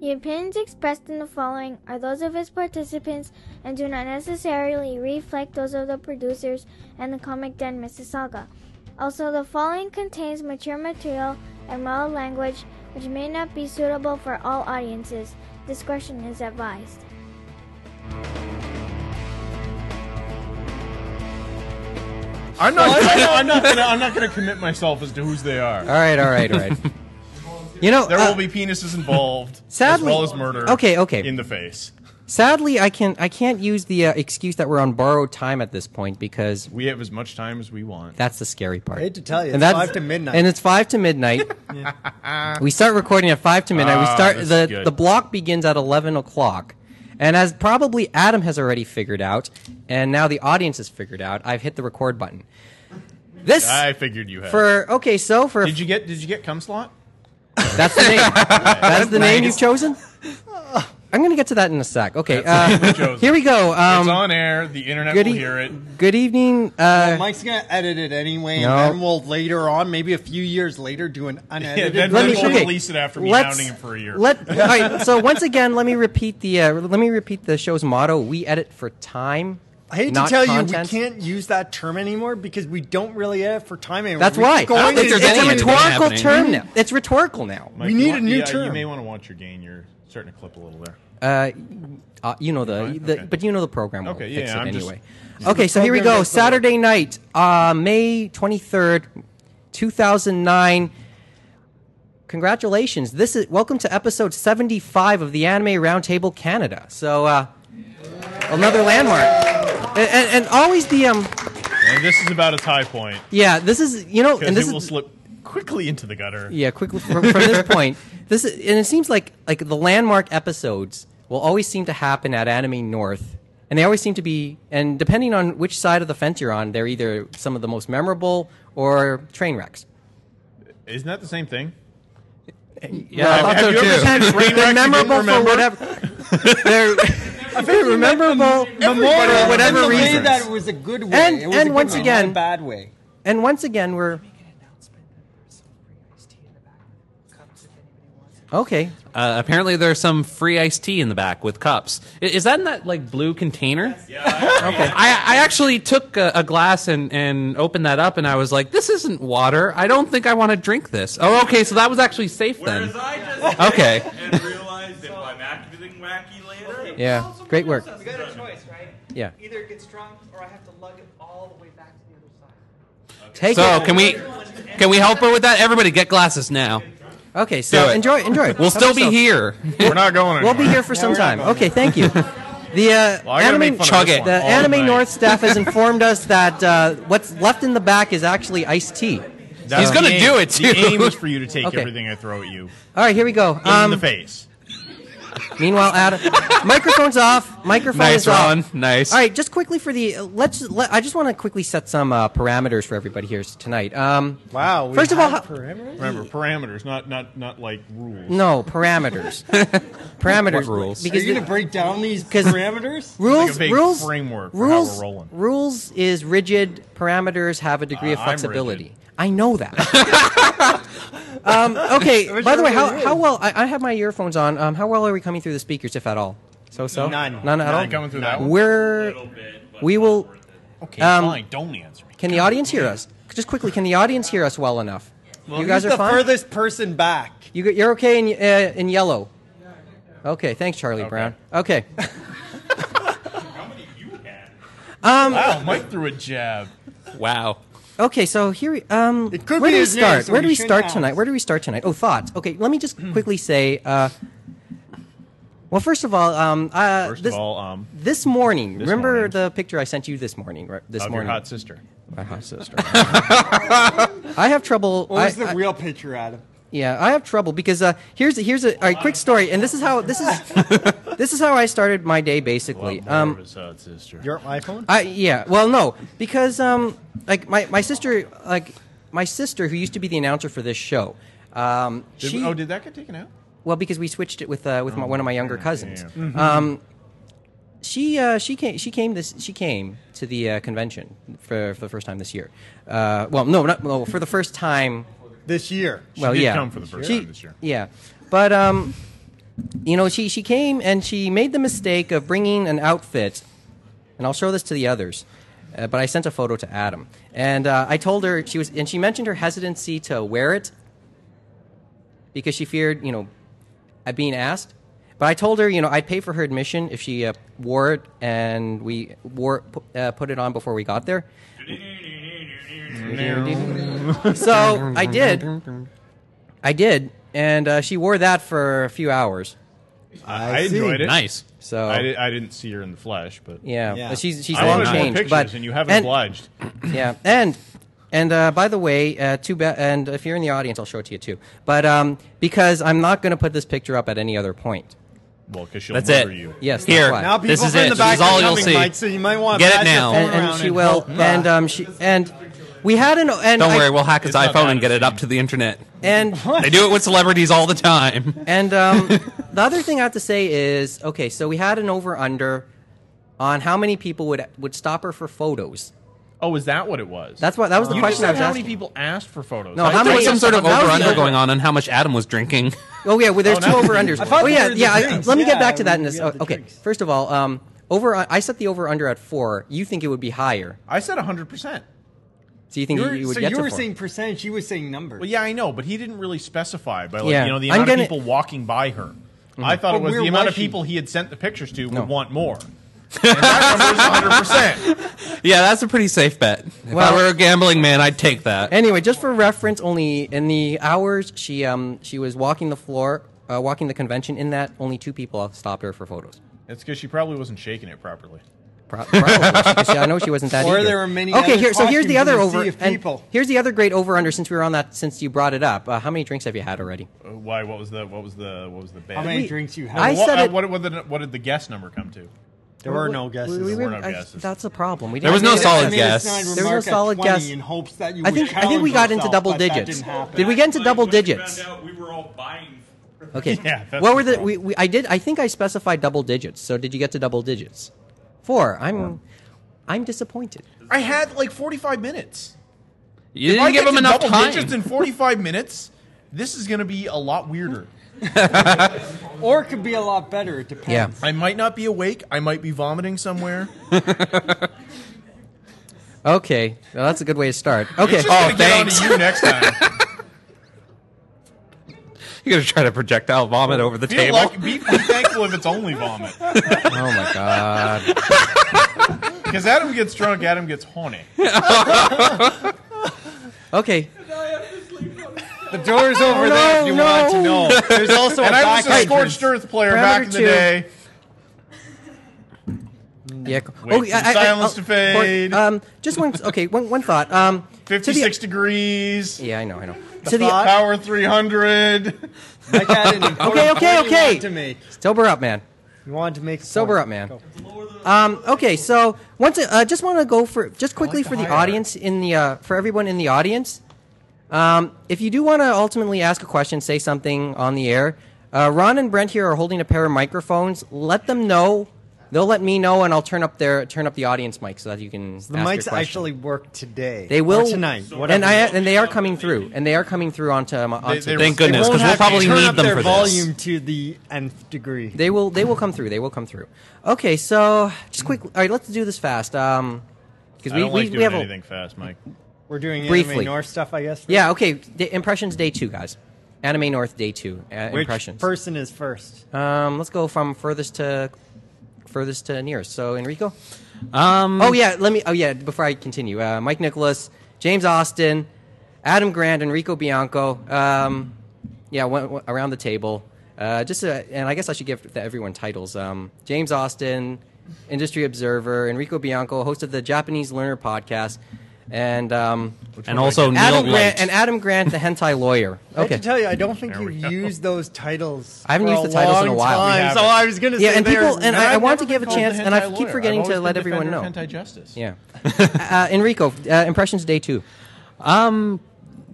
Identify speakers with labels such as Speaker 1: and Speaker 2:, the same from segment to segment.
Speaker 1: The opinions expressed in the following are those of its participants and do not necessarily reflect those of the producers and the Comic Den Mississauga. Also, the following contains mature material and mild language which may not be suitable for all audiences. Discretion is advised.
Speaker 2: I'm not. I'm not gonna. I'm not gonna commit myself as to whose they
Speaker 3: All
Speaker 2: are.
Speaker 3: right, all right, all right. You know,
Speaker 2: There
Speaker 3: uh,
Speaker 2: will be penises involved, as
Speaker 3: Sadly-
Speaker 2: well as murder.
Speaker 3: Okay, okay.
Speaker 2: In the face,
Speaker 3: sadly, I can I can't use the uh, excuse that we're on borrowed time at this point because
Speaker 2: we have as much time as we want.
Speaker 3: that's the scary part.
Speaker 4: I hate to tell you,
Speaker 3: and
Speaker 4: it's
Speaker 3: that's
Speaker 4: five to midnight.
Speaker 3: And it's five to midnight. Uh, We start recording at five to midnight. we
Speaker 2: Ah,
Speaker 3: start
Speaker 2: this
Speaker 3: the
Speaker 2: is good.
Speaker 3: the block begins at eleven o'clock, and as probably Adam has already figured out, and now the audience has figured out, I've hit the record button. This
Speaker 2: I figured you had.
Speaker 3: for okay, so for
Speaker 2: did you get? Did you get cum slot?
Speaker 3: that's the name. that's the name you've chosen. I'm gonna get to that in a sec. Okay, uh,
Speaker 2: chosen.
Speaker 3: here we go.
Speaker 2: it's
Speaker 3: Um,
Speaker 2: on air. The internet
Speaker 3: good,
Speaker 2: will
Speaker 3: e-
Speaker 2: hear it.
Speaker 3: good evening. Uh,
Speaker 4: Mike's gonna edit it anyway,
Speaker 3: No.
Speaker 4: and then we'll later on, maybe a few years later, do an unedited.
Speaker 2: then-
Speaker 3: let me
Speaker 2: We'll
Speaker 3: okay.
Speaker 2: release it after me
Speaker 3: Let's-
Speaker 2: hounding him for a year.
Speaker 3: Let, all right, so once again, let me repeat the uh, let me repeat the show's motto: We edit for time.
Speaker 4: I hate
Speaker 3: not
Speaker 4: to tell you, we
Speaker 3: content.
Speaker 4: can't use that term anymore because we don't really edit for time anymore.
Speaker 3: That's
Speaker 4: We're
Speaker 3: right.
Speaker 4: going
Speaker 3: It's,
Speaker 4: to-
Speaker 5: there's
Speaker 3: it's a
Speaker 5: any editing
Speaker 3: rhetorical
Speaker 5: happening.
Speaker 3: term now. It's rhetorical now.
Speaker 2: Mike,
Speaker 4: We
Speaker 2: you
Speaker 4: need
Speaker 2: want-
Speaker 4: a new
Speaker 2: yeah, You
Speaker 4: term.
Speaker 2: may want to watch your gain. You're starting to clip a little there.
Speaker 3: Uh, uh, you know the,
Speaker 2: fine?
Speaker 3: the
Speaker 2: Okay.
Speaker 3: but you know the program will
Speaker 2: Okay,
Speaker 3: fix
Speaker 2: yeah,
Speaker 3: it
Speaker 2: I'm just-
Speaker 3: anyway. okay, so here we
Speaker 4: program
Speaker 3: go.
Speaker 4: does the work.
Speaker 3: Saturday night, uh, May twenty third, two thousand nine. Congratulations! This is welcome to episode seventy five of the Anime Roundtable Canada. So uh, another landmark, and, and, and always the um
Speaker 2: And this is about its high point
Speaker 3: yeah. This is you know, and
Speaker 2: because
Speaker 3: this
Speaker 2: it will
Speaker 3: is
Speaker 2: slip quickly into the gutter.
Speaker 3: Yeah, quickly from, from this point, this is, and it seems like like the landmark episodes will always seem to happen at Anime North, and they always seem to be, and depending on which side of the fence you're on, they're either some of the most memorable or train wrecks.
Speaker 2: Isn't that the same thing?
Speaker 3: Yeah,
Speaker 2: I thought so too.
Speaker 3: Depends, they're
Speaker 2: Train wrecks you didn't
Speaker 3: memorable for
Speaker 2: remember?
Speaker 3: whatever. they're they're memorable,
Speaker 4: Memorial
Speaker 3: for whatever
Speaker 4: in the way
Speaker 3: reason.
Speaker 4: that it was a good way.
Speaker 3: And-
Speaker 4: it was
Speaker 3: and
Speaker 4: a good
Speaker 3: once
Speaker 4: way,
Speaker 3: again-
Speaker 4: not a bad way.
Speaker 3: And once again, we're. Okay.
Speaker 5: Uh, apparently, there's some free iced tea in the back with cups. I- Is that in that like blue container?
Speaker 3: Okay.
Speaker 5: I, I actually took a, a glass and, and opened that up, and I was like, "This isn't water. I don't think I want to drink this." Oh, okay, so that was actually safe then.
Speaker 6: Whereas I just
Speaker 5: Okay.
Speaker 6: did and realized if I'm acting wacky later,
Speaker 3: Yeah. Great work.
Speaker 7: We got a choice, right?
Speaker 3: Yeah.
Speaker 7: Either it gets drunk or I have to lug it all the way back to the other side.
Speaker 3: Take
Speaker 5: So
Speaker 3: it.
Speaker 5: can we can we help her with that? Everybody, get glasses now.
Speaker 3: Okay. So
Speaker 5: Do it.
Speaker 3: enjoy. Enjoy.
Speaker 5: We'll still be
Speaker 3: Episode.
Speaker 5: here.
Speaker 2: We're not going.
Speaker 3: We'll be
Speaker 2: anywhere.
Speaker 3: here for some time. Okay, thank you. The uh,
Speaker 2: Well, I gotta
Speaker 3: anime,
Speaker 2: make fun of
Speaker 5: chug
Speaker 2: this
Speaker 5: it.
Speaker 2: one
Speaker 3: the
Speaker 2: all
Speaker 3: anime
Speaker 2: night.
Speaker 3: North staff has informed us that uh, what's left in the back is actually iced tea.
Speaker 2: That's
Speaker 5: He's
Speaker 2: the
Speaker 5: gonna
Speaker 2: aim.
Speaker 5: do it, too.
Speaker 2: The aim is for you to take
Speaker 3: Okay.
Speaker 2: everything I throw at you
Speaker 3: All right, here we go.
Speaker 2: in the
Speaker 3: Um,
Speaker 2: face.
Speaker 3: meanwhile, Adam, microphone's off. Microphone
Speaker 5: nice,
Speaker 3: is off.
Speaker 5: Ron. Nice.
Speaker 3: All right, just quickly for the uh, let's. Let, I just want to quickly set some uh, parameters for everybody here s- tonight. Um,
Speaker 4: Wow.
Speaker 3: First of all, how-
Speaker 2: Remember parameters, not not not like rules.
Speaker 3: no parameters. parameters
Speaker 5: What rules?
Speaker 4: Are
Speaker 3: Because
Speaker 4: you
Speaker 3: the-
Speaker 4: going to break down these
Speaker 3: 'Cause-
Speaker 4: parameters?
Speaker 3: rules
Speaker 2: Like a big
Speaker 3: rules
Speaker 2: framework for how
Speaker 3: rules
Speaker 2: we're rolling.
Speaker 3: rules is rigid parameters have a degree of
Speaker 2: Uh, I'm rigid.
Speaker 3: flexibility i know that um, okay by the way how, how well I, I have my earphones on um, how well are we coming through the speakers if at all so so
Speaker 4: None.
Speaker 3: none at
Speaker 2: Not
Speaker 3: all
Speaker 2: coming through that one.
Speaker 3: we're
Speaker 6: a little bit, but
Speaker 3: we
Speaker 6: not
Speaker 3: will
Speaker 6: worth it.
Speaker 2: Okay,
Speaker 3: um,
Speaker 2: fine. Don't answer me.
Speaker 3: can the audience hear us just quickly can the audience hear us well enough you guys
Speaker 4: Who's
Speaker 3: are
Speaker 4: the
Speaker 3: fine
Speaker 4: furthest person back?
Speaker 3: you, g- you're okay in, uh, in yellow okay thanks charlie brown okay
Speaker 6: How many you had?
Speaker 3: Um,
Speaker 2: Wow, Mike threw a jab.
Speaker 5: Wow.
Speaker 3: Okay, so here um,
Speaker 4: It could
Speaker 3: where
Speaker 4: be
Speaker 3: do we
Speaker 4: his name,
Speaker 3: start?
Speaker 4: so
Speaker 3: where
Speaker 4: we
Speaker 3: do we
Speaker 4: shouldn't
Speaker 3: start
Speaker 4: ask.
Speaker 3: tonight? Where do we start tonight? Oh, thoughts. Okay, let me just quickly say. Uh, well, first of all, um, uh,
Speaker 2: First
Speaker 3: this,
Speaker 2: of all, um,
Speaker 3: this morning.
Speaker 2: this
Speaker 3: remember
Speaker 2: morning.
Speaker 3: the picture I sent you this morning? Right, this
Speaker 2: of your
Speaker 3: morning,
Speaker 2: hot sister.
Speaker 3: my hot sister. I have trouble.
Speaker 4: What
Speaker 3: I-
Speaker 4: was the
Speaker 3: I-
Speaker 4: real picture, Adam?
Speaker 3: yeah, I have trouble because uh, here's a, here's a all right, quick story, and this is how this is this is how I started my day basically. Um,
Speaker 2: hot sister.
Speaker 4: Your iPhone?
Speaker 3: I yeah. Well, no, because um, like my, my sister like my sister who used to be the announcer for this show. Um,
Speaker 2: Did,
Speaker 3: she,
Speaker 2: oh, did that get taken out?
Speaker 3: well, because we switched it with uh, with
Speaker 4: Oh,
Speaker 3: my, one of my younger cousins.
Speaker 2: yeah.
Speaker 4: Mm-hmm.
Speaker 3: Um, she uh, she came she came this she came to the uh, convention for, for the first time this year. Uh, well, no, not well, for the first time
Speaker 4: This year.
Speaker 3: well,
Speaker 2: did
Speaker 3: yeah.
Speaker 2: come for the first time this year.
Speaker 3: Yeah, but um, you know, she she came and she made the mistake of bringing an outfit, and I'll show this to the others. Uh, but I sent a photo to Adam, and uh, I told her she was, and she mentioned her hesitancy to wear it because she feared, you know, uh, being asked. But I told her, you know, I'd pay for her admission if she uh, wore it, and we wore it, pu- uh, put it on before we got there. so I did, I did, and uh, she wore that for a few hours.
Speaker 2: I enjoyed it.
Speaker 5: Nice.
Speaker 3: So
Speaker 2: I, di- I didn't see her in the flesh, but
Speaker 3: Yeah,
Speaker 4: Yeah.
Speaker 3: but she's she's
Speaker 2: I
Speaker 3: long
Speaker 2: wanted more
Speaker 3: changed.
Speaker 2: pictures,
Speaker 3: but
Speaker 2: and you haven't obliged.
Speaker 3: Yeah, and and uh, by the way, uh, too bad. And if you're in the audience, I'll show it to you too. But um, because I'm not going to put this picture up at any other point.
Speaker 2: Well, because she'll
Speaker 5: That's
Speaker 2: murder
Speaker 5: it.
Speaker 2: you.
Speaker 3: Yes, that's
Speaker 5: Here.
Speaker 3: why.
Speaker 4: Now people
Speaker 5: This is
Speaker 4: from
Speaker 5: it.
Speaker 4: the
Speaker 5: This
Speaker 4: back
Speaker 5: is all
Speaker 4: are
Speaker 5: you'll
Speaker 4: coming,
Speaker 5: see.
Speaker 4: Mike, so you might want
Speaker 5: Get it
Speaker 4: to pass your
Speaker 5: now.
Speaker 4: phone
Speaker 3: and, and
Speaker 4: around
Speaker 3: she will.
Speaker 4: help.
Speaker 3: And um, she and we had an and
Speaker 5: Don't
Speaker 3: I-
Speaker 5: worry, we'll hack his
Speaker 2: It's not
Speaker 5: iPhone
Speaker 2: that
Speaker 5: and get it up to the internet.
Speaker 3: and
Speaker 5: They do it with celebrities all the time.
Speaker 3: And um, the other thing I have to say is, okay, so we had an over under on how many people would would stop her for photos.
Speaker 2: Oh, is that what it was?
Speaker 3: That's what that was the
Speaker 2: you just
Speaker 3: question I
Speaker 2: said
Speaker 3: was
Speaker 2: how
Speaker 3: asking.
Speaker 2: many people asked for photos?
Speaker 3: No,
Speaker 2: I
Speaker 3: how
Speaker 5: There
Speaker 3: many-
Speaker 5: was some sort of
Speaker 3: That was
Speaker 5: over
Speaker 3: the
Speaker 5: under
Speaker 3: other-
Speaker 5: going on on how much Adam was drinking.
Speaker 3: Oh yeah, well, there's
Speaker 2: Oh,
Speaker 3: two
Speaker 2: no.
Speaker 3: over unders.
Speaker 4: I thought
Speaker 3: oh
Speaker 4: they
Speaker 3: yeah,
Speaker 4: were the
Speaker 3: yeah. I-
Speaker 4: drinks.
Speaker 3: let me get
Speaker 4: Yeah,
Speaker 3: back to that
Speaker 4: we
Speaker 3: in this.
Speaker 4: got the
Speaker 3: okay,
Speaker 4: drinks.
Speaker 3: first of all, um, over. I set the over under at four. You think it would be higher?
Speaker 2: I said 100%.
Speaker 3: So you think
Speaker 4: You
Speaker 3: you,
Speaker 4: were-
Speaker 3: you would
Speaker 4: so
Speaker 3: get
Speaker 4: you
Speaker 3: to
Speaker 4: were
Speaker 3: four?
Speaker 4: saying percentage, she was saying numbers.
Speaker 2: Well, yeah, I know, but he didn't really specify by like
Speaker 3: Yeah.
Speaker 2: you know the
Speaker 3: I'm
Speaker 2: amount
Speaker 3: gonna- Mm-hmm.
Speaker 2: of people walking by her. I thought
Speaker 4: But
Speaker 2: it was
Speaker 4: where
Speaker 2: the amount
Speaker 4: was
Speaker 2: of
Speaker 4: she?
Speaker 2: people he had sent the pictures to
Speaker 3: No.
Speaker 2: would want more. and that number is 100%.
Speaker 5: yeah, that's a pretty safe bet. If
Speaker 3: Well-
Speaker 5: I were a gambling man, I'd take that.
Speaker 3: Uh, Anyway, just for reference, only in the hours she um she was walking the floor, uh, walking the convention. In that, only two people stopped her for photos.
Speaker 2: It's because she probably wasn't shaking it properly.
Speaker 3: Pro- Probably. she, I know she wasn't that.
Speaker 4: Or
Speaker 3: eager.
Speaker 4: there were many
Speaker 3: Okay,
Speaker 4: other
Speaker 3: here. So here's the
Speaker 4: costumes
Speaker 3: other
Speaker 4: in the
Speaker 3: over.
Speaker 4: sea of
Speaker 3: and
Speaker 4: people.
Speaker 3: here's the other great over under. Since we were on that, since you brought it up, uh, how many drinks have you had already?
Speaker 2: Uh, Why? What was the? What was the? What was the bet?
Speaker 4: How many
Speaker 3: we-
Speaker 4: drinks you
Speaker 3: I
Speaker 4: had?
Speaker 2: What,
Speaker 3: said
Speaker 2: uh,
Speaker 3: it-
Speaker 2: what, what, did, what did the guess number come to?
Speaker 4: There were no guesses.
Speaker 3: We- we-
Speaker 2: There were no
Speaker 3: I-
Speaker 2: guesses.
Speaker 3: that's a problem. We
Speaker 5: There was
Speaker 3: didn't-
Speaker 4: I
Speaker 5: no
Speaker 4: made a-
Speaker 5: solid
Speaker 4: I made a
Speaker 5: guess.
Speaker 4: snide
Speaker 5: There
Speaker 3: was no
Speaker 4: remark at
Speaker 3: solid
Speaker 4: 20
Speaker 3: guess.
Speaker 4: In hopes that you
Speaker 3: I
Speaker 4: would
Speaker 3: think I think
Speaker 4: challenge
Speaker 3: we got into
Speaker 4: yourself,
Speaker 3: double
Speaker 4: but that
Speaker 3: digits.
Speaker 4: didn't happen.
Speaker 3: Did we get into
Speaker 6: Like,
Speaker 3: double
Speaker 6: when she
Speaker 3: digits?
Speaker 6: Found out we were all buying. for it.
Speaker 3: Okay.
Speaker 2: Yeah, that's
Speaker 3: what
Speaker 2: the
Speaker 3: were the
Speaker 2: problem.
Speaker 3: we, we? I did. I think I specified double digits. So did you get to double digits? Four. I'm. I'm disappointed.
Speaker 2: I had like 45 minutes.
Speaker 5: You
Speaker 2: I
Speaker 5: didn't give
Speaker 2: get
Speaker 5: him
Speaker 2: to
Speaker 5: enough
Speaker 2: double
Speaker 5: time.
Speaker 2: digits in 45 minutes. This is going to be a lot weirder.
Speaker 4: Or it could be a lot better. It depends.
Speaker 2: I might not be awake. I might be vomiting somewhere.
Speaker 3: Okay. Well, that's a good way to start. Okay.
Speaker 2: It's just
Speaker 5: Oh,
Speaker 2: gonna get
Speaker 5: thanks.
Speaker 2: onto you next time.
Speaker 5: You're going to try to projectile vomit over the
Speaker 2: Feel
Speaker 5: table.
Speaker 2: lucky, be, be thankful if it's only vomit.
Speaker 3: Oh my god.
Speaker 2: Because Adam gets drunk, Adam gets horny.
Speaker 3: Okay.
Speaker 4: The door's over
Speaker 3: No,
Speaker 4: there if you
Speaker 3: no.
Speaker 4: want to know. There's also a
Speaker 2: And I was a
Speaker 4: back
Speaker 2: scorched earth
Speaker 3: Parameter
Speaker 2: player back in the
Speaker 3: two.
Speaker 2: day.
Speaker 3: Yeah. oh,
Speaker 2: Wait for the silence to fade.
Speaker 3: Um. Just one. Okay. One. One thought. Um. to the-
Speaker 2: 56 degrees.
Speaker 3: yeah, I know. I know. to the
Speaker 4: thought-
Speaker 2: Power 300.
Speaker 4: Mike had an important
Speaker 3: Okay, okay,
Speaker 4: point he
Speaker 3: okay.
Speaker 4: wanted to make.
Speaker 3: sober up, man.
Speaker 4: You wanted to make a
Speaker 3: Sober
Speaker 4: point.
Speaker 3: up, man.
Speaker 4: Go.
Speaker 3: Um, okay, so once uh, just want to go for just quickly for the
Speaker 2: higher.
Speaker 3: audience in the uh, for everyone in the audience. Um, if you do want to ultimately ask a question, say something on the air. Uh, Ron and Brent here are holding a pair of microphones. Let them know. They'll let me know, and I'll turn up their turn up the audience mic so that you can.
Speaker 4: The
Speaker 3: ask your
Speaker 4: mics
Speaker 3: question.
Speaker 4: actually work today.
Speaker 3: They will
Speaker 4: Or tonight.
Speaker 3: and
Speaker 4: whatever.
Speaker 3: I and they are coming through, and they are coming through onto my- onto.
Speaker 2: they-
Speaker 5: Thank
Speaker 4: They
Speaker 5: goodness,
Speaker 4: won't
Speaker 5: because we'll
Speaker 4: have to
Speaker 5: probably
Speaker 4: turn
Speaker 5: need
Speaker 4: up
Speaker 5: them
Speaker 4: their
Speaker 5: for
Speaker 4: volume
Speaker 5: this.
Speaker 4: to the nth degree.
Speaker 3: They will. They will come through. They will come through. Okay, so just quick. All right, let's do this fast. Um, because
Speaker 2: I
Speaker 3: we,
Speaker 2: don't
Speaker 3: we,
Speaker 2: like
Speaker 3: we
Speaker 2: doing
Speaker 3: have a,
Speaker 2: anything fast, Mike.
Speaker 4: We're doing
Speaker 3: Briefly.
Speaker 4: anime North stuff, I guess.
Speaker 3: Yeah. Okay. D- impressions day two, guys. Anime North day two. Uh,
Speaker 4: Which
Speaker 3: impressions.
Speaker 4: person is first?
Speaker 3: um, let's go from furthest to furthest to nearest. So Enrico.
Speaker 5: Um,
Speaker 3: Oh yeah. Let me. Oh yeah. Before I continue, uh, Mike Nicholas, James Austin, Adam Grant, Enrico Bianco. Um, yeah. Went, went around the table. Uh, just uh and I guess I should give th- everyone titles. Um, James Austin, Industry Observer, Enrico Bianco, host of the Japanese Learner podcast, and um,
Speaker 5: and also Neil
Speaker 3: Adam Grant
Speaker 5: Light.
Speaker 3: and Adam Grant, the hentai lawyer.
Speaker 4: I have to
Speaker 3: Okay.
Speaker 4: tell you, I don't think
Speaker 2: There
Speaker 4: you've
Speaker 2: we go.
Speaker 4: used those titles.
Speaker 3: I haven't
Speaker 4: for
Speaker 3: used the titles in a
Speaker 4: long
Speaker 3: while. We
Speaker 4: Time, so
Speaker 2: haven't.
Speaker 4: I was going to say,
Speaker 3: Yeah, and
Speaker 4: they're-
Speaker 3: people- and I-
Speaker 2: I've
Speaker 3: want to
Speaker 2: never
Speaker 3: give
Speaker 2: been
Speaker 3: a
Speaker 2: called
Speaker 3: chance,
Speaker 2: the
Speaker 3: and I
Speaker 2: hentai
Speaker 3: keep
Speaker 2: lawyer.
Speaker 3: forgetting
Speaker 2: I've
Speaker 3: to
Speaker 2: always
Speaker 3: let
Speaker 2: been
Speaker 3: everyone
Speaker 2: defender of
Speaker 3: know.
Speaker 2: Hentai justice.
Speaker 3: Yeah. uh, Enrico, uh, impressions day two.
Speaker 5: Um,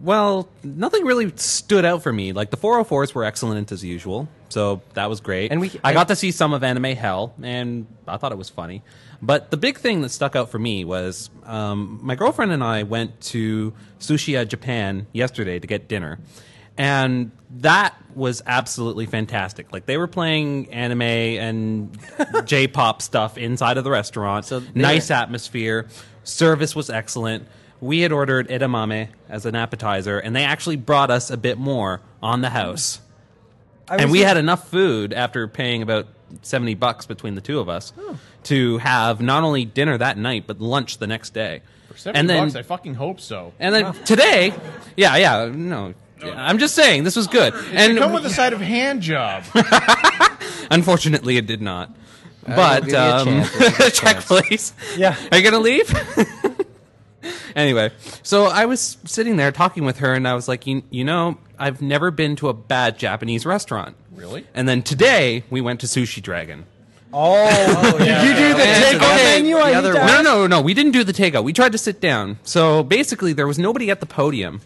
Speaker 5: Well, nothing really stood out for me. Like the 404s were excellent as usual, so that was great.
Speaker 3: And we-
Speaker 5: I got to see some of Anime Hell, and I thought it was funny. But the big thing that stuck out for me was um, my girlfriend and I went to Sushiya Japan yesterday to get dinner, and that was absolutely fantastic. Like they were playing anime and J-pop stuff inside of the restaurant. So nice atmosphere. Service was excellent. We had ordered edamame as an appetizer, and they actually brought us a bit more on the house.
Speaker 4: I
Speaker 5: and
Speaker 4: was
Speaker 5: we
Speaker 4: in-
Speaker 5: had enough food after paying about 70 bucks between the two of us
Speaker 4: Oh.
Speaker 5: to have not only dinner that night but lunch the next day
Speaker 2: For 70
Speaker 5: and then
Speaker 2: bucks, I fucking hope so.
Speaker 5: and then today yeah yeah no yeah, i'm just saying this was good and
Speaker 2: Oh. Come with a side of hand job.
Speaker 5: unfortunately it did not
Speaker 3: Uh, give
Speaker 5: but
Speaker 3: you a
Speaker 5: um,
Speaker 3: chance, we'll give you a
Speaker 5: check
Speaker 3: chance.
Speaker 5: please
Speaker 4: Yeah.
Speaker 5: are you gonna leave anyway so i was sitting there talking with her and i was like you, you know i've never been to a bad japanese restaurant
Speaker 2: Really?
Speaker 5: and then today we went to sushi dragon
Speaker 4: Oh, did you do the
Speaker 5: Yeah, so
Speaker 4: takeout
Speaker 5: okay,
Speaker 4: menu? I
Speaker 3: the
Speaker 4: need
Speaker 3: other
Speaker 4: to
Speaker 3: one.
Speaker 5: No,
Speaker 4: ask.
Speaker 5: no, no, no. We didn't do the takeout. We tried to sit down. So basically, there was nobody at the podium.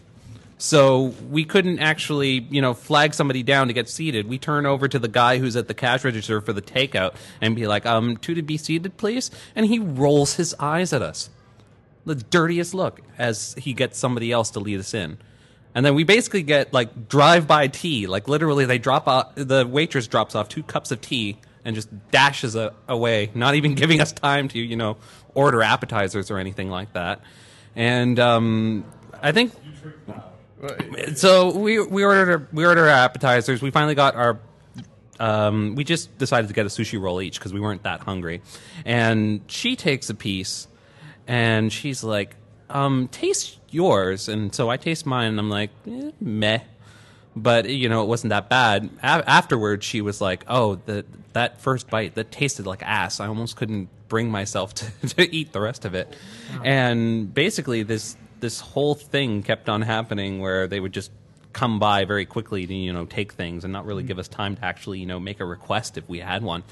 Speaker 5: So we couldn't actually, you know, flag somebody down to get seated. We turn over to the guy who's at the cash register for the takeout and be like, um, two to be seated, please. And he rolls his eyes at us. The dirtiest look as he gets somebody else to lead us in. And then we basically get like drive by tea. Like literally, they drop off, the waitress drops off two cups of tea and just dashes a- away, not even giving us time to, you know, order appetizers or anything like that. And um, I think so. We we ordered our, we ordered our appetizers. We finally got our. Um, we just decided to get a sushi roll each because we weren't that hungry. And she takes a piece, and she's like, um, "Taste yours." And so I taste mine, and I'm like, eh, "Meh." But you know, it wasn't that bad. A- afterwards, she was like, "Oh, the, that first bite that tasted like ass. I almost couldn't bring myself to, to eat the rest of it." And basically, this this whole thing kept on happening where they would just come by very quickly to you know take things and not really give us time to actually you know make a request if we had one.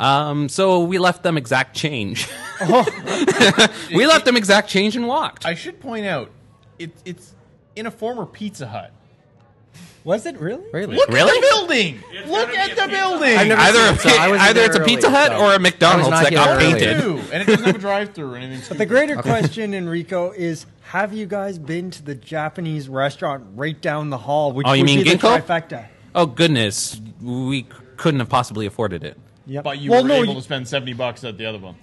Speaker 5: Um, so we left them exact change. we left them exact change and walked.
Speaker 2: Oh. I should point out, it, it's in a former Pizza Hut.
Speaker 4: Was it really?
Speaker 3: Really?
Speaker 2: Look
Speaker 5: Really?
Speaker 2: at the building. Look
Speaker 6: gotta
Speaker 2: at
Speaker 6: be a
Speaker 2: the
Speaker 6: pizza.
Speaker 2: building.
Speaker 3: I've never
Speaker 5: either
Speaker 3: seen it, so I wasn't
Speaker 5: either
Speaker 3: there
Speaker 5: it's a
Speaker 3: early,
Speaker 5: Pizza Hut
Speaker 3: so
Speaker 5: or
Speaker 3: I
Speaker 5: a
Speaker 3: was
Speaker 5: McDonald's
Speaker 3: not
Speaker 5: that
Speaker 3: here
Speaker 5: got
Speaker 3: early.
Speaker 5: painted.
Speaker 2: Two. and it doesn't have a drive-through or anything.
Speaker 4: But the greater question, Enrico, is have you guys been to the Japanese restaurant right down the hall? Which
Speaker 5: Oh, you
Speaker 4: would
Speaker 5: mean
Speaker 4: be
Speaker 5: Ginkgo?
Speaker 4: the trifecta?
Speaker 5: Oh goodness, we c- couldn't have possibly afforded it.
Speaker 4: Yep.
Speaker 2: But you
Speaker 4: well,
Speaker 2: were
Speaker 4: no,
Speaker 2: able
Speaker 4: you-
Speaker 2: to spend seventy bucks at the other one.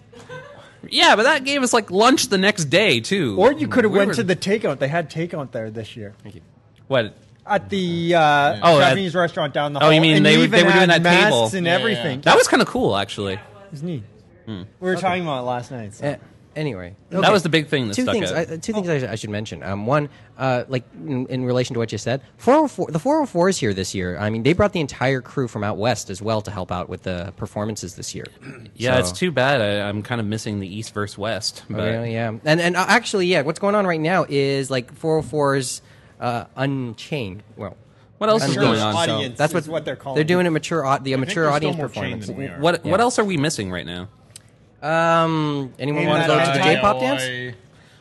Speaker 5: Yeah, but that gave us like lunch the next day too.
Speaker 4: or you could have
Speaker 5: We
Speaker 4: went
Speaker 5: were-
Speaker 4: to the takeout. They had takeout there this year
Speaker 5: what?
Speaker 4: at the uh,
Speaker 5: Oh, at-
Speaker 4: Japanese restaurant down the
Speaker 5: Oh,
Speaker 4: hall.
Speaker 5: you mean
Speaker 4: and
Speaker 5: they
Speaker 4: you
Speaker 5: were-
Speaker 4: even
Speaker 5: they were doing
Speaker 4: had
Speaker 5: that
Speaker 4: masks
Speaker 5: table.
Speaker 4: and
Speaker 2: Yeah, yeah.
Speaker 4: everything?
Speaker 5: That was kind of cool actually. Hmm.
Speaker 4: It was neat. We were talking about it last night. so-
Speaker 3: Eh, anyway,
Speaker 5: That was the big thing that
Speaker 3: two
Speaker 5: stuck
Speaker 3: things.
Speaker 5: out. Oh.
Speaker 3: I, uh, two things I, sh- I should mention. Um, one, uh, like in, in relation to what you said, 404, the 404s here this year. I mean, they brought the entire crew from out west as well to help out with the performances this year.
Speaker 5: yeah,
Speaker 3: So-
Speaker 5: it's too bad. I, I'm kind of missing the East versus West. But
Speaker 3: Oh, yeah, yeah. And and uh, actually, yeah, what's going on right now is like 404s uh, Unchained. Well,
Speaker 5: what else is
Speaker 3: Sure.
Speaker 5: going on?
Speaker 4: Audience.
Speaker 3: that's what
Speaker 4: is what they're calling
Speaker 3: They're
Speaker 4: it.
Speaker 3: doing a mature, au- the mature
Speaker 2: there's
Speaker 3: audience
Speaker 2: still more chain
Speaker 3: performance.
Speaker 2: than we are.
Speaker 5: What What else are we missing right now?
Speaker 3: Um, anyone
Speaker 4: In
Speaker 3: want to
Speaker 4: that
Speaker 3: go
Speaker 4: Uh,
Speaker 3: to the
Speaker 4: I-
Speaker 3: J-pop dance?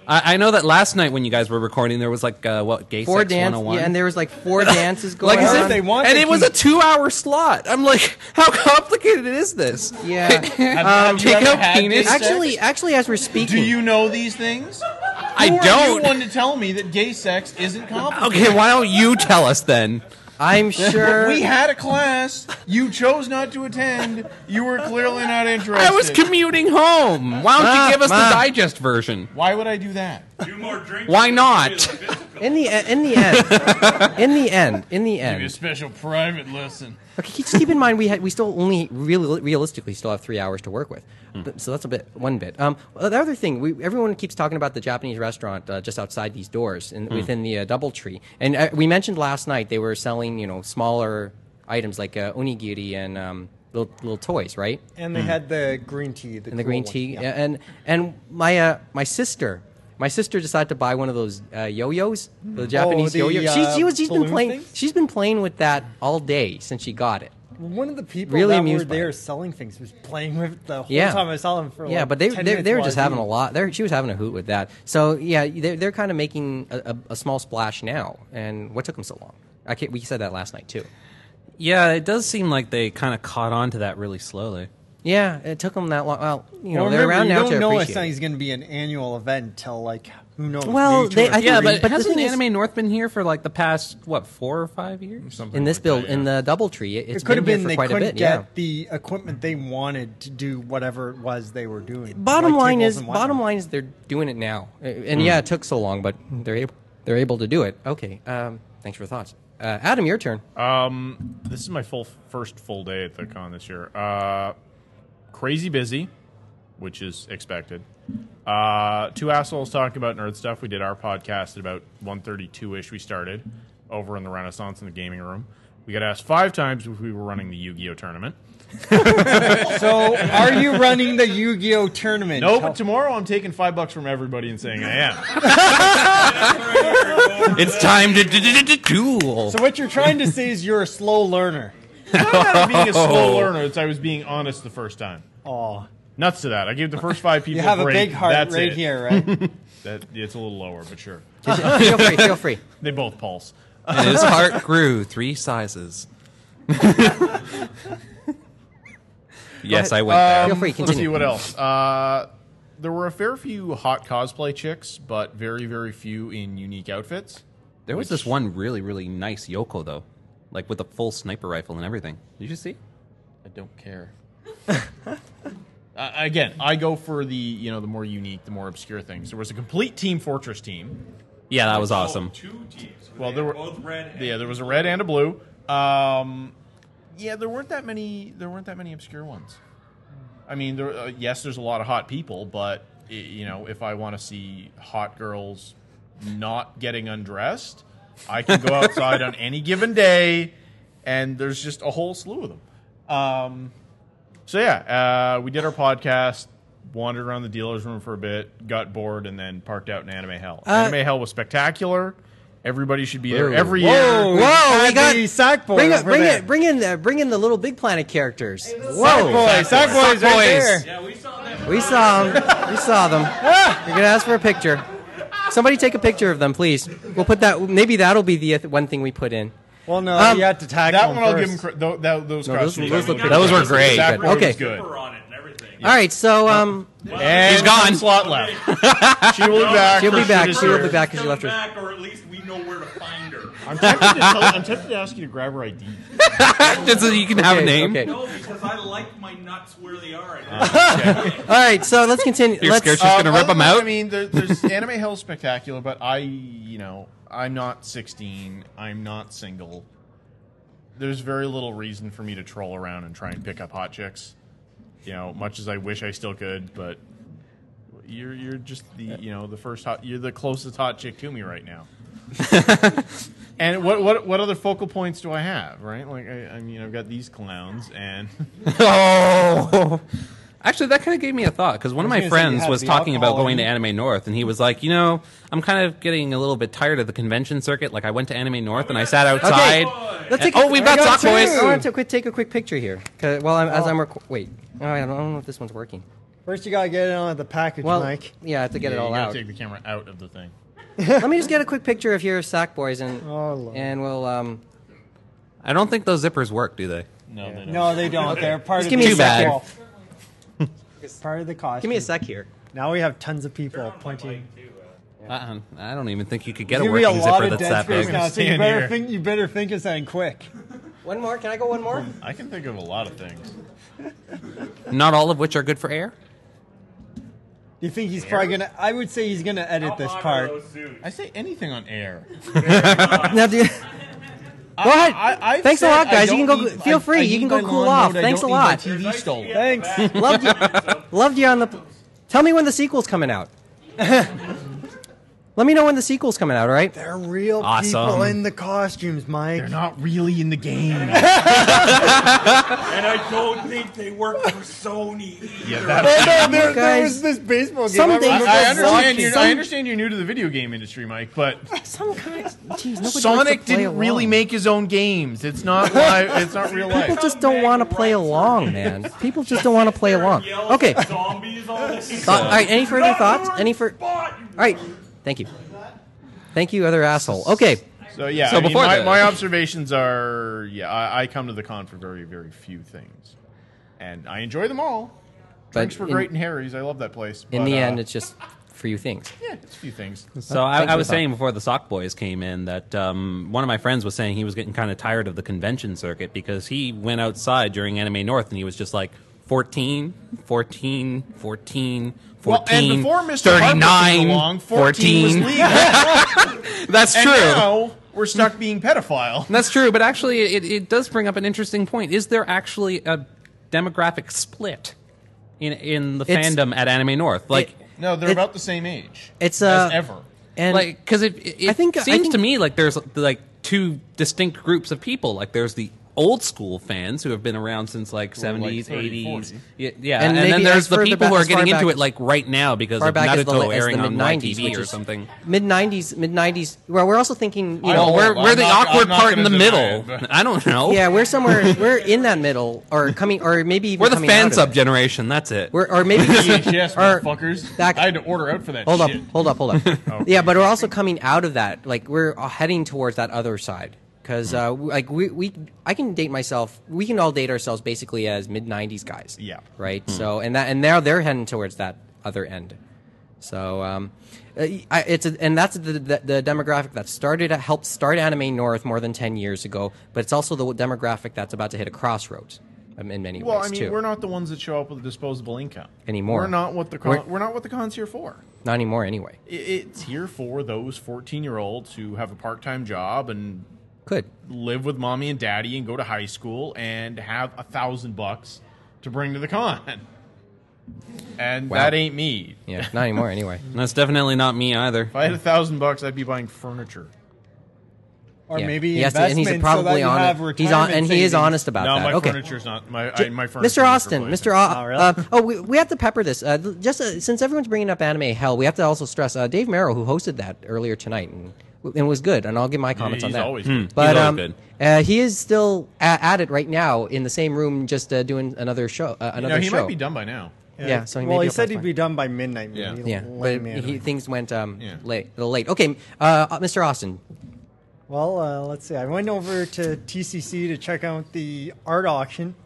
Speaker 5: I, I know that last night when you guys were recording, there was like uh, what gay
Speaker 3: Four
Speaker 5: sex
Speaker 3: dance,
Speaker 5: 101?
Speaker 3: yeah, and there was like four dances going
Speaker 5: like as
Speaker 3: on.
Speaker 5: if
Speaker 4: They want
Speaker 5: oh and
Speaker 4: to
Speaker 5: it was a
Speaker 4: keep-
Speaker 5: two-hour slot. I'm like, how complicated is this?
Speaker 3: yeah.
Speaker 2: have you
Speaker 5: take
Speaker 2: ever
Speaker 5: out
Speaker 2: had gay
Speaker 5: penis.
Speaker 2: sex?
Speaker 3: actually, actually, as we're speaking,
Speaker 2: do you know these things?
Speaker 5: I
Speaker 2: Who Are you
Speaker 5: don't.
Speaker 2: one to tell me that gay sex isn't complicated?
Speaker 5: Okay, why don't you tell us then?
Speaker 3: I'm sure
Speaker 2: We had a class. You chose not to attend. You were clearly not interested.
Speaker 5: I was commuting home. Why don't
Speaker 3: Ma,
Speaker 5: you give us
Speaker 3: ma.
Speaker 5: the digest version?
Speaker 2: Why would I do that?
Speaker 6: Do more drinking.
Speaker 5: Why not?
Speaker 3: in the e- in the end, in the end, in the end.
Speaker 2: special private lesson.
Speaker 3: Okay, just keep in mind we had we still only real, realistically still have three hours to work with, But- so that's a bit one bit. Um, well, the other thing we everyone keeps talking about the Japanese restaurant uh, just outside these doors in, within the uh, DoubleTree, and uh, we mentioned last night they were selling you know smaller items like uh, onigiri and um, little little toys, right?
Speaker 4: And they
Speaker 2: Hmm.
Speaker 4: had the green tea. The
Speaker 3: and the green
Speaker 4: cool one.
Speaker 3: tea
Speaker 4: Yeah.
Speaker 3: and and my uh, my sister my sister decided to buy one of those uh, yo-yos the japanese
Speaker 4: the,
Speaker 3: yo-yo
Speaker 4: uh,
Speaker 3: she, she was she's been
Speaker 4: balloon
Speaker 3: playing
Speaker 4: things?
Speaker 3: she's been playing with that all day since she got it
Speaker 4: One of the people
Speaker 3: Really
Speaker 4: that were
Speaker 3: amused by
Speaker 4: there
Speaker 3: it.
Speaker 4: selling things was playing with it the whole
Speaker 3: Yeah.
Speaker 4: time I saw them for
Speaker 3: yeah
Speaker 4: like
Speaker 3: but they
Speaker 4: 10
Speaker 3: they, they were
Speaker 4: minutes
Speaker 3: just
Speaker 4: while I
Speaker 3: having a
Speaker 4: was
Speaker 3: lot there she was having a hoot with that so yeah they're, they're kind of making a, a, a small splash now and what took them so long I can't, we said that last night too
Speaker 5: yeah, it does seem like they kind of caught on to that really slowly.
Speaker 3: yeah it took them that long well you know
Speaker 4: Well,
Speaker 3: they're
Speaker 4: remember,
Speaker 3: around
Speaker 4: you
Speaker 3: now
Speaker 4: don't
Speaker 3: to
Speaker 4: know
Speaker 3: appreciate
Speaker 4: it's not
Speaker 3: it.
Speaker 4: going to be an annual event until like Who knows?
Speaker 3: Well,
Speaker 4: Nature
Speaker 3: they-
Speaker 4: of
Speaker 3: I think-
Speaker 5: Yeah,
Speaker 4: free.
Speaker 3: but
Speaker 5: but,
Speaker 3: the
Speaker 5: hasn't
Speaker 3: thing is-
Speaker 5: Anime North been here for like the past what four or five years?
Speaker 2: Something
Speaker 3: in this
Speaker 2: like
Speaker 3: build
Speaker 2: that, yeah.
Speaker 3: in the double tree it
Speaker 4: it could have
Speaker 3: been, here
Speaker 4: been
Speaker 3: for
Speaker 4: they
Speaker 3: quite a
Speaker 4: couldn't
Speaker 3: bit
Speaker 4: get
Speaker 3: yeah
Speaker 4: the equipment they wanted to do whatever it was they were doing.
Speaker 3: bottom
Speaker 4: Like
Speaker 3: line
Speaker 4: tables
Speaker 3: is
Speaker 4: and
Speaker 3: bottom
Speaker 4: whatnot. Hmm.
Speaker 3: line is they're doing it now Uh, and yeah it took so long but they're able they're able to do it okay um, thanks for the thoughts uh, adam your turn
Speaker 2: Um, this is my full first full day at the con this year. Uh, crazy busy, which is expected. Uh, two assholes talking about nerd stuff. We did our podcast at about 1:32 ish. We started over in the Renaissance in the gaming room. We got asked five times if we were running the Yu-Gi-Oh tournament.
Speaker 4: So, are you running the Yu-Gi-Oh tournament?
Speaker 2: No,
Speaker 4: Tell-
Speaker 2: but tomorrow I'm taking five bucks from everybody and saying I am.
Speaker 5: It's time to d- d- d- d- duel.
Speaker 4: so what you're trying to say is you're a slow learner.
Speaker 2: It's not that I'm being a
Speaker 5: Oh.
Speaker 2: slow learner. It's I was being honest the first time.
Speaker 4: Oh,
Speaker 2: Nuts to that. I gave the first five people.
Speaker 4: you have a
Speaker 2: break.
Speaker 4: big heart
Speaker 2: That's
Speaker 4: right
Speaker 2: it.
Speaker 4: here, right?
Speaker 2: That, it's a little lower, but sure.
Speaker 3: feel free feel free
Speaker 2: They both pulse.
Speaker 5: And his heart grew three sizes. yes, I went there.
Speaker 3: Um, feel free
Speaker 2: Um, Let's see
Speaker 3: continue
Speaker 2: what else. Uh, there were a fair few hot cosplay chicks, but very, very few in unique outfits.
Speaker 5: There was this one really, really nice Yoko though, like with a full sniper rifle and everything. Did you see?
Speaker 2: I don't care. uh, again, I go for the you know the more unique, the more obscure things. There was a complete Team Fortress team.
Speaker 5: Yeah, that was awesome.
Speaker 6: Two teams.
Speaker 2: Well,
Speaker 6: They
Speaker 2: there were
Speaker 6: both red. and-
Speaker 2: Yeah, there was a red and a blue. Um, yeah, there weren't that many. There weren't that many obscure ones. I mean, there, uh, yes, there's a lot of hot people, but i you know, if I want to see hot girls not getting undressed, I can go outside on any given day, and there's just a whole slew of them. Um, so yeah, uh, we did our podcast, wandered around the dealer's room for a bit, got bored, and then parked out in Anime Hell.
Speaker 4: Uh,
Speaker 2: Anime Hell was spectacular. Everybody should be there
Speaker 3: Whoa.
Speaker 2: every year.
Speaker 4: Whoa,
Speaker 3: Whoa, we
Speaker 4: had
Speaker 3: got
Speaker 4: the sack boy
Speaker 3: bring, it-
Speaker 4: over
Speaker 3: bring
Speaker 4: there.
Speaker 3: it, bring in, the, bring in the little big planet characters.
Speaker 4: Sack
Speaker 3: Whoa,
Speaker 4: boy, sack boy's right there. Ah!
Speaker 6: Yeah, we saw that.
Speaker 3: we saw them, we saw them. You're gonna ask for a picture. Somebody take a picture of them, please. We'll put that. Maybe that'll be the uh, th- one thing we put in.
Speaker 4: Well, no,
Speaker 3: Um,
Speaker 4: you have to tackle
Speaker 2: That one I'll give him.
Speaker 4: first.
Speaker 2: Cre- tho- that, those
Speaker 3: No, those-
Speaker 2: costumes,
Speaker 3: those look
Speaker 2: I will give
Speaker 3: good.
Speaker 2: him
Speaker 3: Those were
Speaker 2: credit.
Speaker 5: great.
Speaker 2: Zach Morgan
Speaker 3: Okay.
Speaker 2: was good.
Speaker 6: Zipper on it and everything.
Speaker 3: All right, so um,
Speaker 2: And
Speaker 5: He's gone.
Speaker 2: one Slot left. She will be back.
Speaker 3: She'll be
Speaker 2: for
Speaker 3: back.
Speaker 2: sure this
Speaker 3: She will
Speaker 2: year.
Speaker 3: be back 'cause
Speaker 6: She's
Speaker 3: you left her-
Speaker 6: coming back, or at least we know where to find her.
Speaker 2: I'm tempted, to tell, I'm tempted to ask you to grab her ID.
Speaker 5: Just so you can have a
Speaker 3: okay,
Speaker 5: name.
Speaker 3: okay.
Speaker 6: No, because I like my nuts where they are. I
Speaker 3: All right, so let's continue.
Speaker 5: You're
Speaker 3: let's,
Speaker 5: scared she's gonna
Speaker 2: Um,
Speaker 5: rip
Speaker 2: other
Speaker 5: him
Speaker 2: than-
Speaker 5: out.
Speaker 2: I mean, there, there's Anime Hell Spectacular, but I, you know, I'm not 16. I'm not single. There's very little reason for me to troll around and try and pick up hot chicks. You know, much as I wish I still could, but you're you're just the you know the first hot you're the closest hot chick to me right now. and what what what other focal points do I have? Right, like I, I mean, I've got these clowns and.
Speaker 5: Oh. Actually, that kind of gave me a thought because one of
Speaker 4: I was gonna
Speaker 5: my
Speaker 4: say, you
Speaker 5: friends
Speaker 4: had
Speaker 5: was
Speaker 4: the
Speaker 5: talking about
Speaker 4: alcohol
Speaker 5: going
Speaker 4: in
Speaker 5: to
Speaker 4: you.
Speaker 5: Anime North, and he was like, "You know, I'm kind of getting a little bit tired of the convention circuit. Like, I went to Anime North and I sat outside.
Speaker 3: Okay, let's take.
Speaker 5: Oh, we've got
Speaker 3: I
Speaker 5: sock
Speaker 3: two.
Speaker 5: boys.
Speaker 3: I want to quick, take a quick picture here. 'cause- Well, I'm, as I'm reco- wait. Oh, I don't, I don't know if this one's working.
Speaker 4: First, you gotta get it on the package,
Speaker 3: Well,
Speaker 4: Mike.
Speaker 3: yeah, I have to get
Speaker 2: Yeah,
Speaker 3: it
Speaker 2: you
Speaker 3: all
Speaker 2: gotta
Speaker 3: out.
Speaker 2: Take the camera out of the thing.
Speaker 3: Let me just get a quick picture of your sack boys and
Speaker 4: Oh, Lord.
Speaker 3: and we'll um.
Speaker 5: I don't think those zippers work, do they?
Speaker 2: No, they don't.
Speaker 4: No, they don't. They're part
Speaker 3: Just
Speaker 4: of
Speaker 3: give me
Speaker 4: the
Speaker 5: a second.
Speaker 4: costume. part of the costume.
Speaker 3: Give me a sec here.
Speaker 4: Now we have tons of people pointing.
Speaker 5: Uh-uh. I don't even think you could get a
Speaker 4: Give me a
Speaker 5: working
Speaker 4: lot
Speaker 5: zipper
Speaker 4: of
Speaker 5: that's
Speaker 4: dead
Speaker 5: that
Speaker 4: space
Speaker 5: big.
Speaker 4: now, so you
Speaker 2: Stand
Speaker 4: better
Speaker 2: here.
Speaker 4: think. You better think of something quick.
Speaker 3: One more. Can I go one more?
Speaker 2: I can think of a lot of things.
Speaker 5: Not all of which are good for air.
Speaker 4: You think he's probably gonna? I would say he's gonna edit this part.
Speaker 2: I say anything on air.
Speaker 3: Now do. Go ahead.
Speaker 2: I- I've
Speaker 3: Thanks a
Speaker 2: said
Speaker 3: lot,
Speaker 2: I
Speaker 3: guys. You
Speaker 2: don't
Speaker 3: can go.
Speaker 2: need-
Speaker 3: feel
Speaker 2: I-
Speaker 3: free.
Speaker 2: I
Speaker 3: you can
Speaker 2: need
Speaker 3: go
Speaker 2: my
Speaker 3: cool
Speaker 2: lawn
Speaker 3: off.
Speaker 2: mowed. I
Speaker 3: Thanks a
Speaker 2: don't need my
Speaker 3: lot.
Speaker 2: TV stolen.
Speaker 4: Thanks.
Speaker 3: Loved you. Loved you on the. Tell me when the sequel's coming out. Let me know when the sequel's coming out. All right.
Speaker 4: They're real
Speaker 5: Awesome.
Speaker 4: people in the costumes, Mike.
Speaker 2: They're not really in the game.
Speaker 6: And I don't think they work for Sony. Either.
Speaker 2: Yeah,
Speaker 4: Oh,
Speaker 2: that-
Speaker 4: no, there, there
Speaker 3: Guys,
Speaker 4: was this baseball game.
Speaker 3: someday-
Speaker 4: remember
Speaker 2: I,
Speaker 4: that
Speaker 2: understand you're,
Speaker 4: walking.
Speaker 2: I understand you're new to the video game industry, Mike, but
Speaker 3: Some kind. Jeez, nobody likes
Speaker 2: Sonic
Speaker 3: to play
Speaker 2: didn't really
Speaker 3: along.
Speaker 2: make his own games. It's not live. It's not real
Speaker 3: People
Speaker 2: life.
Speaker 3: just don't want to play along, man. People just don't want to play along.
Speaker 6: Yells,
Speaker 3: Okay. Thought-
Speaker 6: Zombies, all this.
Speaker 3: all right. Any further thoughts? Any fur? All
Speaker 6: Spot, you
Speaker 3: right. Thank you. Thank you, other asshole. Okay.
Speaker 2: So yeah.
Speaker 5: So
Speaker 2: I mean,
Speaker 5: before
Speaker 2: my,
Speaker 5: the-
Speaker 2: my observations are, yeah, I, I come to the con for very, very few things, and I enjoy them all.
Speaker 3: But
Speaker 2: Drinks were
Speaker 3: in-
Speaker 2: great in Harry's. I love that place.
Speaker 3: In
Speaker 2: but,
Speaker 3: the
Speaker 2: uh,
Speaker 3: end, it's just for you things.
Speaker 2: Yeah, it's a few things.
Speaker 5: So I,
Speaker 3: Thanks
Speaker 5: I
Speaker 3: for
Speaker 5: was
Speaker 3: the thought.
Speaker 5: saying before the Sock Boys came in that um, one of my friends was saying he was getting kind of tired of the convention circuit because he went outside during Anime North and he was just like 14, 14, 14, 14,
Speaker 2: Well, and before Mr. Harper
Speaker 5: 39,
Speaker 2: came along, 14 was legal.
Speaker 5: That's
Speaker 2: and
Speaker 5: true.
Speaker 2: now we're stuck being pedophile.
Speaker 5: That's true, but actually, it, it does bring up an interesting point. Is there actually a demographic split in in the
Speaker 3: It's-
Speaker 5: fandom at Anime North? Like,
Speaker 3: It-
Speaker 2: No, they're
Speaker 3: It-
Speaker 2: about the same age.
Speaker 3: It's
Speaker 2: as
Speaker 3: uh,
Speaker 2: ever.
Speaker 3: And
Speaker 5: like because it, it
Speaker 3: I think- I
Speaker 5: seems
Speaker 3: think-
Speaker 5: to me like there's like two distinct groups of people. Like, there's the old school fans who have been around since like
Speaker 2: Who are, like,
Speaker 5: 70s,
Speaker 2: 30,
Speaker 5: 80s.
Speaker 2: 40.
Speaker 5: Yeah, yeah,
Speaker 3: And
Speaker 5: and,
Speaker 3: maybe
Speaker 5: then
Speaker 3: as
Speaker 5: there's the
Speaker 3: further
Speaker 5: people
Speaker 3: back-
Speaker 5: who are
Speaker 3: as far
Speaker 5: getting into
Speaker 3: back-
Speaker 5: it like right now because
Speaker 3: far
Speaker 5: of
Speaker 3: back as the,
Speaker 5: Naruto
Speaker 3: as the
Speaker 5: airing
Speaker 3: mid
Speaker 5: on
Speaker 3: nineties
Speaker 5: TV or something.
Speaker 3: Mid nineties, mid nineties. Well, we're also thinking, you
Speaker 2: I
Speaker 3: know,
Speaker 2: don't-
Speaker 5: we're
Speaker 2: I'm
Speaker 5: we're the
Speaker 2: not- I'm
Speaker 5: awkward
Speaker 2: not
Speaker 5: part in the
Speaker 2: gonna deny
Speaker 5: middle.
Speaker 2: it, but-
Speaker 5: I don't know.
Speaker 3: yeah, we're somewhere, we're in that middle, or coming, or maybe even
Speaker 5: we're the
Speaker 3: coming out
Speaker 5: fan
Speaker 3: of it.
Speaker 5: sub generation. That's it.
Speaker 3: We're, or maybe
Speaker 2: VHS,
Speaker 3: or-
Speaker 2: motherfuckers.
Speaker 3: that-
Speaker 2: I had to order out for that
Speaker 3: Hold up,
Speaker 2: shit.
Speaker 3: hold up, hold up. Yeah, but we're also coming out of that. Like we're uh, heading towards that other side because, uh, w- like we, we, I can date myself. We can all date ourselves basically as mid '90s guys.
Speaker 2: Yeah. Hmm.
Speaker 3: Right. So and that and now they're heading towards that other end. So um, uh, I, it's a, and that's the, the the demographic that started helped start Anime North more than ten years ago. But it's also the demographic that's about to hit a crossroads um, in many
Speaker 2: Well,
Speaker 3: ways
Speaker 2: I mean,
Speaker 3: too.
Speaker 2: we're not the ones that show up with a disposable income
Speaker 3: Anymore.
Speaker 2: We're not what the con-
Speaker 3: We're-
Speaker 2: we're, not what the cons here for.
Speaker 3: not anymore anyway.
Speaker 2: I- It's here for those fourteen-year-olds who have a part-time job and
Speaker 3: Good.
Speaker 2: live with mommy and daddy and go to high school and have a thousand bucks to bring to the con. And
Speaker 3: Wow.
Speaker 2: that ain't me.
Speaker 3: Yeah. Not anymore anyway.
Speaker 5: That's definitely not me either.
Speaker 2: If I had a thousand bucks, I'd be buying furniture.
Speaker 4: or
Speaker 3: Yeah.
Speaker 4: maybe
Speaker 3: He has to-
Speaker 4: investment
Speaker 3: and he's probably
Speaker 4: so that you
Speaker 3: honest.
Speaker 4: have
Speaker 3: he's on,
Speaker 4: retirement
Speaker 3: and he is
Speaker 4: savings.
Speaker 3: honest about
Speaker 2: no,
Speaker 3: that.
Speaker 2: my
Speaker 3: okay.
Speaker 2: furniture's not my. I,
Speaker 3: J-
Speaker 2: my furniture.
Speaker 3: Mr. Austin, Mr. Au-
Speaker 4: Oh, really?
Speaker 3: uh, oh, we, we have to pepper this. Uh, th- just uh, since everyone's bringing up anime hell, we have to also stress uh, Dave Merrill, who hosted that earlier tonight and, and was good. And I'll give my comments on
Speaker 2: he's
Speaker 3: that.
Speaker 2: always good. Hmm.
Speaker 3: But
Speaker 5: He's always
Speaker 3: um,
Speaker 5: good.
Speaker 3: Uh, he is still a- at it right now in the same room, just uh, doing another show. Uh,
Speaker 2: You
Speaker 3: another
Speaker 2: know, he
Speaker 3: show.
Speaker 2: might be done by now.
Speaker 3: Yeah, so he may
Speaker 4: well,
Speaker 3: be
Speaker 4: he
Speaker 3: up
Speaker 4: said
Speaker 3: last
Speaker 4: he'd
Speaker 3: night.
Speaker 4: be done by midnight.
Speaker 2: Yeah.
Speaker 4: maybe.
Speaker 3: Yeah,
Speaker 4: Let
Speaker 3: but
Speaker 4: me
Speaker 3: he,
Speaker 4: in.
Speaker 3: things went um,
Speaker 2: Yeah.
Speaker 3: late. A little late. Okay, uh, uh, Mr. Austin.
Speaker 4: Well, uh, let's see. I went over to TCC to check out the art auction.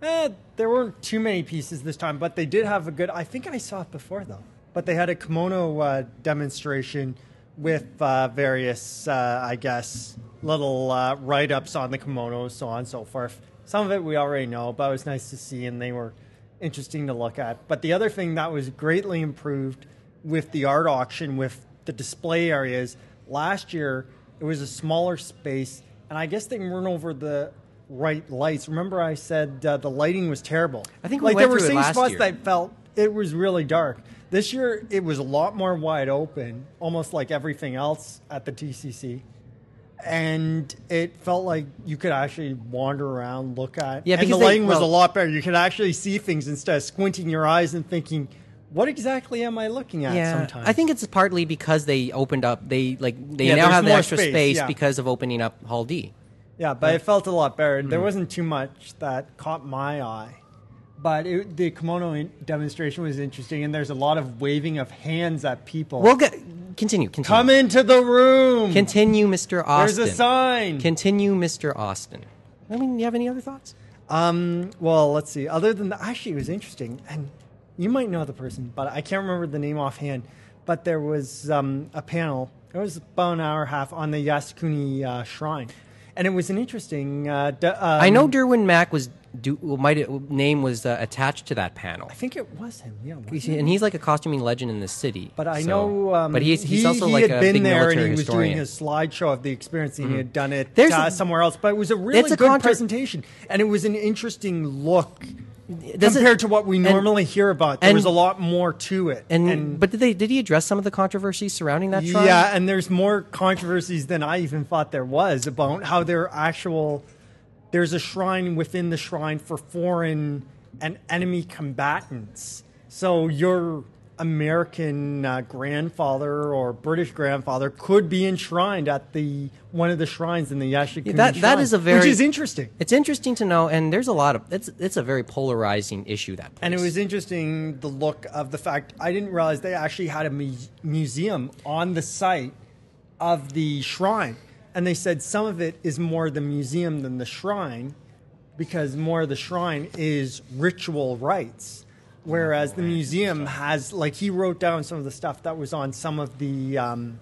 Speaker 4: Eh, there weren't too many pieces this time, but they did have a good. I think I saw it before though. But they had a kimono uh, demonstration with uh, various, uh, I guess, little uh, write-ups on the kimonos, so on and so forth. Some of it we already know, but it was nice to see, and they were interesting to look at. But the other thing that was greatly improved with the art auction with the display areas last year, it was a smaller space, and I guess they weren't over the right lights. Remember, I said uh, the lighting was terrible.
Speaker 3: I think we
Speaker 4: like
Speaker 3: went
Speaker 4: there were
Speaker 3: through it
Speaker 4: some
Speaker 3: last
Speaker 4: spots
Speaker 3: year.
Speaker 4: that felt it was really dark. This year, it was a lot more wide open, almost like everything else at the TCC. And it felt like you could actually wander around, look at.
Speaker 3: Yeah,
Speaker 4: and the
Speaker 3: because they-
Speaker 4: lighting was a
Speaker 3: well-
Speaker 4: lot better. You could actually see things instead of squinting your eyes and thinking, "What exactly am I looking at?" sometimes
Speaker 3: I think it's partly because they opened up. They like they
Speaker 4: Yeah,
Speaker 3: now
Speaker 4: there's
Speaker 3: have the
Speaker 4: more
Speaker 3: extra space,
Speaker 4: space, yeah.
Speaker 3: because of opening up Hall D.
Speaker 4: Yeah, but it felt a lot better.
Speaker 3: Mm-hmm.
Speaker 4: There wasn't too much that caught my eye, but it, the kimono in- demonstration was interesting, and there's a lot of waving of hands at people.
Speaker 3: We'll get continue. Continue.
Speaker 4: Come into the room.
Speaker 3: Continue, Mr. Austin.
Speaker 4: there's a sign.
Speaker 3: Continue, Mr. Austin. I mean, you have any other thoughts?
Speaker 4: um, well, let's see. Other than that, actually, it was interesting, and you might know the person, but I can't remember the name offhand. But there was um, a panel. It was about an hour and a half on the Yasukuni uh, shrine, and it was an interesting. Uh, d-
Speaker 3: I know
Speaker 4: um,
Speaker 3: Derwin Mack was do, well, might name was uh, attached to that panel,
Speaker 4: I think it was him. Yeah, wasn't it?
Speaker 3: and he's like a costuming legend in this city.
Speaker 4: But I
Speaker 3: so-
Speaker 4: know, um,
Speaker 3: but he's, he's
Speaker 4: he,
Speaker 3: also
Speaker 4: he
Speaker 3: like
Speaker 4: had
Speaker 3: a
Speaker 4: been
Speaker 3: big
Speaker 4: there and
Speaker 3: military
Speaker 4: he was
Speaker 3: historian. Mm-hmm.
Speaker 4: doing his slideshow of the experience, and he had done it
Speaker 3: There's
Speaker 4: uh,
Speaker 3: a-
Speaker 4: somewhere else. But it was a really
Speaker 3: It's a
Speaker 4: good
Speaker 3: contra-
Speaker 4: presentation, and it was an interesting look
Speaker 3: Does it-
Speaker 4: compared to what we
Speaker 3: and-
Speaker 4: normally hear about. There
Speaker 3: and-
Speaker 4: was a lot more to it,
Speaker 3: and, but did they did he address some of the controversies surrounding that trial?
Speaker 4: yeah, and there's more controversies than I even thought there was about how there are actual. There's a shrine within the shrine for foreign and enemy combatants. So your American uh, grandfather or British grandfather could be enshrined at the one of the shrines in the Yashikuni
Speaker 3: that that is a very
Speaker 4: which is interesting.
Speaker 3: It's interesting to know, and there's a lot of it's it's a very polarizing issue that. Place.
Speaker 4: And it was interesting the look of the fact I didn't realize they actually had a mu- museum on the site of the shrine. And they said some of it is more the museum than the shrine because more of the shrine is ritual rites.
Speaker 3: Oh,
Speaker 4: Whereas the museum has, like, he wrote down some of the stuff that was on some of the um,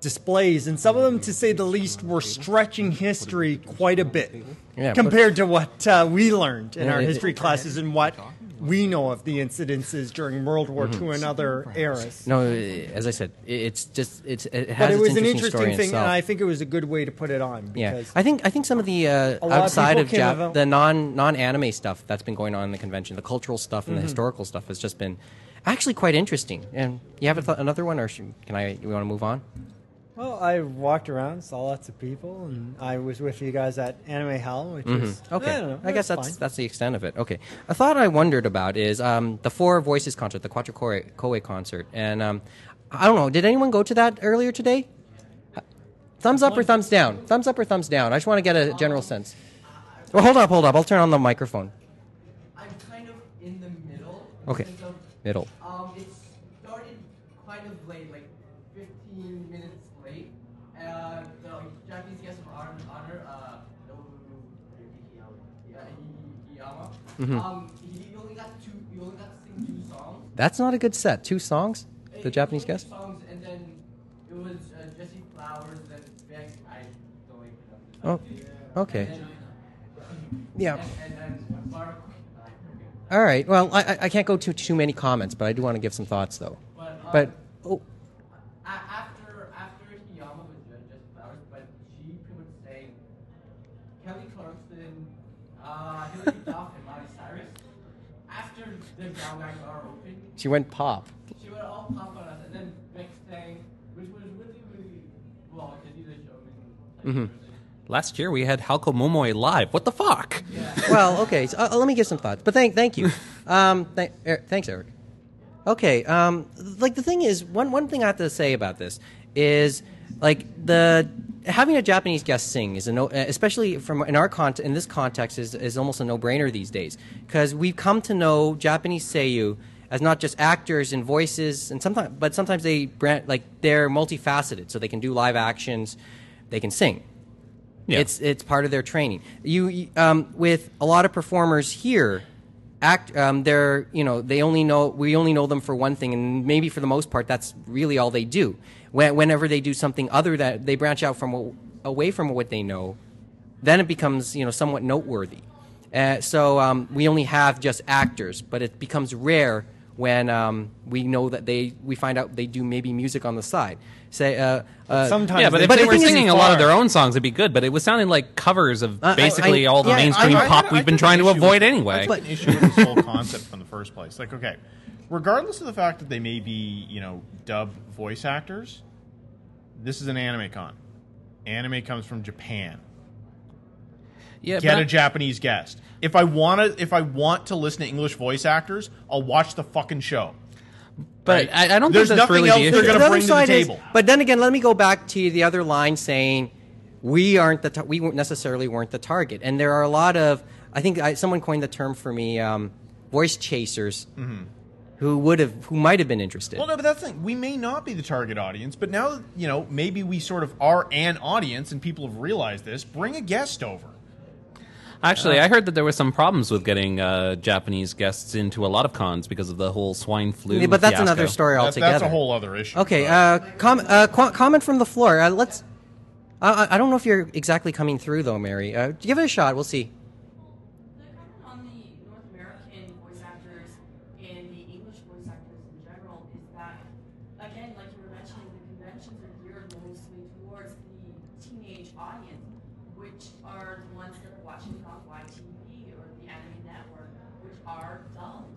Speaker 4: displays, and some of them, to say the least, were stretching history quite a bit
Speaker 3: Yeah, but-
Speaker 4: compared to what uh, we learned in
Speaker 3: Yeah,
Speaker 4: our
Speaker 3: it-
Speaker 4: history classes and what we know of the incidences during World War
Speaker 3: Mm-hmm.
Speaker 4: II and other eras.
Speaker 3: No, as I said, i- it's just it's it has
Speaker 4: But it
Speaker 3: its
Speaker 4: was an
Speaker 3: interesting
Speaker 4: interesting
Speaker 3: story in
Speaker 4: thing,
Speaker 3: itself.
Speaker 4: and I think it was a good way to put it on.
Speaker 3: yeah,
Speaker 4: Because
Speaker 3: I think I think some of the uh,
Speaker 4: lot of
Speaker 3: outside
Speaker 4: people
Speaker 3: of
Speaker 4: came
Speaker 3: Jap-
Speaker 4: about-
Speaker 3: the non non anime stuff that's been going on in the convention, the cultural stuff
Speaker 4: Mm-hmm.
Speaker 3: and the historical stuff has just been actually quite interesting. And you have a th- another one, or sh- can I? We want to move on?
Speaker 4: Well, I walked around, saw lots of people, and I was with you guys at Anime Hell, which is
Speaker 3: Oh, Mm-hmm. Okay,
Speaker 4: I don't know.
Speaker 3: guess
Speaker 4: it was
Speaker 3: that's
Speaker 4: fine.
Speaker 3: that's the extent of it. Okay, a thought I wondered about is um, the Four Voices concert, the Quattro Core- Koe concert, and um, I don't know. Did anyone go to that earlier today? Thumbs up or thumbs down? Thumbs up or thumbs down? I just want to get a general sense. Well, hold up, hold up. I'll turn on the microphone.
Speaker 7: I'm kind of in the middle.
Speaker 3: Okay.
Speaker 7: because of-
Speaker 3: Middle.
Speaker 7: Um, it started kind of late, like 15 minutes late. Uh, the Japanese guest of honor, honor uh, Hiyama.
Speaker 3: Mm-hmm.
Speaker 7: Um, he only got two. He only got to sing two songs.
Speaker 3: That's not a good set. Two songs.
Speaker 7: It-
Speaker 3: The
Speaker 7: it
Speaker 3: Japanese
Speaker 7: was
Speaker 3: guest.
Speaker 7: Songs, and then it was uh, Jesse Flowers and Beck. I don't even know.
Speaker 3: Oh, okay.
Speaker 7: And, uh,
Speaker 3: Yeah.
Speaker 7: and then Mark. I forget.
Speaker 3: All right. Well, I- I, I can't go to too many comments, but I do want to give some thoughts though.
Speaker 7: But, um,
Speaker 3: But oh,
Speaker 7: A- after after Hiyama was done, Jess Flowers, but she pretty much sang Kelly Clarkson, uh, Hilary Duff, and Miley Cyrus. After the Galway are open,
Speaker 3: she went pop.
Speaker 7: she would all pop on us, and then Beck sang, which was really really well because he's a showman. Type of person.
Speaker 5: Last year Mm-hmm. we had Halko Momoy live. What the fuck?
Speaker 3: well, okay. So, uh, let me get some thoughts. But thank, thank you. Um, th- er, thanks, Eric. Okay. Um, like the thing is, one one thing I have to say about this is like the having a Japanese guest sing is a no, uh, especially from in our cont- in this context is is almost a no brainer these days because we've come to know Japanese seiyuu as not just actors and voices and sometimes but sometimes they brand, like they're multifaceted so they can do live actions, they can sing.
Speaker 5: Yeah.
Speaker 3: It's it's part of their training. You you, um, with a lot of performers here, act um, they're you know they only know we only know them for one thing, and maybe for the most part that's really all they do. When, whenever they do something other that they branch out from what- away from what they know, then it becomes you know somewhat noteworthy. Uh, so um, we only have just actors, but it becomes rare when um, we know that they we find out they do maybe music on the side. Say uh, uh,
Speaker 4: Sometimes
Speaker 5: yeah, but
Speaker 4: they
Speaker 5: if
Speaker 3: But
Speaker 5: they
Speaker 3: the
Speaker 5: were
Speaker 3: thing is-
Speaker 5: singing a lot of their own songs, it'd be good. But it was sounding like covers of
Speaker 3: Uh, I- I-
Speaker 5: basically all the
Speaker 3: yeah, I-
Speaker 5: mainstream
Speaker 3: I-
Speaker 5: pop we've been trying to avoid anyway.
Speaker 2: But an issue with this whole concept from the first place. Like, okay, regardless of the fact that they may be, you know, dub voice actors, this is an anime con. Anime comes from Japan.
Speaker 5: yeah,
Speaker 2: Get
Speaker 5: but-
Speaker 2: a Japanese guest. If I want to, if I want to listen to English voice actors, I'll watch the fucking show.
Speaker 5: but
Speaker 2: right?
Speaker 5: I, I don't
Speaker 2: There's
Speaker 5: think that's
Speaker 2: nothing
Speaker 5: really
Speaker 2: else
Speaker 5: the
Speaker 2: they're
Speaker 5: issue.
Speaker 2: gonna
Speaker 3: The other
Speaker 2: bring to the
Speaker 3: side is-
Speaker 2: table.
Speaker 3: but then again, let me go back to the other line saying we aren't the ta- we weren't necessarily weren't the target, and there are a lot of I think I, someone coined the term for me um, voice chasers
Speaker 2: Mm-hmm.
Speaker 3: who would have who might have been interested.
Speaker 2: Well, no, but that's the thing. We may not be the target audience, but now that, you know maybe we sort of are an audience, and people have realized this. Bring a guest over.
Speaker 5: Actually,
Speaker 3: uh,
Speaker 5: I heard that there were some problems with getting uh, Japanese guests into a lot of cons because of the whole swine flu.
Speaker 3: Yeah, but that's
Speaker 5: fiasco.
Speaker 3: another story
Speaker 2: That's,
Speaker 3: altogether.
Speaker 2: that's a whole other issue.
Speaker 3: Okay,
Speaker 2: but-
Speaker 3: uh, com- uh, qu- comment from the floor. Uh, let's. I I I don't know if you're exactly coming through though, Mary. Uh, give it a shot. We'll see.
Speaker 8: The comment on the North American voice actors and the English voice actors in general is that, again, like you were mentioning, the conventions are geared mostly towards the teenage audience, which are the ones that are watching it on YTV or the Anime Network, which are dulled.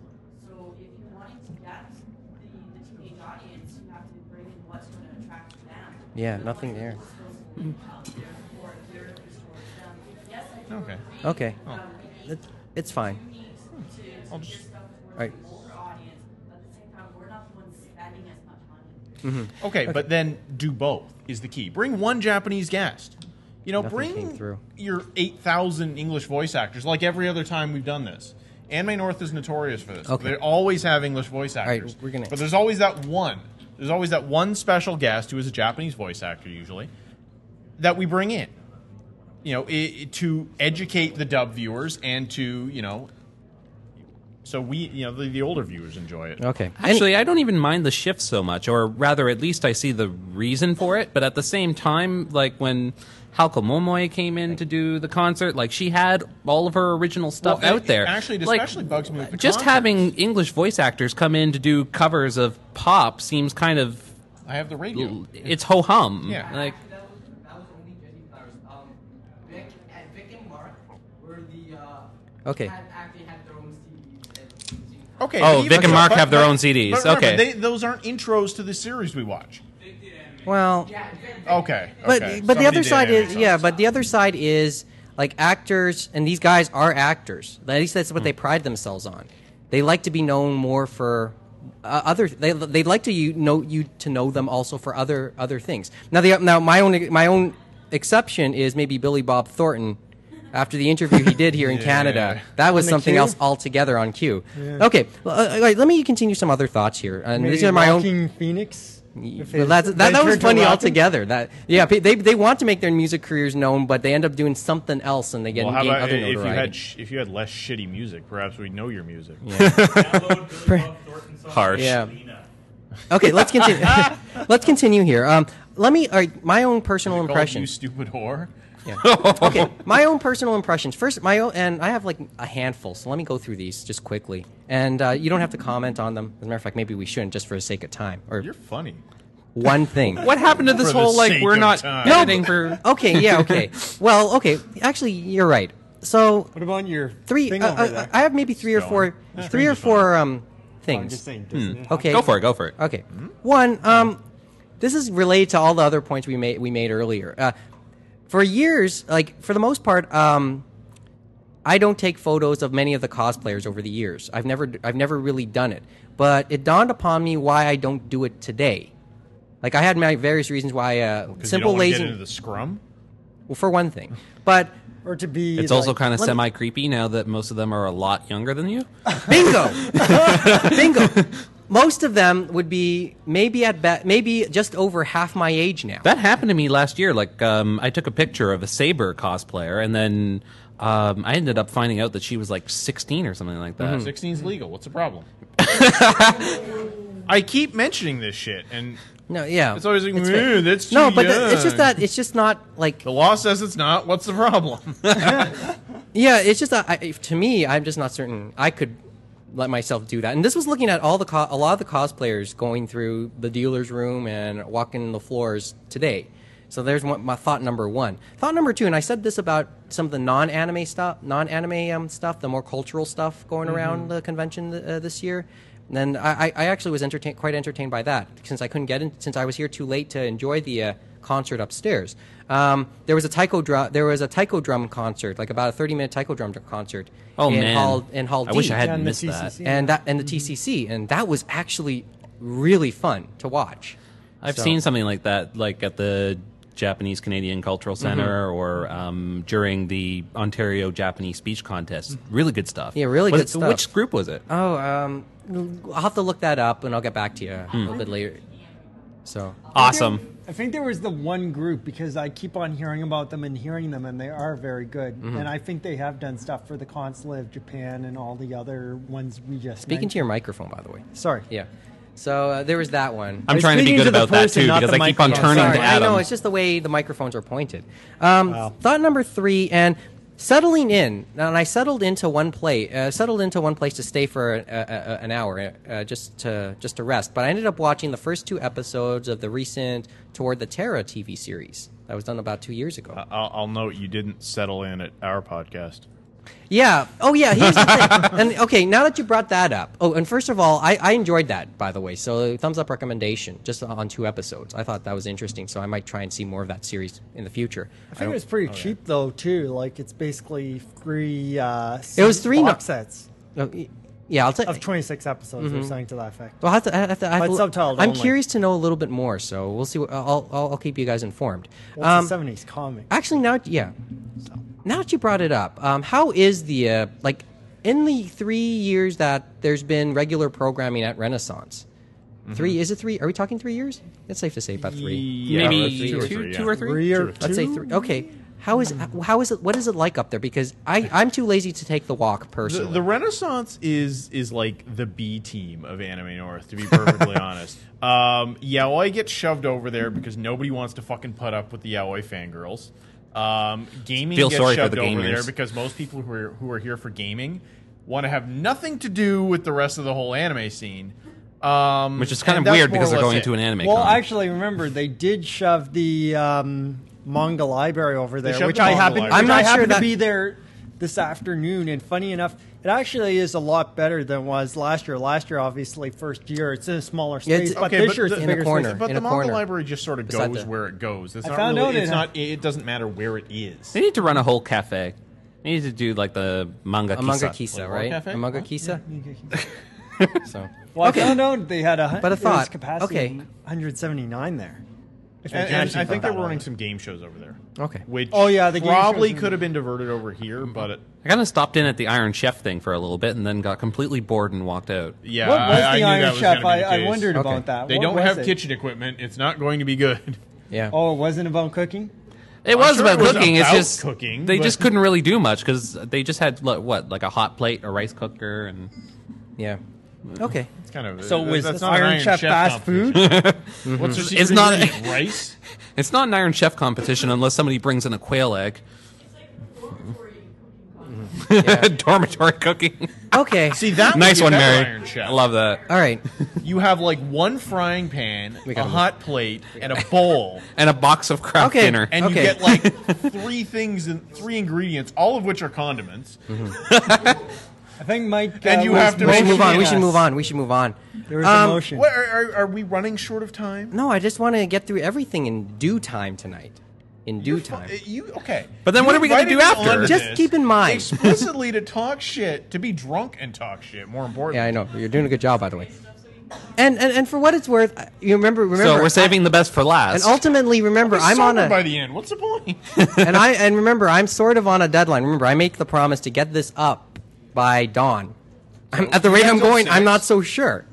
Speaker 8: So if you're wanting to get the, the teenage audience, you have to bring in what's going to attract them.
Speaker 3: Yeah,
Speaker 8: But
Speaker 3: nothing
Speaker 8: what's
Speaker 3: there.
Speaker 8: supposed to be out there for- geared towards them. Yes, I do
Speaker 2: Okay.
Speaker 8: agree
Speaker 3: Okay,
Speaker 2: Oh.
Speaker 3: It- it's fine.
Speaker 2: I'll just-
Speaker 3: Alright.
Speaker 2: Okay, but then do both is the key. Bring one Japanese guest. You know,
Speaker 3: Nothing
Speaker 2: bring
Speaker 3: came through.
Speaker 2: your 8,000 English voice actors like every other time we've done this. Anime North is notorious for this.
Speaker 3: Okay.
Speaker 2: They always have English voice
Speaker 3: right,
Speaker 2: actors.
Speaker 3: we're gonna-
Speaker 2: But there's always that one. There's always that one special guest who is a Japanese voice actor usually that we bring in. You know, i i- to educate the dub viewers and to, you know, So we, you know, the, the older viewers enjoy it.
Speaker 3: Okay. Any-
Speaker 5: Actually, I don't even mind the shift so much, or rather, at least I see the reason for it. But at the same time, like when Halka Momoy came in to do the concert, like she had all of her original stuff
Speaker 2: Well, it-
Speaker 5: out there.
Speaker 2: it actually
Speaker 5: like,
Speaker 2: especially bugs me with the
Speaker 5: just
Speaker 2: content.
Speaker 5: having English voice actors come in to do covers of pop seems kind of
Speaker 2: I have the radio.
Speaker 5: it's ho hum.
Speaker 2: Yeah.
Speaker 5: Like
Speaker 7: Actually, that was that was only Jenny Flowers. Um, Vic and Vic and Mark were the uh,
Speaker 3: Okay.
Speaker 7: Had actually had their own CDs. And singing.
Speaker 2: Okay.
Speaker 5: Oh,
Speaker 2: but
Speaker 5: Vic and
Speaker 2: but-
Speaker 5: Mark
Speaker 2: but-
Speaker 5: have their
Speaker 2: but-
Speaker 5: own CDs.
Speaker 2: but remember,
Speaker 5: Okay.
Speaker 2: they, those aren't intros to the series we watch.
Speaker 3: well,
Speaker 7: Yeah, Vic- Vic-
Speaker 2: Okay.
Speaker 3: but
Speaker 2: okay.
Speaker 3: but
Speaker 2: Somebody
Speaker 3: the other
Speaker 2: did
Speaker 3: side
Speaker 2: anime
Speaker 3: is yeah,
Speaker 2: songs.
Speaker 3: but the other side is like actors and these guys are actors. At least that's what
Speaker 2: Hmm.
Speaker 3: they pride themselves on. They like to be known more for uh, other. They they like to you know you to know them also for other other things. Now the now my own my own exception is maybe Billy Bob Thornton. After the interview he did here in Canada, that was
Speaker 4: On the
Speaker 3: something
Speaker 4: queue?
Speaker 3: else altogether on cue. Okay, well, uh, all right, let me continue some other thoughts here. And
Speaker 4: Maybe
Speaker 3: these are my own
Speaker 4: Joaquin Phoenix. If
Speaker 3: well,
Speaker 4: his-
Speaker 3: that's, that,
Speaker 4: they
Speaker 3: that was
Speaker 4: turned to
Speaker 3: funny
Speaker 4: Joaquin.
Speaker 3: altogether. That yeah, pe- they they want to make their music careers known, but they end up doing something else, and they get
Speaker 2: Well, how
Speaker 3: gain
Speaker 2: about
Speaker 3: other
Speaker 2: if you
Speaker 3: notoriety.
Speaker 2: had sh- if you had less shitty music, perhaps we'd know your music.
Speaker 6: Download Billy Bob Thornton's song,
Speaker 5: Harsh.
Speaker 3: Yeah.
Speaker 6: Lena.
Speaker 3: okay, let's continue. let's continue here. Um, let me. All right, my own personal
Speaker 2: Called
Speaker 3: impression.
Speaker 2: You stupid whore.
Speaker 3: okay, my own personal impressions. First, my own, and I have like a handful, so let me go through these just quickly, and uh, you don't have to comment on them. As a matter of fact, maybe we shouldn't, just for the sake of time, or
Speaker 2: You're funny.
Speaker 3: one thing.
Speaker 5: what happened to this
Speaker 2: For the
Speaker 5: whole like
Speaker 2: sake
Speaker 5: we're
Speaker 2: of
Speaker 5: not
Speaker 2: time.
Speaker 5: editing for?
Speaker 3: Okay, yeah, okay. well, okay. Actually, you're right. So
Speaker 4: What about your
Speaker 3: three.
Speaker 4: thing
Speaker 3: uh,
Speaker 4: over
Speaker 3: uh,
Speaker 4: there?
Speaker 3: I have maybe three or
Speaker 2: Going.
Speaker 3: four,
Speaker 2: That's
Speaker 3: three or
Speaker 2: pretty fun.
Speaker 3: four um
Speaker 4: Oh, I'm just
Speaker 3: things.
Speaker 4: saying. doesn't
Speaker 2: Hmm.
Speaker 4: it
Speaker 3: Okay,
Speaker 5: Hmm. Go for it. Go for it.
Speaker 3: Okay, one. Um, this is related to all the other points we made we made earlier. Uh, for years, like for the most part, um, I don't take photos of many of the cosplayers over the years. I've never I've never really done it, but it dawned upon me why I don't do it today. Like I had my various reasons why. Uh,
Speaker 2: 'Cause you
Speaker 3: simple
Speaker 2: don't wanna get
Speaker 3: lazy.
Speaker 2: into the scrum.
Speaker 3: well, for one thing, but
Speaker 4: happen? Or to be.
Speaker 5: It's also
Speaker 4: like-
Speaker 5: kind of
Speaker 3: let me-
Speaker 5: semi creepy now that most of them are a lot younger than you.
Speaker 3: Bingo, Oh. bingo. Most of them would be maybe at be- maybe just over half my age now.
Speaker 5: That happened to me last year. Like, um, I took a picture of a Saber cosplayer, and then um, I ended up finding out that she was like 16 or something like that.
Speaker 2: 16's legal. What's the problem? I keep mentioning this shit, and
Speaker 3: No, yeah.
Speaker 2: It's always like,
Speaker 3: fa-
Speaker 2: "Ooh, that's
Speaker 3: no,
Speaker 2: too
Speaker 3: but the- it's just
Speaker 2: young."
Speaker 3: that it's just not like
Speaker 2: the law says it's not. What's the problem?
Speaker 3: yeah, it's just that I, if- to me, I'm just not certain I could let myself do that. And this was looking at all the co- a lot of the cosplayers going through the dealer's room and walking the floors today. So there's one, my thought number one. Thought number two, and I said this about some of the non-anime stuff, non-anime um, stuff, the more cultural stuff going around the convention uh, this year. And then I, I- I actually was entertain, quite entertained by that since I couldn't get in, since I was here too late to enjoy the uh, concert upstairs. Um, there was a taiko drum, there was a taiko drum concert, like about a 30 minute taiko drum concert
Speaker 5: Oh
Speaker 3: in
Speaker 5: man,
Speaker 3: Hall in Hall
Speaker 5: I wish
Speaker 3: D.
Speaker 5: I
Speaker 4: Yeah,
Speaker 5: hadn't
Speaker 4: and the
Speaker 5: missed that.
Speaker 4: TCC.
Speaker 3: and that and the TCC, and that was actually really fun to watch.
Speaker 5: I've
Speaker 3: So-
Speaker 5: seen something like that, like at the Japanese Canadian Cultural
Speaker 2: Mm-hmm.
Speaker 5: Center or um, during the Ontario Japanese Speech Contest.
Speaker 2: Mm-hmm.
Speaker 5: Really good stuff.
Speaker 3: Yeah, really
Speaker 5: Was
Speaker 3: good
Speaker 5: it-
Speaker 3: stuff.
Speaker 5: Which group was it?
Speaker 3: Oh, um, I'll have to look that up, and I'll get back to you a little bit later. So,
Speaker 5: Hmm. Awesome.
Speaker 4: I think there was the one group because I keep on hearing about them and hearing them, and they are very good.
Speaker 3: Mm-hmm.
Speaker 4: And I think they have done stuff for the Consulate of Japan and all the other ones we just
Speaker 3: speaking to your microphone, by the way.
Speaker 4: Sorry.
Speaker 3: Yeah. So uh, there was that one.
Speaker 5: I'm
Speaker 4: It's
Speaker 5: trying to be
Speaker 4: speaking
Speaker 5: good
Speaker 4: to the
Speaker 5: about that
Speaker 4: person,
Speaker 5: too
Speaker 4: not
Speaker 5: because
Speaker 4: the
Speaker 5: I keep on
Speaker 4: microphone.
Speaker 5: turning
Speaker 3: Sorry,
Speaker 5: to
Speaker 3: I
Speaker 5: Adam.
Speaker 3: know it's just the way the microphones are pointed. Um, Thought number three and settling in. And I settled into one place. Uh, settled into one place to stay for a, a, a- an hour, uh, just to just to rest. But I ended up watching the first two episodes of the recent Toward the Terra TV series that was done about two years ago.
Speaker 2: I'll, I'll note you didn't settle in at our podcast.
Speaker 3: Yeah. Oh, yeah. Here's the thing. And okay, now that you brought that up. Oh, and first of all, I, I enjoyed that, by the way. So thumbs up recommendation, just on two episodes. I thought that was interesting. So I might try and see more of that series in the future.
Speaker 4: I think it was
Speaker 3: Oh,
Speaker 4: pretty cheap though too. Like it's basically free. Uh,
Speaker 3: It was three
Speaker 4: box
Speaker 3: no-
Speaker 4: sets
Speaker 3: Uh, y- yeah, I'll tell. Mm-hmm.
Speaker 4: of twenty six episodes or something to that effect.
Speaker 3: Well, I have to, I have to, I have
Speaker 4: But
Speaker 3: to-
Speaker 4: subtitled
Speaker 3: I'm
Speaker 4: only.
Speaker 3: curious to know a little bit more. So we'll see. What, I'll, I'll I'll keep you guys informed.
Speaker 4: Well, it's
Speaker 3: Um,
Speaker 4: a seventies comic.
Speaker 3: Actually, now yeah, now that you brought it up, um, how is the uh, like in the three years that there's been regular programming at Renaissance?
Speaker 2: Mm-hmm.
Speaker 3: Three is it three? Are we talking three years? It's safe to say about three.
Speaker 2: Yeah,
Speaker 5: Maybe
Speaker 2: that's two or
Speaker 5: two,
Speaker 2: three,
Speaker 5: two
Speaker 2: yeah.
Speaker 5: or three.
Speaker 4: Three or
Speaker 3: Let's say
Speaker 4: two?
Speaker 3: three. Okay, How is how is it? What is it like up there? Because I I'm too lazy to take the walk
Speaker 2: The,
Speaker 3: personally.
Speaker 2: the Renaissance is is like the B team of Anime North, to be perfectly honest. Um, yaoi gets shoved over there because nobody wants to fucking put up with the yaoi fangirls. Um, gaming
Speaker 5: Feel
Speaker 2: gets
Speaker 5: sorry for
Speaker 2: shoved
Speaker 5: the
Speaker 2: over
Speaker 5: gamers.
Speaker 2: there because most people who are who are here for gaming want to have nothing to do with the rest of the whole anime scene. Um,
Speaker 5: Which is kind
Speaker 2: and
Speaker 5: of
Speaker 2: that's
Speaker 5: weird
Speaker 2: more
Speaker 5: because
Speaker 2: or
Speaker 5: they're
Speaker 2: less it.
Speaker 5: going to an anime.
Speaker 4: Well,
Speaker 5: con.
Speaker 4: actually, remember they did shove the um, manga library over there,
Speaker 2: shoved
Speaker 4: which
Speaker 2: the
Speaker 4: I
Speaker 2: manga
Speaker 4: happen.
Speaker 2: library.
Speaker 4: which
Speaker 3: I'm
Speaker 4: I
Speaker 3: not sure
Speaker 4: happened to
Speaker 3: that-
Speaker 4: be there this afternoon, and funny enough, it actually is a lot better than was last year. Last year, obviously, first year, it's in a smaller
Speaker 3: Yeah,
Speaker 4: space,
Speaker 3: it's-
Speaker 4: but
Speaker 2: Okay,
Speaker 4: this
Speaker 2: but
Speaker 4: year it's
Speaker 2: the-
Speaker 4: a
Speaker 3: in a
Speaker 4: bigger
Speaker 3: corner.
Speaker 4: space.
Speaker 2: But
Speaker 3: in a
Speaker 2: the manga
Speaker 3: corner.
Speaker 2: library just sort of
Speaker 3: Beside
Speaker 2: goes
Speaker 3: the-
Speaker 2: where it goes. It's
Speaker 4: I
Speaker 2: not
Speaker 4: found
Speaker 2: really.
Speaker 4: out
Speaker 2: It's
Speaker 4: it-
Speaker 2: not. It doesn't matter where it is.
Speaker 5: They need to run a whole cafe. They need to do like the manga
Speaker 3: a manga
Speaker 5: kisa.
Speaker 3: kisa,
Speaker 2: Like
Speaker 3: right?
Speaker 2: World Cafe?
Speaker 3: A manga kisa. so
Speaker 4: Well,
Speaker 3: okay.
Speaker 4: I found out they had a hun-
Speaker 3: But I
Speaker 4: it was
Speaker 3: thought,
Speaker 4: capacity
Speaker 3: okay.
Speaker 4: 179 there. If I
Speaker 2: And,
Speaker 4: can
Speaker 2: and
Speaker 4: actually
Speaker 2: I
Speaker 4: put
Speaker 2: think they
Speaker 4: that
Speaker 2: were running
Speaker 4: on.
Speaker 2: some game shows over there.
Speaker 3: Okay.
Speaker 2: Which
Speaker 4: Oh, yeah, the game
Speaker 2: probably
Speaker 4: shows in-
Speaker 2: could have been diverted over here, but it,
Speaker 5: I kind of stopped in at the Iron Chef thing for a little bit and then got completely bored and walked out.
Speaker 2: yeah,
Speaker 4: what was
Speaker 2: I, I
Speaker 4: the
Speaker 2: knew that
Speaker 4: Iron
Speaker 2: was
Speaker 4: Chef?
Speaker 2: gonna be
Speaker 4: I,
Speaker 2: the
Speaker 4: I
Speaker 2: case.
Speaker 4: wondered
Speaker 3: Okay.
Speaker 4: about that.
Speaker 2: They
Speaker 4: What
Speaker 2: don't
Speaker 4: was
Speaker 2: have
Speaker 4: it?
Speaker 2: kitchen equipment. It's not going to be good.
Speaker 3: yeah.
Speaker 4: Oh, it wasn't about cooking.
Speaker 5: It was
Speaker 2: sure
Speaker 5: about
Speaker 2: it was
Speaker 5: cooking.
Speaker 2: about
Speaker 5: it's just
Speaker 2: cooking,
Speaker 5: They
Speaker 2: but-
Speaker 5: just couldn't really do much because they just had like, what like a hot plate, a rice cooker, and
Speaker 3: Yeah. Okay.
Speaker 2: It's kind of
Speaker 4: So
Speaker 2: that-
Speaker 4: was
Speaker 2: that's
Speaker 4: this
Speaker 2: not an
Speaker 4: Iron Chef fast
Speaker 2: competition. What's their secret
Speaker 5: It's not-
Speaker 2: ingredient? rice.
Speaker 5: it's not an Iron Chef competition unless somebody brings in a quail egg.
Speaker 8: It's like a dormitory cooking contest.
Speaker 5: Dormitory cooking.
Speaker 3: Okay.
Speaker 2: See that would
Speaker 5: nice
Speaker 2: be
Speaker 5: one,
Speaker 2: a better
Speaker 5: Mary.
Speaker 2: Iron Chef.
Speaker 5: I love that.
Speaker 3: All right.
Speaker 2: You have like one frying pan,
Speaker 3: We
Speaker 2: a
Speaker 3: gotta
Speaker 2: hot plate, and a bowl,
Speaker 5: And a box of craft
Speaker 3: Okay,
Speaker 5: dinner. Oh,
Speaker 2: and you
Speaker 3: Okay.
Speaker 2: get like three things and three ingredients, all of which are condiments.
Speaker 4: Mm-hmm. I think Mike.
Speaker 2: And
Speaker 4: uh,
Speaker 2: you
Speaker 4: was
Speaker 2: have to
Speaker 3: We should
Speaker 2: Motion
Speaker 3: move on. We
Speaker 4: motioning
Speaker 3: should
Speaker 4: us.
Speaker 3: move on. We should move on.
Speaker 4: There was
Speaker 3: Um,
Speaker 4: a motion.
Speaker 2: What, are, are, are we running short of time?
Speaker 3: No, I just want to get through everything in due time tonight. In due
Speaker 2: Fu-
Speaker 3: time.
Speaker 2: Uh, You okay?
Speaker 5: But then
Speaker 2: You
Speaker 5: what are we gonna do
Speaker 2: invited me
Speaker 5: after?
Speaker 2: on
Speaker 3: Just
Speaker 2: this
Speaker 3: keep in mind.
Speaker 2: explicitly to talk shit, to be drunk and talk shit. More important.
Speaker 3: Yeah, I know. You're doing a good job, by the way. And and, and for what it's worth, I- you remember remember.
Speaker 5: so we're saving the best for last.
Speaker 3: and ultimately, remember, I'm on
Speaker 2: Sober
Speaker 3: a
Speaker 2: by the end. What's the point?
Speaker 3: and I and remember, I'm sort of on a deadline. Remember, I make the promise to get this up by dawn. I'm, at the
Speaker 2: you
Speaker 3: rate
Speaker 2: have
Speaker 3: I'm
Speaker 2: till
Speaker 3: going,
Speaker 2: six.
Speaker 3: I'm not so sure.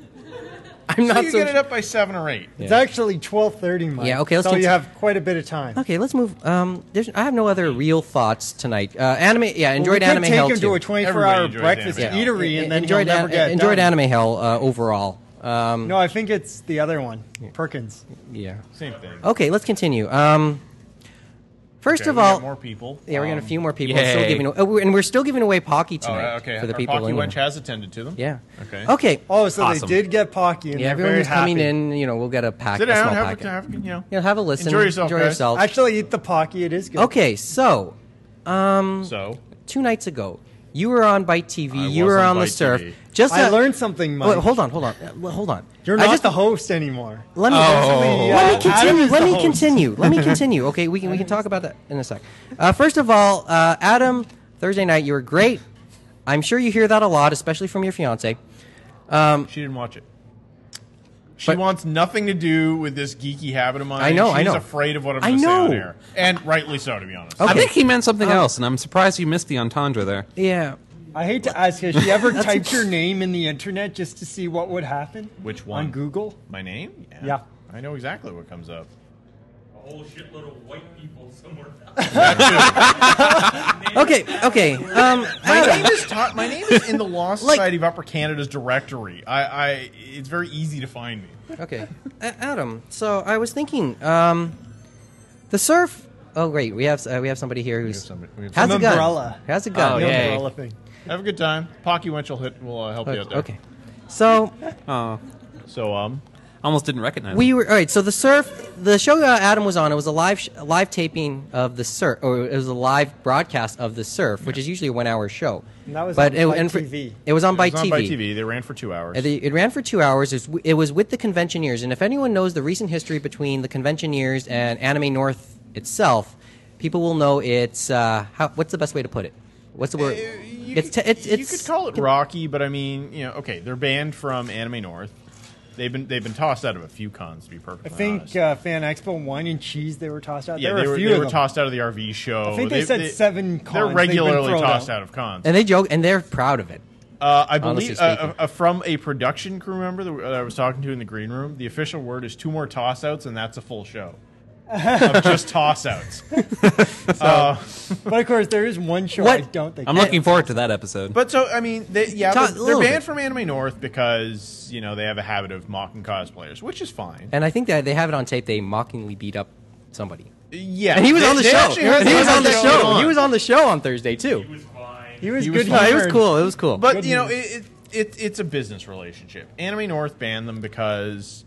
Speaker 3: I'm
Speaker 2: so
Speaker 3: not
Speaker 2: you
Speaker 3: so.
Speaker 2: get it
Speaker 3: sure.
Speaker 2: up by seven or eight.
Speaker 4: It's actually 12:30, Mike.
Speaker 3: Yeah, okay, let's
Speaker 4: so
Speaker 3: don't-
Speaker 4: you have quite a bit of time.
Speaker 3: Okay, let's move. Um, there's, I have no other real thoughts tonight. Uh, anime, yeah, enjoyed
Speaker 4: well, we could
Speaker 3: anime hell
Speaker 4: Take him
Speaker 3: too.
Speaker 4: to a 24
Speaker 2: Everybody
Speaker 4: hour
Speaker 2: enjoys
Speaker 4: breakfast
Speaker 2: anime hell.
Speaker 4: eatery, and then
Speaker 3: enjoyed
Speaker 4: you'll never
Speaker 3: an-
Speaker 4: get
Speaker 3: enjoyed
Speaker 4: done.
Speaker 3: anime hell uh, overall. Um,
Speaker 4: No, I think it's the other one, Perkins.
Speaker 3: yeah. Uh,
Speaker 2: Same thing.
Speaker 3: Okay, let's continue. Um, first
Speaker 2: Okay,
Speaker 3: of
Speaker 2: we got
Speaker 3: all,
Speaker 2: more people.
Speaker 3: yeah, we got a
Speaker 2: Um,
Speaker 3: few more people. We're
Speaker 5: yay.
Speaker 3: Still giving, oh, we're- and we're still giving away Pocky
Speaker 2: Oh,
Speaker 3: tonight
Speaker 2: okay.
Speaker 3: for the
Speaker 2: Our
Speaker 3: people.
Speaker 2: Pocky
Speaker 3: in-
Speaker 2: Wench has attended to them.
Speaker 3: yeah.
Speaker 2: Okay.
Speaker 3: Okay.
Speaker 4: Oh, so
Speaker 5: Awesome.
Speaker 4: they did get Pocky, and
Speaker 3: Yeah,
Speaker 4: they're
Speaker 3: everyone
Speaker 4: very
Speaker 3: who's coming
Speaker 4: happy.
Speaker 3: in, you know, we'll get a pack.
Speaker 2: Sit
Speaker 3: a
Speaker 2: down.
Speaker 3: small
Speaker 2: Have
Speaker 3: packet.
Speaker 2: a, have a- you know.
Speaker 3: You know, have a listen.
Speaker 2: Enjoy yourself, guys.
Speaker 3: yourself.
Speaker 4: Actually, eat the Pocky. It is good.
Speaker 3: Okay, so um,
Speaker 2: So
Speaker 3: two nights ago, you were on Bite TV.
Speaker 2: I
Speaker 3: you
Speaker 2: was
Speaker 3: were
Speaker 2: on
Speaker 3: on the
Speaker 2: Byte
Speaker 3: surf.
Speaker 2: TV.
Speaker 3: Just
Speaker 4: I
Speaker 3: a-
Speaker 4: learned something, Mike.
Speaker 3: Wait, hold on, hold on, Uh, well, hold on.
Speaker 4: You're
Speaker 3: I
Speaker 4: not
Speaker 3: just
Speaker 4: the host anymore.
Speaker 3: let me
Speaker 4: Actually,
Speaker 3: Oh. let me
Speaker 4: uh,
Speaker 3: continue.
Speaker 4: Adam is
Speaker 3: Let
Speaker 4: the
Speaker 3: me
Speaker 4: host.
Speaker 3: continue. Let me continue. Okay, we can we can talk about that in a sec. Uh, first of all, uh, Adam, Thursday night you were great. I'm sure you hear that a lot, especially from your fiance. Um,
Speaker 2: she didn't watch it. She
Speaker 3: But-
Speaker 2: wants nothing to do with this geeky habit of mine.
Speaker 3: I know, I
Speaker 2: She's
Speaker 3: know.
Speaker 2: afraid of what I'm
Speaker 3: I
Speaker 2: going to say
Speaker 3: know.
Speaker 2: on air, and rightly so, to be honest.
Speaker 5: I
Speaker 3: Okay. Um,
Speaker 5: think he meant something else, and I'm surprised you missed the entendre there.
Speaker 3: Yeah.
Speaker 4: Uh, I hate to ask, has she ever typed your name in the internet just to see what would happen?
Speaker 2: Which one?
Speaker 4: On Google?
Speaker 2: My name?
Speaker 4: Yeah.
Speaker 2: I know exactly what comes up.
Speaker 6: A whole shitload of white people somewhere.
Speaker 3: Okay. Okay. Um,
Speaker 2: My
Speaker 3: Adam,
Speaker 2: name is Todd. My name is in the Law
Speaker 3: Like-
Speaker 2: Society of Upper Canada's directory. I, I, it's very easy to find me.
Speaker 3: Okay, A- Adam. So I was thinking, um, the surf. Oh wait, we have uh, we have somebody here who's
Speaker 2: somebody- we have
Speaker 3: has a
Speaker 4: somebody.
Speaker 3: gun.
Speaker 4: Umbrella.
Speaker 3: Has a gun.
Speaker 5: Oh,
Speaker 4: The
Speaker 5: yay.
Speaker 4: umbrella thing.
Speaker 2: Have a good time. Pocky Winch will hit. Will uh, help you out there.
Speaker 3: Okay. So
Speaker 5: Oh,
Speaker 2: So um,
Speaker 5: almost didn't recognize. him.
Speaker 3: we were all right. So the surf, the show uh, Adam was on, it was a live sh- a live taping of the surf, or it was a live broadcast of the surf, which is usually a one hour show.
Speaker 4: And that was
Speaker 3: but
Speaker 4: on
Speaker 3: it,
Speaker 4: Byte
Speaker 3: and for-
Speaker 4: TV.
Speaker 3: It was on
Speaker 2: it was
Speaker 3: Byte
Speaker 2: on
Speaker 3: TV.
Speaker 2: by TV. They ran for two hours.
Speaker 3: And It, it ran for two hours. It was, w- it was with the conventioneers, and if anyone knows the recent history between the conventioneers and Anime North itself, people will know it's uh, how, what's the best way to put it? What's the word?
Speaker 2: Uh, you,
Speaker 3: it's
Speaker 2: could,
Speaker 3: te- it's,
Speaker 2: you
Speaker 3: it's
Speaker 2: could call it Rocky, but I mean, you know, okay, they're banned from Anime North. They've been they've been tossed out of a few cons, to be
Speaker 4: I
Speaker 2: perfectly
Speaker 4: think
Speaker 2: honest.
Speaker 4: uh, Fan Expo Wine and Cheese, they were tossed out.
Speaker 2: yeah,
Speaker 4: there were
Speaker 2: they
Speaker 4: a
Speaker 2: were
Speaker 4: few
Speaker 2: they
Speaker 4: of
Speaker 2: were
Speaker 4: them.
Speaker 2: tossed out of the RV show.
Speaker 4: I think they said seven cons. They've
Speaker 2: They're
Speaker 4: been
Speaker 2: regularly
Speaker 4: thrown
Speaker 2: tossed
Speaker 4: out.
Speaker 2: out of cons.
Speaker 3: and they joke, and they're proud of it.
Speaker 2: Uh, I
Speaker 3: Honestly
Speaker 2: believe uh,
Speaker 3: speaking.
Speaker 2: uh, from a production crew member that, that I was talking to in the green room, the official word is two more toss outs, and that's a full show. of just toss outs. uh,
Speaker 4: But of course, there is one show I
Speaker 3: What?
Speaker 4: don't think.
Speaker 5: I'm looking forward to that episode.
Speaker 2: but so I mean, they, yeah,
Speaker 3: Talk
Speaker 2: they're-
Speaker 3: a
Speaker 2: they're
Speaker 3: little
Speaker 2: banned
Speaker 3: bit.
Speaker 2: from Anime North because you know they have a habit of mocking cosplayers, which is fine.
Speaker 3: And I think that they have it on tape. They mockingly beat up somebody.
Speaker 2: Yeah,
Speaker 3: And he was
Speaker 2: they-
Speaker 3: on the
Speaker 2: they
Speaker 3: show.
Speaker 2: actually had
Speaker 3: And he was
Speaker 2: that
Speaker 3: on the
Speaker 2: show
Speaker 3: show.
Speaker 2: on.
Speaker 3: He was on the show on Thursday too.
Speaker 6: He was fine.
Speaker 4: He was
Speaker 2: He was
Speaker 4: good.
Speaker 2: fine.
Speaker 3: No, it was
Speaker 4: humored.
Speaker 3: cool. It was cool.
Speaker 2: But
Speaker 4: Good
Speaker 2: you know,
Speaker 4: news.
Speaker 2: it, it, it it's a business relationship. Anime North banned them because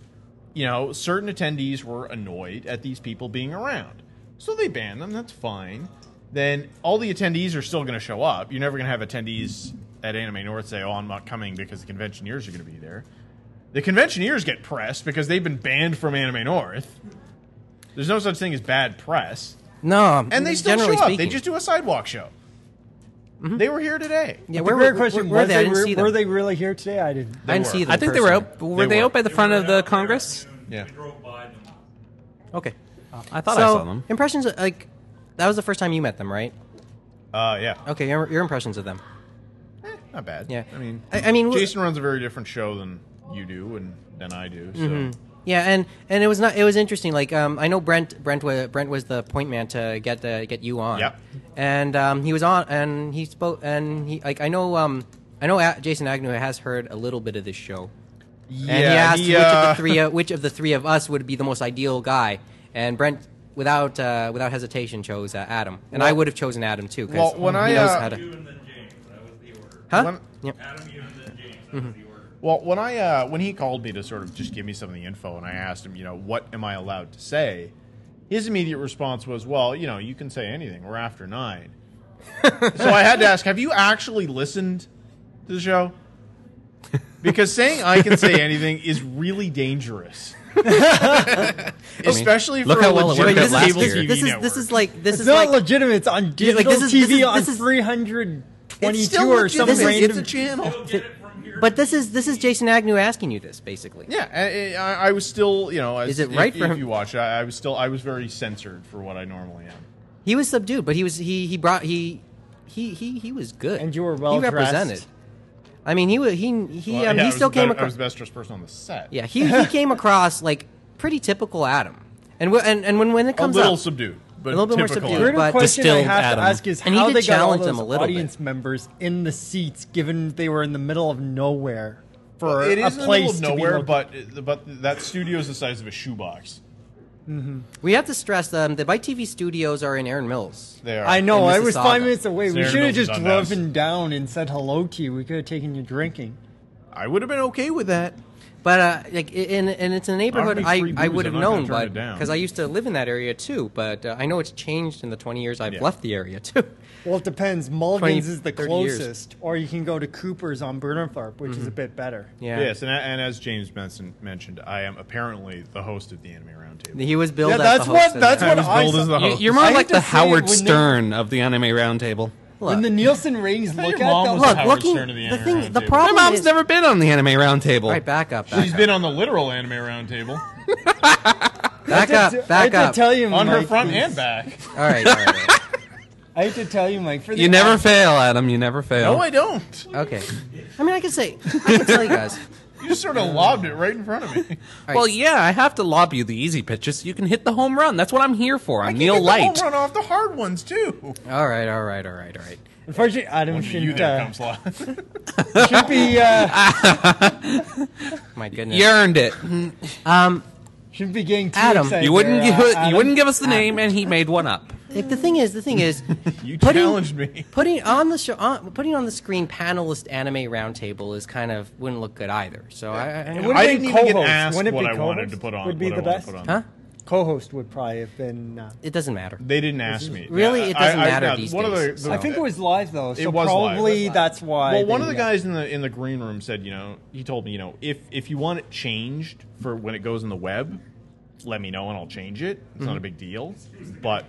Speaker 2: you know certain attendees were annoyed at these people being around, so they banned them. That's fine. Then all the attendees are still going to show up. You're never going to have attendees at Anime North say, "Oh, I'm not coming because the conventioneers are going to be there." The conventioneers get pressed because they've been banned from Anime North. There's no such thing as bad press,
Speaker 3: no,
Speaker 2: and they still show
Speaker 3: generally
Speaker 2: up.
Speaker 3: Speaking,
Speaker 2: They just do a sidewalk show. They were here today.
Speaker 3: Mm-hmm. yeah.
Speaker 4: The
Speaker 3: Where
Speaker 4: great
Speaker 3: were,
Speaker 4: question
Speaker 3: where were
Speaker 4: was
Speaker 3: they? I didn't
Speaker 4: were,
Speaker 3: see
Speaker 4: were
Speaker 3: them.
Speaker 4: they really here today? I didn't.
Speaker 3: I didn't see them.
Speaker 5: I think they were
Speaker 3: personally.
Speaker 5: out. Were
Speaker 2: They
Speaker 5: they,
Speaker 2: were.
Speaker 5: out by the front
Speaker 6: They
Speaker 5: of
Speaker 6: were
Speaker 5: the
Speaker 6: out there
Speaker 5: Congress?
Speaker 6: and
Speaker 2: Yeah.
Speaker 6: We drove by them.
Speaker 3: Okay,
Speaker 5: Uh, I thought
Speaker 3: so
Speaker 5: I saw them.
Speaker 3: impressions of- like that was the first time you met them, right?
Speaker 2: Uh, yeah.
Speaker 3: Okay, your, your impressions of them.
Speaker 2: Eh, not bad.
Speaker 3: Yeah.
Speaker 2: I mean,
Speaker 3: I- I mean, w-
Speaker 2: Jason runs a very different show than you do and than I do. So
Speaker 3: Mm-hmm. Yeah, and and it was not it was interesting. Like um, I know Brent Brent was Brent was the point man to get the get you on.
Speaker 2: Yep.
Speaker 3: And um, he was on, and he spoke, and he like I know um I know A- Jason Agnew has heard a little bit of this show,
Speaker 2: yeah,
Speaker 3: and he asked
Speaker 2: he,
Speaker 3: which of
Speaker 2: uh,
Speaker 3: the three uh, which of the three of us would be the most ideal guy, and Brent. Without uh, without hesitation, chose uh, Adam, and I would have chosen Adam too. 'cause
Speaker 2: Well, when
Speaker 3: he
Speaker 2: I,
Speaker 3: knows
Speaker 2: uh,
Speaker 3: how to,
Speaker 6: You and then James. That was the order.
Speaker 3: huh? Mm-hmm.
Speaker 2: when-
Speaker 3: Yeah.
Speaker 6: Adam, you and then James. That was the order.
Speaker 2: Well, when I uh, when he called me to sort of just give me some of the info, and I asked him, you know, what am I allowed to say? His immediate response was, "Well, you know, you can say anything. We're after nine. so I had to ask, "Have you actually listened to the show?" Because saying I can say anything is really dangerous, especially
Speaker 5: look
Speaker 2: for a
Speaker 5: how well it
Speaker 3: Wait,
Speaker 5: worked
Speaker 2: legitimate
Speaker 5: out last
Speaker 2: cable
Speaker 5: year.
Speaker 2: TV
Speaker 3: this is
Speaker 2: network.
Speaker 3: this is like this
Speaker 4: It's
Speaker 3: is
Speaker 4: not
Speaker 3: like
Speaker 4: legitimate. It's on digital
Speaker 3: like, this is-
Speaker 4: TV
Speaker 3: this is-
Speaker 4: on
Speaker 3: this is-
Speaker 4: 322 or
Speaker 2: legit.
Speaker 4: some
Speaker 3: This is-
Speaker 4: random.
Speaker 2: it's a channel.
Speaker 6: You'll get it from here.
Speaker 3: But this is this is Jason Agnew asking you this basically.
Speaker 2: Yeah, I, I- I was still, you know, as,
Speaker 3: Is it
Speaker 2: if-
Speaker 3: right
Speaker 2: if,
Speaker 3: for him-
Speaker 2: you watch? I, I was still, I was very censored for what I normally am.
Speaker 3: He was subdued, but he was he he brought he he he he was good.
Speaker 4: And you were well
Speaker 3: He represented.
Speaker 4: dressed.
Speaker 3: I mean, he wa- he he
Speaker 2: Well,
Speaker 3: um,
Speaker 2: yeah,
Speaker 3: he
Speaker 2: I was
Speaker 3: still
Speaker 2: the
Speaker 3: came
Speaker 2: better- I
Speaker 3: across.
Speaker 2: was the best dressed person on the set.
Speaker 3: Yeah, he he came across like pretty typical Adam, and wh- and and when when it
Speaker 2: a
Speaker 3: comes
Speaker 2: little
Speaker 3: up,
Speaker 2: subdued,
Speaker 3: A
Speaker 2: but
Speaker 3: little bit more
Speaker 2: typical
Speaker 3: subdued.
Speaker 2: Adam.
Speaker 4: Greater
Speaker 3: but
Speaker 4: question I
Speaker 5: distilled
Speaker 4: have
Speaker 5: Adam.
Speaker 4: to ask is
Speaker 3: And he
Speaker 4: how
Speaker 3: did
Speaker 4: they got all
Speaker 3: challenge
Speaker 4: those
Speaker 3: them a little bit.
Speaker 4: audience members in the seats, given they were in the middle of nowhere for
Speaker 2: It
Speaker 4: a
Speaker 2: is in the middle
Speaker 4: place
Speaker 2: of
Speaker 4: to be
Speaker 2: nowhere,
Speaker 4: located.
Speaker 2: but but that studio is the size of a shoebox.
Speaker 3: we have to stress um, that Bite TV studios are in Aaron Mills.
Speaker 2: They are.
Speaker 4: I know
Speaker 3: in
Speaker 4: I was
Speaker 3: Mississauga.
Speaker 4: five minutes away. We
Speaker 2: Sarah
Speaker 4: should have
Speaker 2: Milton's
Speaker 4: just
Speaker 2: on
Speaker 4: driven down and said hello to you. We could have taken you drinking.
Speaker 2: I would have been okay with that.
Speaker 3: But uh, like i- in and it's a neighborhood
Speaker 2: Offering
Speaker 3: I,
Speaker 2: free
Speaker 3: I
Speaker 2: booze,
Speaker 3: would have
Speaker 2: I'm not gonna
Speaker 3: known,
Speaker 2: turn
Speaker 3: but
Speaker 2: it down.
Speaker 3: because I used to live in that area too. But uh, I know it's changed in the twenty years I've
Speaker 2: Yeah.
Speaker 3: left the area too.
Speaker 4: Well, it depends. Mulligan's
Speaker 3: 20,
Speaker 4: is the
Speaker 3: 30 years. Mm-hmm.
Speaker 4: closest, or you can go to Cooper's on Bernthorpe, which is a bit better.
Speaker 3: Yeah.
Speaker 2: Yes, and, and as James Benson mentioned, I am apparently the host of the Anime Roundtable.
Speaker 3: He was billed
Speaker 4: Yeah,
Speaker 3: as
Speaker 4: that's
Speaker 3: the
Speaker 4: what-
Speaker 3: host in
Speaker 4: that's
Speaker 3: that.
Speaker 2: I
Speaker 4: what
Speaker 2: was
Speaker 4: I
Speaker 2: billed
Speaker 4: saw-
Speaker 2: as the host.
Speaker 5: You're more
Speaker 4: I hate
Speaker 5: like
Speaker 4: to
Speaker 5: the
Speaker 4: say it
Speaker 5: Howard
Speaker 4: when they-
Speaker 5: Stern of the Anime Roundtable.
Speaker 4: When the Nielsen ratings
Speaker 2: thought
Speaker 4: look at
Speaker 2: your mom
Speaker 4: that,
Speaker 2: was
Speaker 4: look,
Speaker 2: a Howard
Speaker 3: looking-
Speaker 2: Stern of the,
Speaker 3: the
Speaker 2: Anime
Speaker 3: thing- the
Speaker 2: Roundtable.
Speaker 3: problem-
Speaker 5: My mom's
Speaker 3: is-
Speaker 5: never been on the Anime Roundtable.
Speaker 3: All right, back up, back
Speaker 2: She's
Speaker 3: up,
Speaker 2: been on the literal Anime Roundtable
Speaker 3: back
Speaker 4: I had
Speaker 3: up,
Speaker 4: to- I
Speaker 3: back
Speaker 4: had
Speaker 3: up.
Speaker 4: to tell you,
Speaker 2: on her
Speaker 4: Mike,
Speaker 2: front
Speaker 4: these-
Speaker 2: and back.
Speaker 3: All right, all right, all right.
Speaker 4: I hate to tell you, Mike. For the
Speaker 5: You never
Speaker 4: aud-
Speaker 5: fail, Adam. You never fail.
Speaker 2: No, I don't.
Speaker 3: Okay. I mean, I can say, I can tell you guys.
Speaker 2: You just sort of lobbed it right in front of me.
Speaker 5: Well, yeah, I have to lob you the easy pitches so you can hit the home run. That's what I'm here for. I'm Neil
Speaker 2: Get the
Speaker 5: Light.
Speaker 2: Home run off the hard ones too.
Speaker 3: All right, all right, all right, all right.
Speaker 4: Unfortunately, Adam
Speaker 2: You
Speaker 4: shouldn't,
Speaker 2: there
Speaker 4: uh,
Speaker 2: comes Lot.
Speaker 4: should be uh,
Speaker 3: My goodness. Um,
Speaker 5: You earned it.
Speaker 4: should be getting too
Speaker 3: Adam,
Speaker 4: excited
Speaker 5: You wouldn't
Speaker 4: there,
Speaker 5: give
Speaker 4: uh,
Speaker 5: it, you
Speaker 4: Adam.
Speaker 5: wouldn't give us the name, and he made one up.
Speaker 3: Like, the thing is, the thing is,
Speaker 2: You
Speaker 3: Putting-
Speaker 2: challenged me.
Speaker 3: putting on the show, on, putting on the screen panelist anime roundtable is kind of wouldn't look good either. So I, I, I
Speaker 4: would've
Speaker 2: I
Speaker 4: been
Speaker 2: didn't even get
Speaker 4: co-host.
Speaker 2: asked
Speaker 4: Wouldn't it
Speaker 2: what
Speaker 4: be
Speaker 2: I wanted to
Speaker 4: co-host?
Speaker 2: put on.
Speaker 4: Would be
Speaker 2: what
Speaker 4: the
Speaker 2: I wanted
Speaker 4: best?
Speaker 2: to put on.
Speaker 3: huh?
Speaker 4: Co-host would probably have been. Uh,
Speaker 3: It doesn't matter.
Speaker 2: They didn't ask me.
Speaker 3: Really?
Speaker 2: Yeah,
Speaker 3: It doesn't
Speaker 2: I- I-
Speaker 3: matter
Speaker 2: no,
Speaker 3: these
Speaker 2: one of
Speaker 3: days,
Speaker 2: the-
Speaker 3: so.
Speaker 4: I think it was live though, so
Speaker 2: It was live.
Speaker 4: probably
Speaker 2: It was
Speaker 4: that's why.
Speaker 2: Well, one
Speaker 4: they-
Speaker 2: of the
Speaker 4: yeah.
Speaker 2: guys in the in the green room said, you know, he told me, you know, if if you want it changed for when it goes in the web, let me know and I'll change it. It's
Speaker 4: Mm-hmm.
Speaker 2: not a big deal, but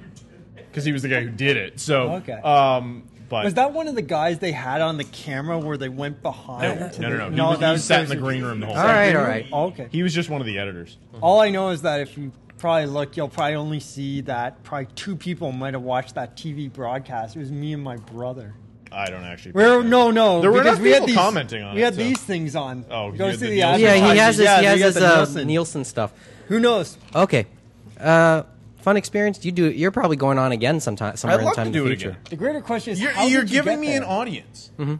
Speaker 2: because he was the guy who did it, so
Speaker 4: Okay.
Speaker 2: Um, but
Speaker 4: was that one of the guys they had on the camera where they went
Speaker 2: no,
Speaker 4: behind? to
Speaker 2: no,
Speaker 4: the-
Speaker 2: no, no. He, was, he sat in the green room the whole
Speaker 3: All
Speaker 2: time.
Speaker 3: right, all right.
Speaker 4: Oh, okay.
Speaker 2: He was just one of the editors.
Speaker 4: All I know is that if you probably look, you'll probably only see that probably two people might have watched that TV broadcast. It was me and my brother.
Speaker 2: I don't actually.
Speaker 4: we no, no.
Speaker 2: There were
Speaker 4: because
Speaker 2: enough
Speaker 4: we had
Speaker 2: people
Speaker 4: these,
Speaker 2: commenting on
Speaker 4: we
Speaker 2: it,
Speaker 4: had
Speaker 2: so.
Speaker 4: these things on.
Speaker 2: Oh, you
Speaker 4: goes
Speaker 2: had
Speaker 4: to
Speaker 2: the
Speaker 4: the
Speaker 2: Nielsen.
Speaker 3: Yeah, he has his, uh, um,
Speaker 4: advertisers.
Speaker 3: he has
Speaker 4: they
Speaker 3: his
Speaker 4: got the
Speaker 3: uh,
Speaker 4: Nielsen.
Speaker 3: Nielsen stuff.
Speaker 4: Who knows?
Speaker 3: Okay. Uh, fun experience. You do. You're probably going on again sometime. Somewhere
Speaker 2: love
Speaker 3: in time
Speaker 2: to
Speaker 3: in the
Speaker 2: do it
Speaker 3: future.
Speaker 2: again.
Speaker 4: The greater question is,
Speaker 2: You're,
Speaker 4: how
Speaker 2: you're
Speaker 4: did you
Speaker 2: giving
Speaker 4: get
Speaker 2: me an
Speaker 4: there?
Speaker 2: audience.
Speaker 3: Mm-hmm.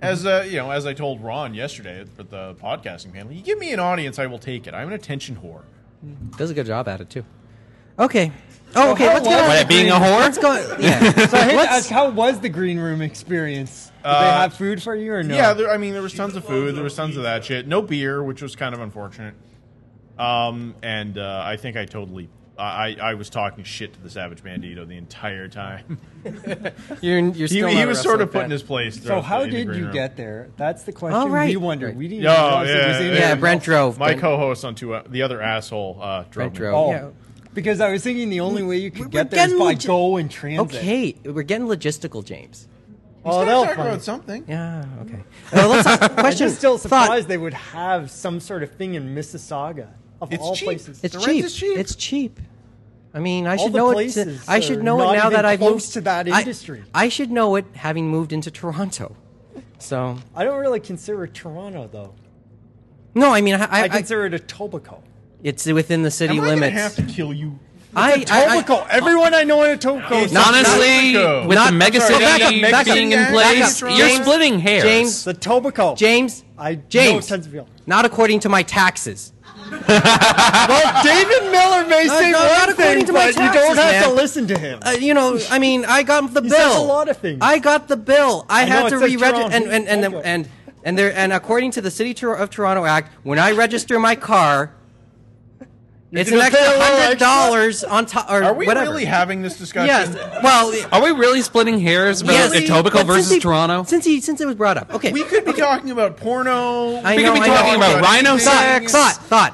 Speaker 2: As uh, you know, as I told Ron yesterday at the podcasting panel, you give me an audience, I will take it. I'm an attention whore.
Speaker 3: Does a good job at it too. Okay. Oh, okay. Let's go.
Speaker 5: What, being a whore?
Speaker 3: Let's go. Yeah.
Speaker 4: So I hate to
Speaker 3: Let's-
Speaker 4: ask, how was the green room experience? Did they
Speaker 2: Uh,
Speaker 4: have food for you or no?
Speaker 2: Yeah, there, I mean, there was tons of food. There was tons of that shit. No beer, which was kind of unfortunate. Um, and uh, I think I totally, I, I I was talking shit to the Savage Bandito the entire time.
Speaker 3: You're, you're
Speaker 2: he
Speaker 3: still
Speaker 2: he
Speaker 3: not a
Speaker 2: was sort
Speaker 3: wrestling
Speaker 2: of put
Speaker 3: fan.
Speaker 2: in his place.
Speaker 4: so
Speaker 2: throughout the-
Speaker 4: how
Speaker 2: in the
Speaker 4: did
Speaker 2: green
Speaker 4: you
Speaker 2: room.
Speaker 4: get there? That's the question
Speaker 3: Oh, right.
Speaker 4: we wondered. We didn't
Speaker 2: Oh,
Speaker 4: even realize it was
Speaker 2: yeah,
Speaker 4: in
Speaker 2: yeah.
Speaker 3: Yeah,
Speaker 4: there.
Speaker 3: Brent drove.
Speaker 2: My
Speaker 3: Brent-
Speaker 2: co-host on two, uh, the other asshole, uh, drove
Speaker 3: Brent
Speaker 2: me.
Speaker 3: drove.
Speaker 4: Oh,
Speaker 3: Yeah.
Speaker 4: because I was thinking the only way you could
Speaker 3: we're
Speaker 4: get there is
Speaker 3: getting
Speaker 4: by
Speaker 3: legi-
Speaker 4: go in transit.
Speaker 3: Okay, we're getting logistical, James.
Speaker 4: oh,
Speaker 2: Let's
Speaker 4: they'll
Speaker 2: talk
Speaker 4: find
Speaker 2: about
Speaker 4: it.
Speaker 2: something.
Speaker 3: Yeah. Okay. Well, let's ask,
Speaker 4: I'm
Speaker 3: question.
Speaker 4: just still
Speaker 3: thought.
Speaker 4: surprised they would have some sort of thing in Mississauga of
Speaker 2: It's
Speaker 4: all
Speaker 2: cheap.
Speaker 4: places.
Speaker 3: It's
Speaker 2: The
Speaker 3: cheap.
Speaker 2: rent is cheap.
Speaker 3: It's cheap. I mean, I
Speaker 4: All
Speaker 3: should
Speaker 4: the
Speaker 3: know it.
Speaker 4: places
Speaker 3: I should
Speaker 4: are
Speaker 3: know it
Speaker 4: not
Speaker 3: now
Speaker 4: even
Speaker 3: that I've
Speaker 4: close
Speaker 3: moved
Speaker 4: to that
Speaker 3: I-
Speaker 4: industry.
Speaker 3: I, should know it having moved into Toronto. So
Speaker 4: I don't really consider Toronto though.
Speaker 3: no, I mean, I, I,
Speaker 4: I consider it a Etobicoke.
Speaker 3: it's within the city
Speaker 2: Am I gonna
Speaker 3: limits.
Speaker 2: have to kill you?
Speaker 3: I, I, I,
Speaker 4: Etobicoke. Everyone I know in Etobicoke.
Speaker 2: Not-
Speaker 5: Honestly,
Speaker 2: Mexico.
Speaker 5: with
Speaker 3: Not-
Speaker 5: the mega
Speaker 3: I'm sorry, back up,
Speaker 5: city
Speaker 3: back up.
Speaker 5: being in
Speaker 2: Back
Speaker 5: place,
Speaker 3: up,
Speaker 5: you're
Speaker 3: James.
Speaker 5: splitting hairs.
Speaker 3: James.
Speaker 4: the Etobicoke.
Speaker 3: James.
Speaker 4: I know
Speaker 3: James.
Speaker 4: tons of people.
Speaker 3: Not according to my taxes.
Speaker 4: Well, David Miller may
Speaker 3: No,
Speaker 4: say
Speaker 3: no, not
Speaker 4: one
Speaker 3: according
Speaker 4: thing,
Speaker 3: to my
Speaker 4: but you don't
Speaker 3: taxes,
Speaker 4: have to
Speaker 3: man.
Speaker 4: listen to him.
Speaker 3: Uh, you know, I mean, I got the bill.
Speaker 4: says a lot of things.
Speaker 3: I got the bill. I,
Speaker 4: I know,
Speaker 3: had
Speaker 4: it
Speaker 3: to
Speaker 4: says
Speaker 3: re-register,
Speaker 4: Toronto.
Speaker 3: and and and, and
Speaker 4: Okay.
Speaker 3: and there and according to the City Tor- of Toronto Act, when I register my car, it's an
Speaker 4: gonna
Speaker 3: extra
Speaker 4: pay a little
Speaker 3: hundred
Speaker 4: extra?
Speaker 3: dollars on top or
Speaker 2: Are we
Speaker 3: whatever.
Speaker 2: really having this discussion?
Speaker 3: yes. Well.
Speaker 5: Are we really splitting hairs about
Speaker 3: Yes,
Speaker 5: Etobicoke
Speaker 3: but
Speaker 5: versus
Speaker 3: since he-
Speaker 5: Toronto?
Speaker 3: Since he since it was brought up, okay.
Speaker 2: We could be talking about porno.
Speaker 3: I
Speaker 5: we
Speaker 3: know,
Speaker 5: could be
Speaker 3: I know,
Speaker 5: talking
Speaker 3: I
Speaker 5: about
Speaker 3: know.
Speaker 5: rhino
Speaker 3: thought,
Speaker 5: sex.
Speaker 3: thought, thought,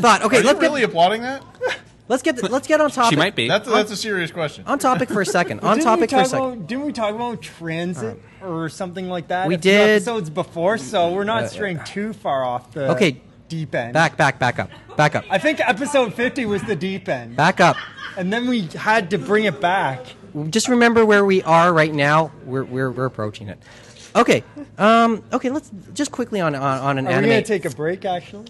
Speaker 3: thought. Okay,
Speaker 2: Are you
Speaker 3: let's
Speaker 2: really
Speaker 3: get
Speaker 2: applauding that?
Speaker 3: let's get th- let's get on topic. Um,
Speaker 5: She might be.
Speaker 2: That's that's a serious question.
Speaker 3: on topic for a second.
Speaker 4: Well,
Speaker 3: On
Speaker 4: didn't we
Speaker 3: topic for a
Speaker 4: talk
Speaker 3: second. Uh,
Speaker 4: About, didn't we talk about transit or something like that?
Speaker 3: We
Speaker 4: a few
Speaker 3: did.
Speaker 4: episodes before, so we're not
Speaker 3: Uh,
Speaker 4: straying too far off the
Speaker 3: Okay.
Speaker 4: deep end.
Speaker 3: Back, back, back up, back up,
Speaker 4: I think episode fifty was the deep end,
Speaker 3: back up.
Speaker 4: and then we had to bring it back.
Speaker 3: just remember where we are right now. We're we're, we're approaching it. Okay. Um, okay. Let's just quickly on on, on an
Speaker 4: Are we
Speaker 3: anime.
Speaker 4: gonna take a break? Actually,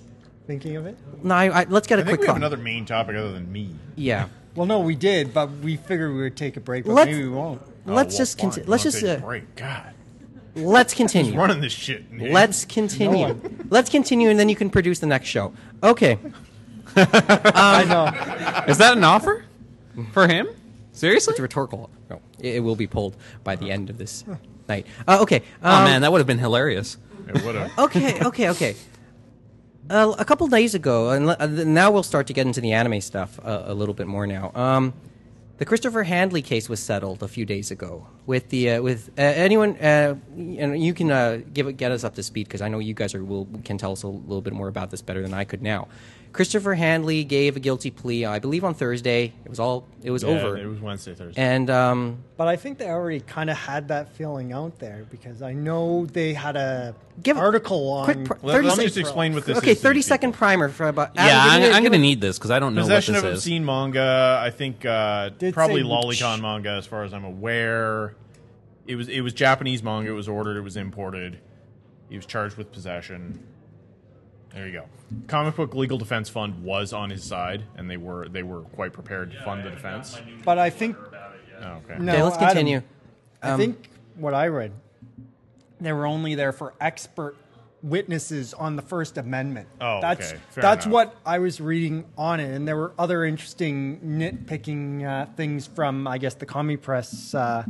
Speaker 4: thinking of it.
Speaker 3: no, I, I, let's get a
Speaker 2: I think
Speaker 3: quick
Speaker 2: we have
Speaker 3: thought.
Speaker 2: another main topic other than me.
Speaker 3: Yeah.
Speaker 4: Well, no, we did, but we figured we would take a break, but
Speaker 3: Let's-
Speaker 4: maybe we won't.
Speaker 3: let's
Speaker 2: Oh, well,
Speaker 3: just
Speaker 2: fine.
Speaker 3: conti- let's
Speaker 2: I'll
Speaker 3: just
Speaker 2: take a
Speaker 3: uh,
Speaker 2: break. God,
Speaker 3: let's continue.
Speaker 2: running this shit. in here.
Speaker 3: Let's continue. let's continue, and then you can produce the next show. Okay.
Speaker 4: I know.
Speaker 5: Is that an offer for him? Seriously?
Speaker 3: It's rhetorical. No, it, it will be pulled by the end of this night. Uh, okay.
Speaker 5: Oh
Speaker 3: um,
Speaker 5: man, that would have been hilarious.
Speaker 2: It would've-
Speaker 3: okay, okay, okay. Uh, a couple days ago, and le- uh, now we'll start to get into the anime stuff uh, a little bit more now. Um, the Christopher Handley case was settled a few days ago with the uh, with uh, anyone, uh, and you can uh, give it- get us up to speed because I know you guys are will can tell us a little bit more about this better than I could now. Christopher Handley gave a guilty plea, I believe, on Thursday. It was all it was
Speaker 2: Yeah,
Speaker 3: over,
Speaker 2: It was Wednesday, Thursday.
Speaker 3: and um,
Speaker 4: But I think they already kind of had that feeling out there because I know they had a
Speaker 3: Give a
Speaker 4: article on
Speaker 3: quick pro-
Speaker 2: Let-
Speaker 3: 30
Speaker 2: let me
Speaker 3: sec-
Speaker 2: just explain what this is.
Speaker 3: okay,
Speaker 2: to
Speaker 3: thirty
Speaker 2: these
Speaker 3: second
Speaker 2: people.
Speaker 3: primer for about
Speaker 5: yeah,
Speaker 3: Adam,
Speaker 5: I'm,
Speaker 3: give me-
Speaker 5: I'm
Speaker 3: give
Speaker 5: gonna
Speaker 3: me-
Speaker 5: need this because I don't know
Speaker 2: Possession
Speaker 5: what
Speaker 2: of
Speaker 5: this is.
Speaker 2: obscene manga. I think uh,
Speaker 4: Did
Speaker 2: probably
Speaker 4: say-
Speaker 2: Lolicon manga, as far as I'm aware. It was it was Japanese manga. It was ordered. It was imported. He was charged with possession. There you go. Comic book legal defense fund was on his side, and they were they were quite prepared to fund the defense.
Speaker 4: But I think
Speaker 2: Oh, okay.
Speaker 4: no,
Speaker 3: Okay, let's
Speaker 4: Adam,
Speaker 3: continue.
Speaker 4: I think what I read, Um, they were only there for expert witnesses on the First Amendment.
Speaker 2: Oh,
Speaker 4: that's
Speaker 2: okay. Fair
Speaker 4: that's
Speaker 2: enough.
Speaker 4: what I was reading on it, and there were other interesting nitpicking uh, things from I guess the Commie Press. Uh,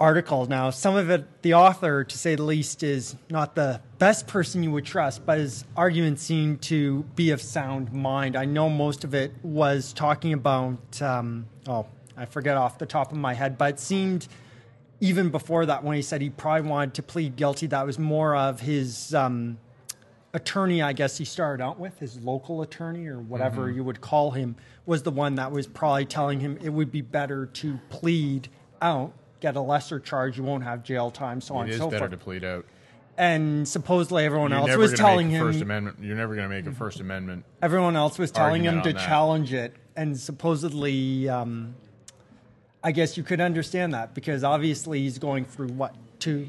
Speaker 4: article now some of it the author to say the least is not the best person you would trust but his arguments seem to be of sound mind i know most of it was talking about um, oh i forget off the top of my head but it seemed even before that when he said he probably wanted to plead guilty that was more of his um, attorney i guess he started out with his local attorney or whatever
Speaker 2: Mm-hmm.
Speaker 4: you would call him was the one that was probably telling him it would be better to plead out get a lesser charge you won't have jail time so on and
Speaker 2: It is
Speaker 4: so
Speaker 2: better
Speaker 4: forth
Speaker 2: to plead out.
Speaker 4: and supposedly everyone
Speaker 2: You're
Speaker 4: else
Speaker 2: never
Speaker 4: was
Speaker 2: gonna
Speaker 4: telling
Speaker 2: make a First
Speaker 4: him
Speaker 2: Amendment. You're never going to make a First Amendment.
Speaker 4: everyone else was telling him
Speaker 2: argument
Speaker 4: to
Speaker 2: on that.
Speaker 4: challenge it and supposedly um, i guess you could understand that because obviously he's going through what two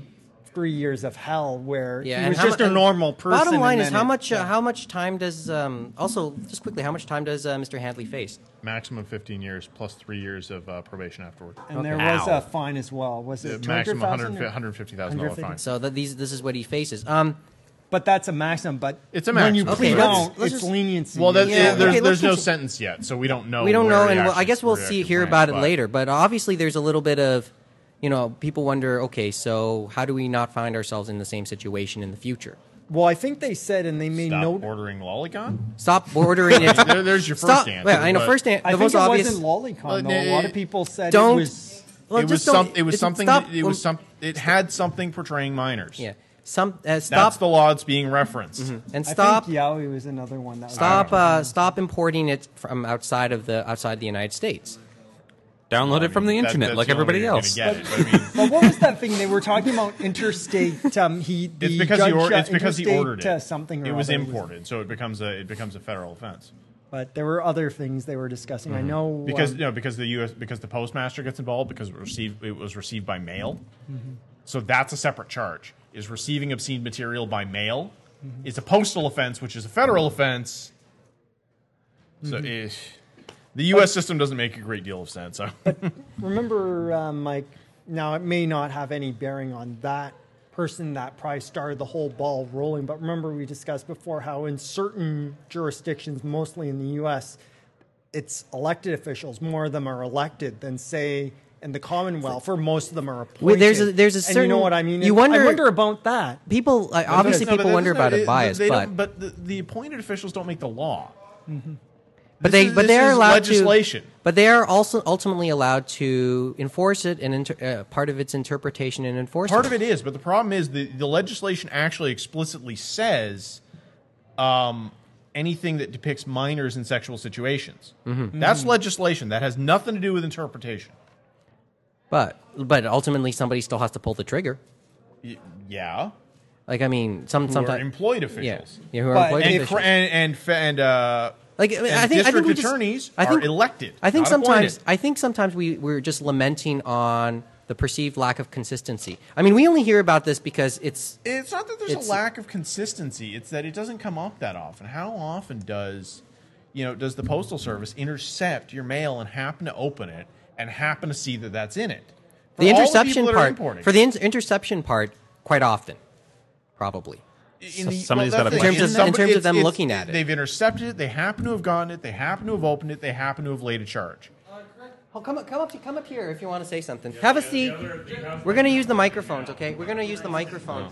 Speaker 4: three years of hell where
Speaker 3: Yeah,
Speaker 4: he
Speaker 3: and
Speaker 4: was
Speaker 3: how
Speaker 4: just
Speaker 3: mu-
Speaker 4: a normal
Speaker 3: and
Speaker 4: person.
Speaker 3: Bottom
Speaker 4: and
Speaker 3: line is,
Speaker 4: then
Speaker 3: how
Speaker 4: it-
Speaker 3: much uh, how much time does um, also just quickly how much time does uh, Mr. Handley face?
Speaker 2: Maximum 15 years plus three years of uh, probation afterward.
Speaker 4: And there
Speaker 5: Okay.
Speaker 4: was
Speaker 5: Ow.
Speaker 4: a fine as well. Was
Speaker 2: The
Speaker 4: it
Speaker 2: maximum
Speaker 4: 200,000 or-
Speaker 2: $150,000 fine.
Speaker 3: So that these this is what he faces. Um,
Speaker 4: But that's a maximum. But
Speaker 2: It's a
Speaker 4: When you
Speaker 2: maximum.
Speaker 3: Okay,
Speaker 4: plead
Speaker 3: let's-
Speaker 4: out,
Speaker 3: let's
Speaker 4: it's
Speaker 3: just-
Speaker 4: leniency.
Speaker 2: Well, that's,
Speaker 3: Yeah,
Speaker 2: it- there's,
Speaker 3: okay, let's
Speaker 2: there's no
Speaker 3: consi-
Speaker 2: sentence yet, so we don't know.
Speaker 3: we don't
Speaker 2: where
Speaker 3: know,
Speaker 2: the
Speaker 3: and we'll, I
Speaker 2: actions-
Speaker 3: guess we'll
Speaker 2: where the
Speaker 3: see
Speaker 2: actions
Speaker 3: hear
Speaker 2: went,
Speaker 3: about it
Speaker 2: but-
Speaker 3: later. But obviously, there's a little bit of you know people wonder. Okay, so how do we not find ourselves in the same situation in the future?
Speaker 4: well, I think they said, and they made
Speaker 2: Stop
Speaker 4: no.
Speaker 2: ordering lolicon.
Speaker 3: Stop ordering it.
Speaker 2: There- there's your first
Speaker 3: Stop.
Speaker 2: answer,
Speaker 3: Well, I know
Speaker 2: but-
Speaker 3: first answer.
Speaker 4: I
Speaker 3: The most
Speaker 4: think it
Speaker 3: obvious.
Speaker 4: wasn't
Speaker 2: Well,
Speaker 4: lolicon. Though. A
Speaker 2: it-
Speaker 4: lot of people said
Speaker 3: don't-
Speaker 4: it was.
Speaker 3: well,
Speaker 2: it
Speaker 3: just
Speaker 2: was
Speaker 3: don't-
Speaker 2: some, It was
Speaker 3: it's-
Speaker 2: something.
Speaker 3: Stop,
Speaker 2: It was
Speaker 3: um,
Speaker 2: some. It had something portraying minors.
Speaker 3: Yeah. Some uh,
Speaker 2: That's
Speaker 3: stop
Speaker 2: the law it's being referenced.
Speaker 3: Mm-hmm. and
Speaker 4: I
Speaker 3: stop.
Speaker 4: think Yowie was another one that was.
Speaker 3: Stop. Uh, stop importing it from outside of the outside the United States.
Speaker 5: Download
Speaker 2: I
Speaker 5: it from the
Speaker 2: mean, that-
Speaker 5: internet,
Speaker 2: that's
Speaker 5: like
Speaker 2: the only way
Speaker 5: everybody
Speaker 2: you're gonna
Speaker 5: else.
Speaker 2: get it, but I mean,
Speaker 4: But what was that thing they were talking about? Interstate. Um, he. The
Speaker 2: it's because
Speaker 4: judge,
Speaker 2: he or,
Speaker 4: uh,
Speaker 2: it's because he
Speaker 4: interstate,
Speaker 2: ordered
Speaker 4: uh,
Speaker 2: it.
Speaker 4: something. Or
Speaker 2: it was
Speaker 4: other.
Speaker 2: imported, so it becomes a it becomes a federal offense
Speaker 4: But there were other things they were discussing. I know
Speaker 2: Mm-hmm. because
Speaker 4: um,
Speaker 2: you know because the U.S. because the postmaster gets involved because it received it was received by mail,
Speaker 3: Mm-hmm.
Speaker 2: so that's a separate charge. Is receiving obscene material by mail?
Speaker 3: Mm-hmm.
Speaker 2: It's a postal offense, which is a federal offense. So
Speaker 3: Mm-hmm.
Speaker 2: eh, the U.S. system doesn't make a great deal of sense. I-
Speaker 4: remember, um, Mike. Now it may not have any bearing on that person that probably started the whole ball rolling. But remember, we discussed before how in certain jurisdictions, mostly in the U.S., it's elected officials. More of them are elected than say. In the Commonwealth, or most of them are appointed.
Speaker 3: Well, there's a- there's a
Speaker 4: and you know
Speaker 3: certain-
Speaker 4: what I mean.
Speaker 3: you
Speaker 4: It- I
Speaker 3: wonder-
Speaker 4: wonder about that.
Speaker 3: People like, obviously
Speaker 2: No, but
Speaker 3: people
Speaker 2: that
Speaker 3: wonder
Speaker 2: doesn't-
Speaker 3: about
Speaker 2: it-
Speaker 3: a bias,
Speaker 2: they
Speaker 3: but Mm-hmm.
Speaker 2: don't- but the, the appointed officials don't make the law.
Speaker 3: but
Speaker 2: This
Speaker 3: they
Speaker 2: is-
Speaker 3: but
Speaker 2: this
Speaker 3: they're
Speaker 2: is
Speaker 3: allowed
Speaker 2: legislation.
Speaker 3: to but they are also ultimately allowed to enforce it and inter, uh, part of its interpretation and enforcement.
Speaker 2: Part of it is, but the problem is the, the legislation actually explicitly says um, anything that depicts minors in sexual situations.
Speaker 3: Mm-hmm.
Speaker 2: That's legislation. That has nothing to do with interpretation.
Speaker 3: but but ultimately somebody still has to pull the trigger.
Speaker 2: Y- yeah.
Speaker 3: Like I mean, some
Speaker 2: Who are
Speaker 3: sometimes
Speaker 2: employed
Speaker 3: yeah,
Speaker 2: officials.
Speaker 3: yeah, who are
Speaker 4: But
Speaker 3: employed
Speaker 2: And,
Speaker 3: officials.
Speaker 2: cr- and, and, fa- and, uh,
Speaker 3: like I, mean,
Speaker 2: and
Speaker 3: I think I
Speaker 2: district
Speaker 3: think we just-
Speaker 2: attorneys
Speaker 3: I think,
Speaker 2: are elected.
Speaker 3: I think
Speaker 2: not
Speaker 3: sometimes
Speaker 2: appointed.
Speaker 3: I think sometimes we we're just lamenting on the perceived lack of consistency. I mean, we only hear about this because it's
Speaker 2: It's not that there's
Speaker 3: It's-
Speaker 2: a lack of consistency. It's that it doesn't come up that often. How often does, you know, does the postal service intercept your mail and happen to open it and happen to see that that's in it? For
Speaker 3: the
Speaker 2: all
Speaker 3: interception
Speaker 2: people that are
Speaker 3: part
Speaker 2: importing.
Speaker 3: for the in- interception part quite often, probably.
Speaker 2: in the,
Speaker 5: Somebody's
Speaker 2: well,
Speaker 5: got
Speaker 2: that's
Speaker 5: a
Speaker 2: the
Speaker 3: In
Speaker 2: thing.
Speaker 5: question.
Speaker 3: terms of- in terms of them looking at it.
Speaker 2: they've intercepted it. They happen to have gotten it. They happen to have opened it. They happen to have laid a charge.
Speaker 3: Oh, come up, come up, come up here if you want to say something. Have a seat. We're gonna use the microphones, okay? We're gonna use the microphones.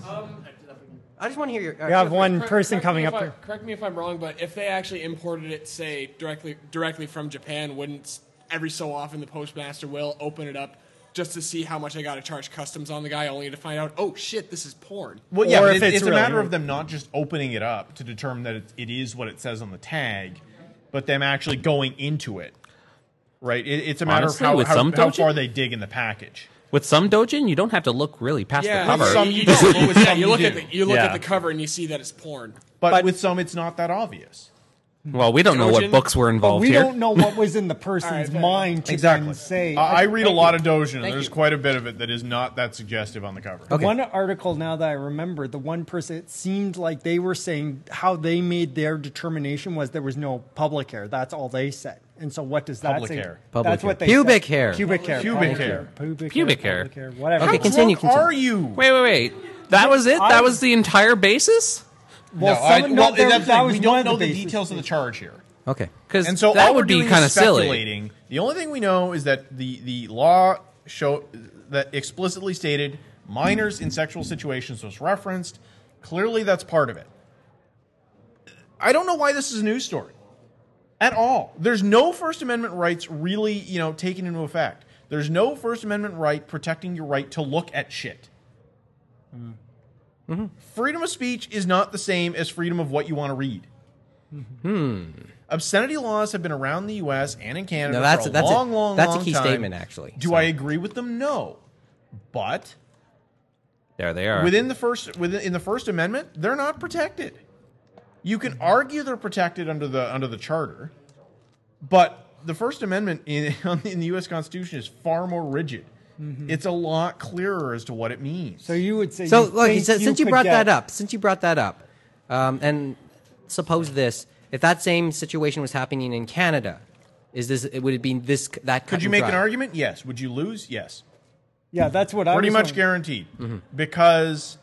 Speaker 3: I just want to hear your.
Speaker 4: We have one
Speaker 9: Correct-
Speaker 4: person
Speaker 9: correct
Speaker 4: coming
Speaker 9: me
Speaker 4: up
Speaker 9: if I-
Speaker 4: here.
Speaker 9: Correct me if I'm wrong, but if they actually imported it, say directly directly from Japan, wouldn't s- every so often the postmaster will open it up just to see how much I got to charge customs on the guy, only to find out, oh shit, this is porn.
Speaker 2: Well,
Speaker 4: Or
Speaker 2: yeah, but
Speaker 4: if
Speaker 2: it- it's,
Speaker 4: it's
Speaker 2: a
Speaker 4: really-
Speaker 2: matter of them not just opening it up to determine that it, it is what it says on the tag, but them actually going into it. Right? It, it's a matter
Speaker 5: Honestly,
Speaker 2: of
Speaker 5: with
Speaker 2: how,
Speaker 5: some
Speaker 2: how, how
Speaker 5: dojin-
Speaker 2: far they dig in the package.
Speaker 5: With some dojin, you don't have to look really past
Speaker 9: Yeah,
Speaker 5: the cover.
Speaker 9: you-
Speaker 2: Some
Speaker 9: you,
Speaker 2: you
Speaker 9: don't.
Speaker 2: do, but
Speaker 9: Yeah,
Speaker 2: some
Speaker 9: you
Speaker 2: you
Speaker 9: look
Speaker 2: do.
Speaker 9: at the you look
Speaker 5: Yeah.
Speaker 9: at the cover and you see that it's porn.
Speaker 2: But,
Speaker 4: But-
Speaker 2: with some, it's not that obvious.
Speaker 5: Well, we don't know what
Speaker 9: Dojin?
Speaker 5: books were involved
Speaker 4: we
Speaker 5: here.
Speaker 4: don't know what was in the person's
Speaker 9: All right,
Speaker 4: mind to
Speaker 2: Exactly.
Speaker 4: then say.
Speaker 2: I, I read a lot of Dojin, and
Speaker 3: Thank
Speaker 2: there's
Speaker 3: you.
Speaker 2: quite a bit of it that is not that suggestive on the cover.
Speaker 3: Okay.
Speaker 4: One article now that I remember, the one person it seemed like they were saying how they made their determination was there was no public hair. That's all they said. And so what does that
Speaker 2: Public
Speaker 4: say?
Speaker 2: hair.
Speaker 3: Public
Speaker 4: That's
Speaker 3: hair.
Speaker 4: what they
Speaker 3: Pubic
Speaker 4: said.
Speaker 3: hair.
Speaker 4: Pubic hair.
Speaker 2: Pubic
Speaker 4: public
Speaker 2: hair.
Speaker 4: Pubic,
Speaker 5: Pubic
Speaker 4: hair.
Speaker 5: hair.
Speaker 4: Public hair. Whatever.
Speaker 3: Okay,
Speaker 2: How
Speaker 3: continue,
Speaker 2: drunk
Speaker 3: continue.
Speaker 2: are you?
Speaker 5: Wait, wait, wait. That was it?
Speaker 4: I-
Speaker 5: That was the entire basis?
Speaker 4: Well,
Speaker 2: No, I-
Speaker 4: some- no,
Speaker 2: well,
Speaker 4: there-
Speaker 2: that's the
Speaker 4: that
Speaker 2: thing.
Speaker 4: was
Speaker 2: we
Speaker 4: one
Speaker 2: don't
Speaker 4: of
Speaker 2: know
Speaker 4: the
Speaker 2: the
Speaker 4: bases.
Speaker 2: details of the charge here.
Speaker 3: Okay.
Speaker 5: Because
Speaker 2: And so
Speaker 5: that
Speaker 2: all
Speaker 5: would
Speaker 2: we're
Speaker 5: be
Speaker 2: doing
Speaker 5: kind of
Speaker 2: is
Speaker 5: silly.
Speaker 2: speculating. The only thing we know is that the the law show that explicitly stated minors in sexual situations was referenced. Clearly, that's part of it. I don't know why this is a news story at all. There's no First Amendment rights really, you know, taken into effect. There's no First Amendment right protecting your right to look at shit.
Speaker 5: Mm.
Speaker 2: Freedom of speech is not the same as freedom of what you want to read.
Speaker 3: Hmm.
Speaker 2: Obscenity laws have been around the U.S. and in Canada
Speaker 3: No, that's
Speaker 2: for
Speaker 3: a-
Speaker 2: a
Speaker 3: that's a-
Speaker 2: long, long,
Speaker 3: that's a
Speaker 2: long
Speaker 3: key
Speaker 2: time.
Speaker 3: statement, actually.
Speaker 2: Do
Speaker 3: So-
Speaker 2: I agree with them? No, but
Speaker 5: There they are.
Speaker 2: within the first within in the First Amendment, they're not protected. You can argue they're protected under the under the Charter, but the First Amendment in in the U.S. Constitution is far more rigid. It's a lot clearer as to what it means.
Speaker 4: So you would say.
Speaker 3: Mm-hmm. So,
Speaker 4: you
Speaker 3: look,
Speaker 4: think
Speaker 3: since since you
Speaker 4: could
Speaker 3: brought that
Speaker 4: get-
Speaker 3: up, since you brought that up, um, and suppose this: if that same situation was happening in Canada, is this it would it be this that? cut
Speaker 2: Could you
Speaker 3: and
Speaker 2: make
Speaker 3: dry?
Speaker 2: an argument? Yes. Would you lose? Yes.
Speaker 4: yeah, that's what I
Speaker 2: Pretty
Speaker 4: was
Speaker 2: much
Speaker 4: wondering.
Speaker 2: guaranteed.
Speaker 3: Mm-hmm.
Speaker 2: Because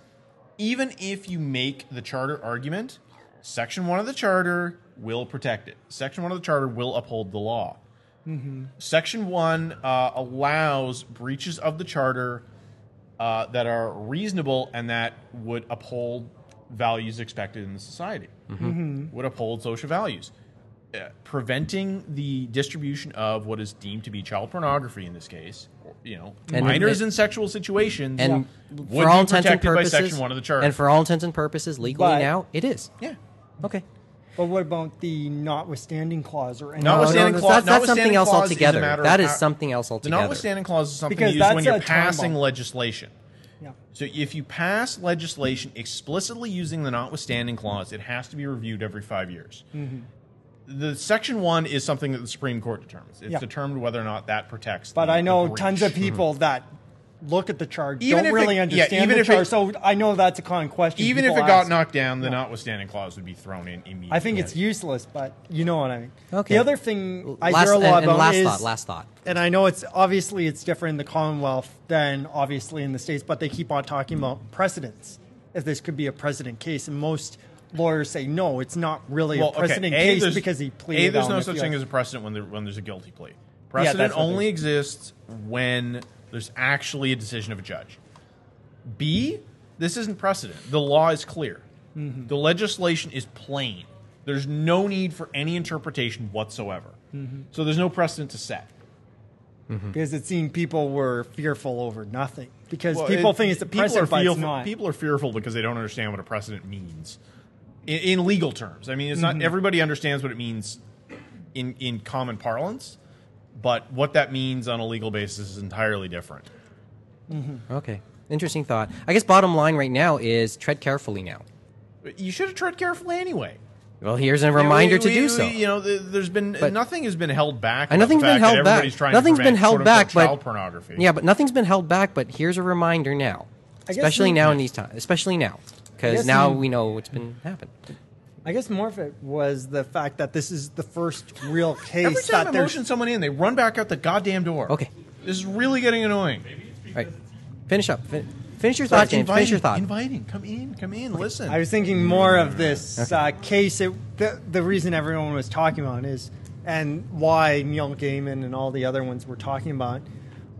Speaker 2: even if you make the charter argument, Section 1 of the charter will protect it. Section 1 of the charter will uphold the law.
Speaker 3: Mm-hmm.
Speaker 2: Section 1 uh, allows breaches of the charter uh, that are reasonable and that would uphold values expected in the society,
Speaker 3: Mm-hmm.
Speaker 2: would uphold social values. Uh, preventing the distribution of what is deemed to be child pornography in this case, or, you know,
Speaker 3: And
Speaker 2: minors
Speaker 3: it-
Speaker 2: in sexual situations
Speaker 3: And
Speaker 2: would
Speaker 3: for all
Speaker 2: be
Speaker 3: intents and
Speaker 2: protected
Speaker 3: purposes,
Speaker 2: by Section 1 of the Charter.
Speaker 3: and for all intents and purposes, legally
Speaker 4: But-
Speaker 3: now it is.
Speaker 2: yeah.
Speaker 3: Okay.
Speaker 4: But what about the notwithstanding clause or anything?
Speaker 3: No, no,
Speaker 2: Notwithstanding
Speaker 3: that's-
Speaker 2: clause-
Speaker 3: that's something
Speaker 2: notwithstanding
Speaker 3: else
Speaker 2: clause is a
Speaker 3: altogether.
Speaker 2: matter of
Speaker 3: That is
Speaker 2: how-
Speaker 3: something else
Speaker 2: The
Speaker 3: altogether.
Speaker 2: notwithstanding clause is something
Speaker 4: Because
Speaker 2: used when
Speaker 4: that's
Speaker 2: you're
Speaker 4: a time
Speaker 2: passing
Speaker 4: bomb.
Speaker 2: legislation.
Speaker 4: Yeah.
Speaker 2: So if you pass legislation explicitly using the notwithstanding clause, it has to be reviewed every five years. The section one is something that the Supreme Court determines. It's
Speaker 4: Yeah.
Speaker 2: determined whether or not that protects.
Speaker 4: But
Speaker 2: the-
Speaker 4: I know
Speaker 2: the breach.
Speaker 4: tons of people that look at the charge
Speaker 2: Even if
Speaker 4: don't
Speaker 2: it-
Speaker 4: really
Speaker 2: yeah,
Speaker 4: understand
Speaker 2: even
Speaker 4: the
Speaker 2: if it-
Speaker 4: charge. so I know that's a common question.
Speaker 2: Mm-hmm. Even if
Speaker 4: people
Speaker 2: it got
Speaker 4: ask.
Speaker 2: knocked down, the notwithstanding clause would be thrown in immediately.
Speaker 4: I think it's useless, but you know what I mean.
Speaker 3: Okay.
Speaker 4: The other thing I
Speaker 3: last,
Speaker 4: hear a
Speaker 3: and,
Speaker 4: lot
Speaker 3: and
Speaker 4: about
Speaker 3: last
Speaker 4: is,
Speaker 3: thought. Last thought.
Speaker 4: and I know it's obviously it's different in the Commonwealth than obviously in the states, but they keep on talking about precedents as this could be a precedent case, and most lawyers say no, it's not really
Speaker 2: well,
Speaker 4: a precedent
Speaker 2: okay,
Speaker 4: case
Speaker 2: there's-
Speaker 4: because he pleaded.
Speaker 2: A, there's
Speaker 4: on
Speaker 2: no
Speaker 4: it,
Speaker 2: such
Speaker 4: yeah.
Speaker 2: thing as a precedent when there, when there's a guilty plea.
Speaker 4: that's
Speaker 2: Precedent
Speaker 4: what
Speaker 2: only
Speaker 4: they-
Speaker 2: exists when there's actually a decision of a judge. B, this isn't precedent. The law is clear.
Speaker 4: Mm-hmm.
Speaker 2: The legislation is plain. There's no need for any interpretation whatsoever.
Speaker 4: Mm-hmm.
Speaker 2: So there's no precedent to set. Mm-hmm.
Speaker 4: because it seemed people were fearful over nothing because
Speaker 2: Well,
Speaker 4: people
Speaker 2: it-
Speaker 4: think it's a
Speaker 2: people are
Speaker 4: precedent, but
Speaker 2: fearful,
Speaker 4: it's not.
Speaker 2: People are fearful because they don't understand what a precedent means in, in legal terms. I mean, it's
Speaker 4: Mm-hmm.
Speaker 2: not everybody understands what it means in in common parlance, but what that means on a legal basis is entirely different.
Speaker 3: Hmm, Okay. Interesting thought. I guess bottom line right now is tread carefully now.
Speaker 2: You should have tread carefully anyway.
Speaker 3: Well, here's a reminder
Speaker 2: We-
Speaker 3: to
Speaker 2: we-
Speaker 3: do
Speaker 2: we-
Speaker 3: so.
Speaker 2: You know, th- there's been
Speaker 3: But-
Speaker 2: nothing has been held back.
Speaker 3: And
Speaker 2: about the
Speaker 3: nothing's been
Speaker 2: fact that
Speaker 3: held back.
Speaker 2: everybody's trying to
Speaker 3: Nothing's been
Speaker 2: prevent,
Speaker 3: held
Speaker 2: quote-unquote,
Speaker 3: back, but
Speaker 2: child pornography.
Speaker 3: Yeah, but nothing's been held back. But here's a reminder now,
Speaker 4: I guess
Speaker 3: especially
Speaker 4: we-
Speaker 3: now in these times, especially now, because
Speaker 4: guess
Speaker 3: now
Speaker 4: we-
Speaker 3: we know what's been happened.
Speaker 4: I guess more of it was the fact that this is the first real case
Speaker 2: every time
Speaker 4: that
Speaker 2: I
Speaker 4: there's
Speaker 2: motion someone in, they run back out the goddamn door.
Speaker 3: Okay.
Speaker 2: this is really getting annoying.
Speaker 3: All right, finish up. Fin- finish your thought, James. finish your thought.
Speaker 2: Inviting. Come in. Come in. Listen.
Speaker 4: I was thinking more of this uh, case. It, the, the reason everyone was talking about it is, and why Neil Gaiman and all the other ones were talking about,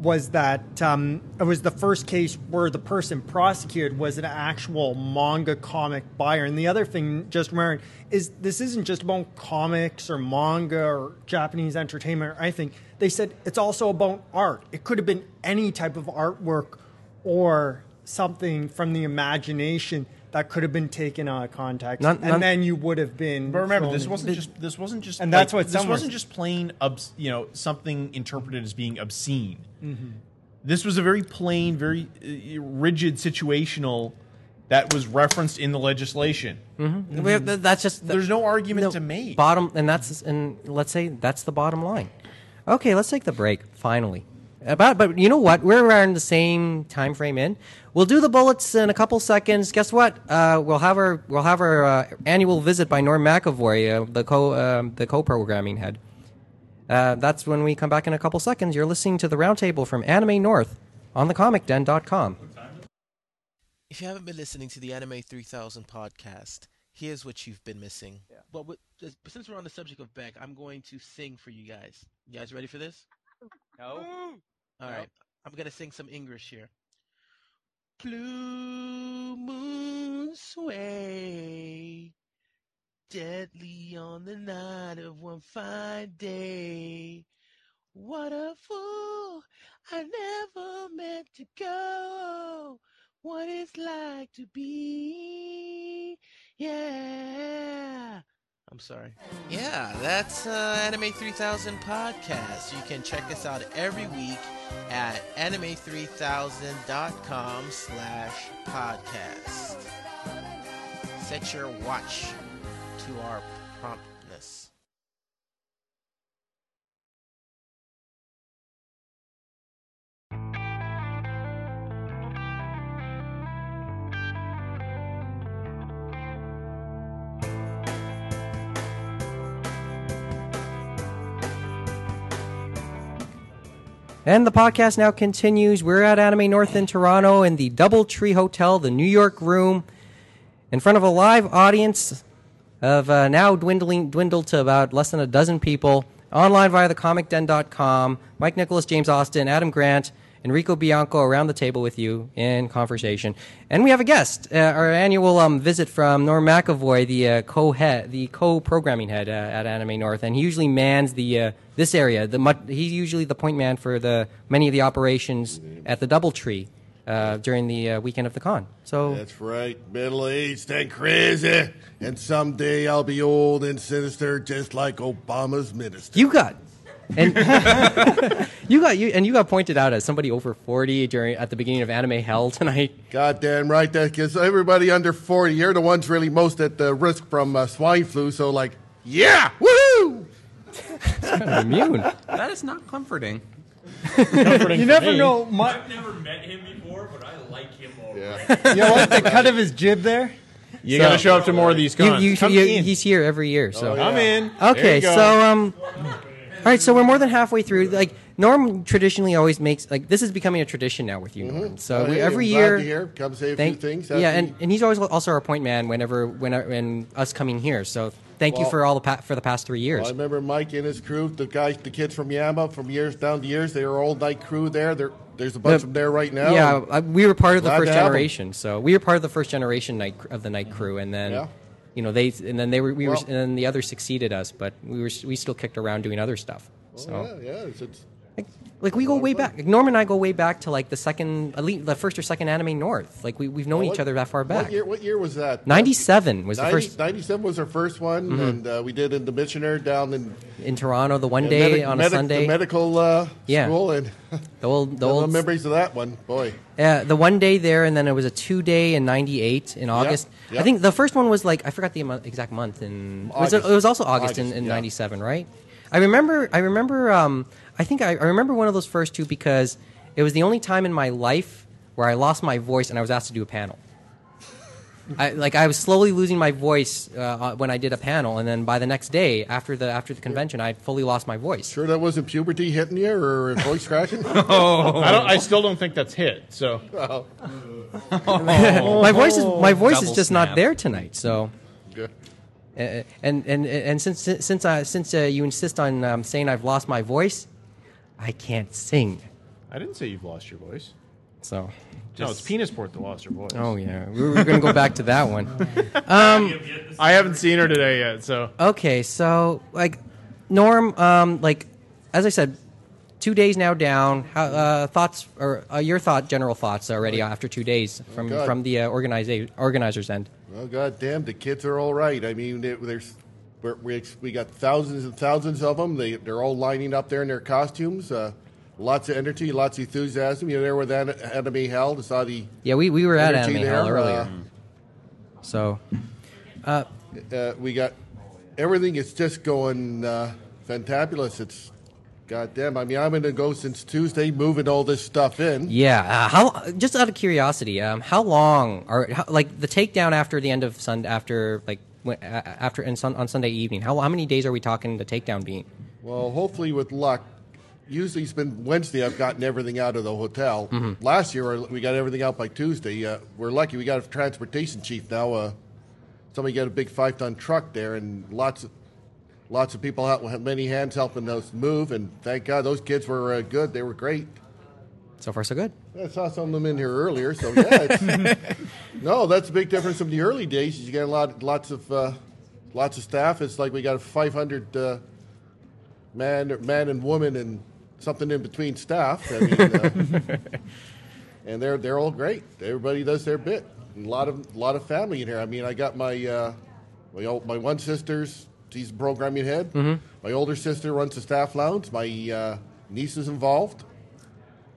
Speaker 4: was that um, it was the first case where the person prosecuted was an actual manga comic buyer. And the other thing, just remembering, is this isn't just about comics or manga or Japanese entertainment or anything. They said it's also about art. It could have been any type of artwork or something from the imagination that could have been taken out of context,
Speaker 3: None-
Speaker 4: and
Speaker 3: none-
Speaker 4: then you would have been.
Speaker 2: But remember, this
Speaker 4: thrown in.
Speaker 2: wasn't just this wasn't just
Speaker 4: And that's
Speaker 2: like,
Speaker 4: what
Speaker 2: this
Speaker 4: some were-
Speaker 2: wasn't just plain obs- you know something interpreted as being obscene.
Speaker 3: Mm-hmm.
Speaker 2: This was a very plain, very uh, rigid situational that was referenced in the legislation.
Speaker 3: Mm-hmm. We have- th- That's just
Speaker 2: There's no argument
Speaker 3: no,
Speaker 2: to make.
Speaker 3: Bottom, and that's and let's say that's the bottom line. Okay, let's take the break finally. About, but you know what? We're around the same time frame in. We'll do the bullets in a couple seconds. Guess what? Uh, we'll have our we'll have our uh, annual visit by Norm McAvoy, uh, the co um, the co programming head. Uh, that's when we come back in a couple seconds. You're listening to the roundtable from Anime North on thecomicden.com.
Speaker 10: If you haven't been listening to the Anime 3000 podcast, here's what you've been missing. But with, just- since we're on the subject of Beck, I'm going to sing for you guys. You guys ready for this?
Speaker 7: No.
Speaker 10: All right. I'm going to sing some English here. Blue moon sway, deadly on the night of one fine day. What a fool! I never meant to go. What it's like to be, yeah. I'm sorry. Yeah, that's uh, Anime 3000 podcast. You can check us out every week at anime3000.com slash podcast. Set your watch to our promptness.
Speaker 3: And the podcast now continues. We're at Anime North in Toronto in the Double Tree Hotel, the New York room, in front of a live audience of uh, now dwindling dwindled to about less than a dozen people. Online via thecomicden.com. Mike Nicholas, James Austin, Adam Grant, Enrico Bianco around the table with you in conversation. And we have a guest, uh, our annual um, visit from Norm McAvoy, the uh, co-head, the co-programming head uh, at Anime North, and he usually mans the uh, this area. The mu- he's usually the point man for the many of the operations at the DoubleTree uh, during the uh, weekend of the con. So
Speaker 11: That's right, middle aged and crazy. And someday I'll be old and sinister, just like Obama's minister.
Speaker 3: You got and you got you and you got pointed out as somebody over forty during at the beginning of Anime Hell tonight.
Speaker 11: Goddamn right, that gives everybody under 40. You're the ones really most at the risk from uh, swine flu, so, like, yeah, woohoo!
Speaker 3: immune.
Speaker 5: That is not comforting.
Speaker 4: you never know. My,
Speaker 6: I've never met him before, but I like him already.
Speaker 4: you know what? The cut of his jib there.
Speaker 2: You got to show up to more of these
Speaker 3: You,
Speaker 2: cons.
Speaker 3: you,
Speaker 2: Come
Speaker 3: you-
Speaker 2: in.
Speaker 3: he's here every year. So
Speaker 2: I'm in. There
Speaker 3: okay,
Speaker 2: you go.
Speaker 3: so um, all right, so we're more than halfway through. Like Norm traditionally always makes like this is becoming a tradition now with you,
Speaker 2: Mm-hmm.
Speaker 3: Norm. So
Speaker 11: Well,
Speaker 3: we,
Speaker 11: hey,
Speaker 3: every
Speaker 11: I'm
Speaker 3: year,
Speaker 11: Glad to hear. Come say a
Speaker 3: thank
Speaker 11: few things. That'd
Speaker 3: yeah,
Speaker 11: be-
Speaker 3: and, and he's always also our point man whenever when when us coming here. So thank you
Speaker 11: Well-
Speaker 3: for all the pa- for the past three years.
Speaker 11: I remember Mike and his crew, the guys, the kids from Yama, from years down to years. They were all night crew there. There, there's a bunch of them there right now.
Speaker 3: Yeah, I, we were part of the
Speaker 11: Glad
Speaker 3: first
Speaker 11: to have 'em.
Speaker 3: generation. So we were part of the first generation night cr- of the night crew, and then
Speaker 11: Yeah.
Speaker 3: you know they and then they were we were
Speaker 11: Well-
Speaker 3: and then the others succeeded us, but we were we still kicked around doing other stuff. So
Speaker 11: Oh, yeah, yeah. It's, it's,
Speaker 3: like, like we go way back. Like Norm and I go way back to like the second, at least the first or second anime North. Like we we've known each
Speaker 11: what-
Speaker 3: other that far back.
Speaker 11: What year, what year was that?
Speaker 3: Ninety seven was the
Speaker 11: 90
Speaker 3: first Mm-hmm.
Speaker 11: 97 was our first one, and uh, we did in the missioner down in
Speaker 3: in Toronto. The one
Speaker 11: in
Speaker 3: day
Speaker 11: medic-
Speaker 3: on
Speaker 11: medic-
Speaker 3: a Sunday.
Speaker 11: the medical uh,
Speaker 3: Yeah.
Speaker 11: school, and
Speaker 3: the old, the
Speaker 11: the
Speaker 3: old,
Speaker 11: memories of that one. Boy,
Speaker 3: Yeah, Uh, the one day there, and then it was a two day in '98 in August.
Speaker 11: yeah.
Speaker 3: I think the first one was like I forgot the amo- exact month, and was it,
Speaker 11: August.
Speaker 3: it was also August, in,
Speaker 11: August,
Speaker 3: in
Speaker 11: yeah.
Speaker 3: '97, right? I remember. I remember. Um, I think I, I remember one of those first two because it was the only time in my life where I lost my voice and I was asked to do a panel. I, like I was slowly losing my voice uh, uh, when I did a panel, and then by the next day after the after the convention, I had fully lost my voice.
Speaker 11: sure that wasn't puberty hitting you or voice cracking?
Speaker 2: I, don't, I still don't think that's hit. So
Speaker 3: my voice is my voice is
Speaker 5: Oh. Double
Speaker 3: just not
Speaker 5: snap.
Speaker 3: there tonight. So.
Speaker 11: Good.
Speaker 3: and and and- and since since I, since uh, you insist on um, saying I've lost my voice, I can't sing.
Speaker 2: I didn't say you've lost your voice.
Speaker 3: So,
Speaker 2: no, it's Penisport that lost her voice.
Speaker 3: oh yeah, we were going to go back to that one. Um,
Speaker 2: I haven't seen her today yet, so
Speaker 3: Okay, so like Norm, um, like as I said, two days now down. How, uh, thoughts or uh, your thought, general thoughts already after two days from
Speaker 11: God.
Speaker 3: from the uh, organiza- organizers end.
Speaker 11: Well, goddamn, the kids are all right. I mean, it, there's we're, we ex- we got thousands and thousands of them. They they're all lining up there in their costumes. Uh, lots of energy, lots of enthusiasm. You're there with an, Anime Hell, the Saudi
Speaker 3: Yeah, we, we were at
Speaker 11: energy
Speaker 3: Anime
Speaker 11: there.
Speaker 3: Hell earlier,
Speaker 11: Uh,
Speaker 3: so
Speaker 11: uh, we got everything is just going uh, fantabulous. It's goddamn. I mean, I'm going to go since Tuesday moving all this stuff in.
Speaker 3: Yeah. Uh, how? Just out of curiosity, um, how long are how, like the takedown after the end of Sun after like when, a- a- after and sun, on Sunday evening? How how many days are we talking the takedown being?
Speaker 11: Well, hopefully with luck. Usually it's been Wednesday. I've gotten everything out of the hotel. Last year we got everything out by Tuesday. Uh, we're lucky. We got a transportation chief now. Uh, somebody got a big five-ton truck there, and lots of lots of people out with many hands helping us move. And thank God those kids were uh, good. They were great.
Speaker 3: So far, so good.
Speaker 11: I saw some of them in here earlier, so yeah. It's, no, that's a big difference from the early days. Is you got a lot, lots of, uh, lots of staff. It's like we got a 500 uh, man, man and woman, and something in between staff. I mean, uh, and they're they're all great. Everybody does their bit. And a lot of lot of family in here. I mean, I got my uh, my old, my one sister's she's a programming head. My older sister runs the staff lounge. My uh, niece is involved.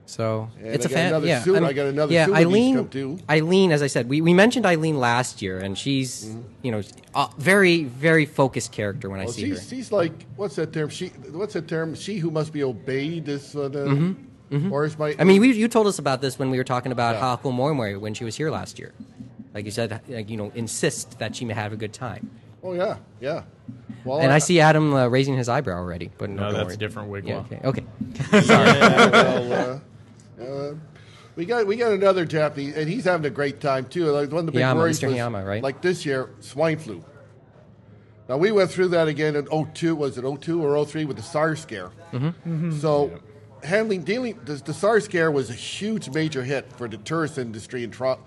Speaker 3: So
Speaker 11: And
Speaker 3: it's
Speaker 11: I
Speaker 3: a
Speaker 11: got
Speaker 3: fan.
Speaker 11: another
Speaker 3: yeah,
Speaker 11: suit.
Speaker 3: I'm-
Speaker 11: I got another
Speaker 3: yeah,
Speaker 11: suit that needs to come
Speaker 3: Eileen.
Speaker 11: too.
Speaker 3: Eileen, as I said, we, we mentioned Eileen last year, and she's
Speaker 11: Mm-hmm.
Speaker 3: you know uh, very very focused character when I
Speaker 11: Well,
Speaker 3: see her.
Speaker 11: Oh, she's, she's like what's that term? She what's that term? She who must be obeyed is uh, the, or is my
Speaker 3: Mm-hmm. I mean, we, you told us about this when we were talking about Haku Moimori when she was here last year. Like you said, like, you know, insist that she may have a good time.
Speaker 11: Oh yeah, Oh, yeah. Well,
Speaker 3: and I see Adam uh, raising his eyebrow already. But no,
Speaker 2: No,
Speaker 3: don't
Speaker 2: that's
Speaker 3: worry.
Speaker 2: different wigwam.
Speaker 3: Yeah, okay. okay. Sorry.
Speaker 11: Yeah, well, uh, uh, we got we got another Japanese, and he's having a great time too. Like one of the big
Speaker 3: Hiyama,
Speaker 11: worries
Speaker 3: Mr.
Speaker 11: was,
Speaker 3: Hiyama, right?
Speaker 11: like this year, swine flu. Now we went through that again in 02, was it 02 or 03 with the SARS scare.
Speaker 3: Mhm.
Speaker 11: So handling dealing the, the SARS scare was a huge major hit for the tourist industry in Toronto.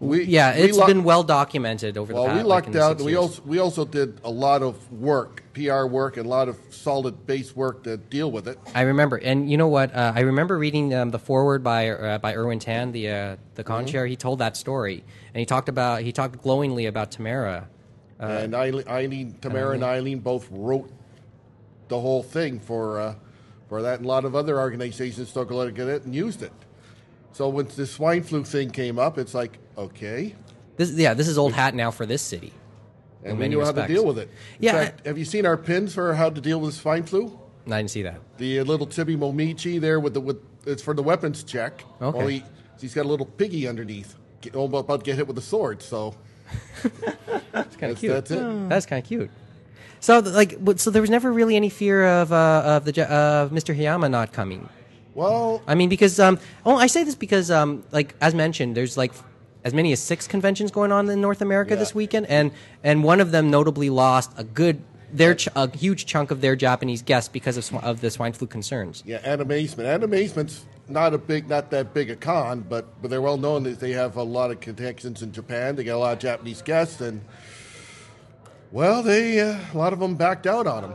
Speaker 11: We,
Speaker 3: yeah,
Speaker 11: we
Speaker 3: it's
Speaker 11: lo-
Speaker 3: been well documented over
Speaker 11: well,
Speaker 3: the past.
Speaker 11: we
Speaker 3: like,
Speaker 11: locked
Speaker 3: in the
Speaker 11: down.
Speaker 3: six
Speaker 11: We
Speaker 3: years.
Speaker 11: also we also did a lot of work, PR work, and a lot of solid base work to deal with it.
Speaker 3: I remember, and you know what? Uh, I remember reading um, the foreword by uh, by Irwin Tan, the uh, the con
Speaker 11: Mhm.
Speaker 3: chair. He told that story, and he talked about he talked glowingly about Tamara. Uh,
Speaker 11: and Eileen, Eileen
Speaker 3: Uh-huh.
Speaker 11: Tamara and Eileen both wrote the whole thing for uh, for that, and a lot of other organizations took a look at it and used it. So when the swine flu thing came up, it's like okay,
Speaker 3: this yeah, this is old hat now for this city. in
Speaker 11: and we
Speaker 3: many
Speaker 11: knew how to
Speaker 3: respects.
Speaker 11: deal with it. In
Speaker 3: Yeah,
Speaker 11: fact, have you seen our pins for how to deal with swine flu?
Speaker 3: I, I didn't see that.
Speaker 11: The uh, little Tibby Momichi there with the with it's for the weapons check.
Speaker 3: Okay.
Speaker 11: Well, he, he's got a little piggy underneath, get, oh, about to get hit with a sword. So
Speaker 3: That's kind of
Speaker 11: That's-
Speaker 3: cute. Hmm.
Speaker 11: that's it.
Speaker 3: That's kind of cute. So th- like, but- so there was never really any fear of uh, of the Ja- of Mr. Hiyama not coming.
Speaker 11: Well,
Speaker 3: I mean, because um, oh, I say this because um, like as mentioned, there's like f- as many as six conventions going on in North America
Speaker 11: Yeah.
Speaker 3: this weekend, and and one of them notably lost a good their ch- a huge chunk of their Japanese guests because of sw- of the swine flu concerns.
Speaker 11: Yeah, Animazement. Animazement's not a big, not that big a con, but, but they're well known that they have a lot of connections in Japan. They got a lot of Japanese guests, and well, they uh, a lot of them backed out on them.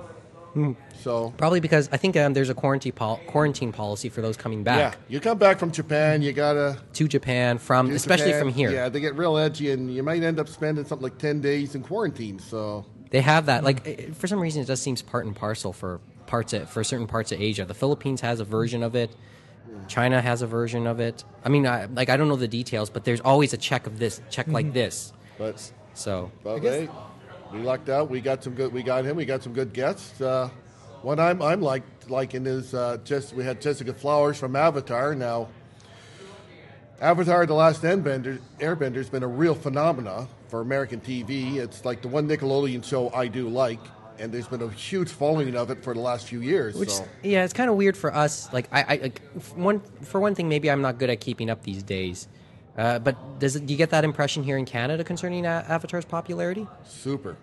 Speaker 3: Hmm.
Speaker 11: So
Speaker 3: Probably because I think um, there's a quarantine pol- quarantine policy for those coming back
Speaker 11: yeah, you come back from Japan, you gotta
Speaker 3: to Japan from
Speaker 11: do
Speaker 3: especially
Speaker 11: Japan.
Speaker 3: from here.
Speaker 11: Yeah, they get real edgy, and you might end up spending something like ten days in quarantine. So
Speaker 3: They have that. Like it- for some reason, it just seems part and parcel for parts of, for certain parts of Asia. The Philippines has a version of it. China has a version of it. I mean, I, like I don't know the details, but there's always a check of this, check like
Speaker 11: Mhm.
Speaker 3: this.
Speaker 11: But
Speaker 3: so,
Speaker 11: but hey, we lucked out. We got some good. We got him. We got some good guests. Uh, one I'm I'm like liking is uh, just we had Jessica Flowers from Avatar. Now, Avatar: The Last Airbender Airbender has been a real phenomena for American TV. It's like the one Nickelodeon show I do like, and there's been a huge following of it for the last few years.
Speaker 3: Which
Speaker 11: so.
Speaker 3: yeah, it's kind of weird for us. Like I, I like, f- one for one thing, maybe I'm not good at keeping up these days. Uh, but does it, do you get that impression here in Canada concerning uh, Avatar's popularity?
Speaker 11: Super,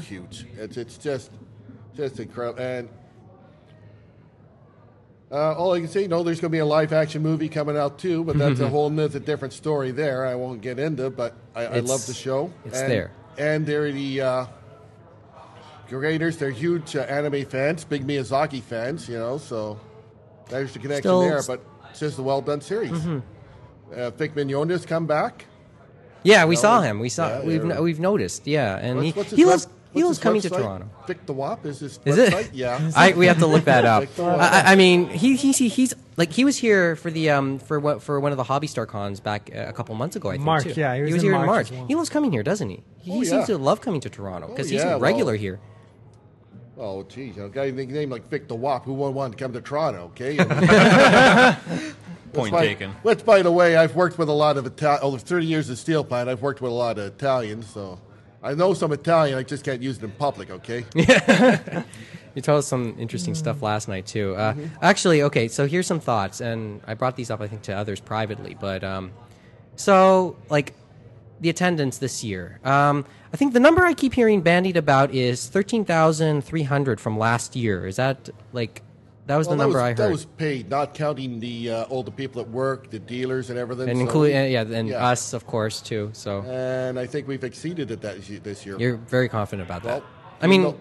Speaker 3: Super?
Speaker 11: huge. It's it's just just incredible. And uh, all I can say, no, there's going to be a live action movie coming out too, but that's a whole nother different story there. I won't get into, but I, I love
Speaker 3: It's-
Speaker 11: the show.
Speaker 3: it's
Speaker 11: and,
Speaker 3: there.
Speaker 11: and they're the uh, creators. They're huge uh, anime fans, big Miyazaki fans, you know. So there's the connection
Speaker 3: Still-
Speaker 11: there. But it's just a well done series.
Speaker 3: Mhm.
Speaker 11: Uh, Vic Mignogna's come back.
Speaker 3: Yeah, we
Speaker 11: No,
Speaker 3: saw
Speaker 11: we-
Speaker 3: him. We saw.
Speaker 11: yeah,
Speaker 3: we've
Speaker 11: yeah.
Speaker 3: no- we've noticed. Yeah, and
Speaker 11: What's-
Speaker 3: he
Speaker 11: what's his
Speaker 3: he
Speaker 11: web-
Speaker 3: loves he
Speaker 11: what's
Speaker 3: loves
Speaker 11: his
Speaker 3: coming to
Speaker 11: website?
Speaker 3: Toronto.
Speaker 11: Vic the Wop is his
Speaker 3: Is
Speaker 11: website.
Speaker 3: it?
Speaker 11: Yeah,
Speaker 3: I, we have to look that up.
Speaker 11: Vic the Wop.
Speaker 3: I, I mean, he, he, he he's like he was here for the um for what for one of the Hobby Star cons back uh, a couple months ago. I think
Speaker 4: March,
Speaker 3: too.
Speaker 4: yeah, he was in
Speaker 3: here in
Speaker 4: March
Speaker 3: March.
Speaker 4: as well.
Speaker 3: He loves coming here, doesn't he? He,
Speaker 11: Oh,
Speaker 3: he
Speaker 11: yeah.
Speaker 3: seems to love coming to Toronto because
Speaker 11: Oh,
Speaker 3: he's
Speaker 11: yeah,
Speaker 3: a regular
Speaker 11: well-
Speaker 3: here.
Speaker 11: Oh, geez, a guy named name like Vic the Wop, who wouldn't want to come to Toronto, okay?
Speaker 2: Point
Speaker 11: That's by-
Speaker 2: taken.
Speaker 11: Which, by the way, I've worked with a lot of Italian. Over 30 years in steel plant, I've worked with a lot of Italians, so I know some Italian. I just can't use it in public, okay?
Speaker 3: You told us some interesting stuff last night too. Uh, Actually, okay, so here's some thoughts, and I brought these up, I think, to others privately. But um, so, like, the attendance this year, um, I think the number I keep hearing bandied about is thirteen thousand three hundred from last year. Is that like that was
Speaker 11: Well,
Speaker 3: the number I
Speaker 11: That
Speaker 3: heard,
Speaker 11: was paid, not counting the uh, all the people at work, the dealers, and everything.
Speaker 3: and
Speaker 11: so-
Speaker 3: including yeah, and
Speaker 11: yeah.
Speaker 3: us of course too. So
Speaker 11: And I think we've exceeded it that this year.
Speaker 3: you're very confident about that.
Speaker 11: Well,
Speaker 3: I mean.
Speaker 11: even though,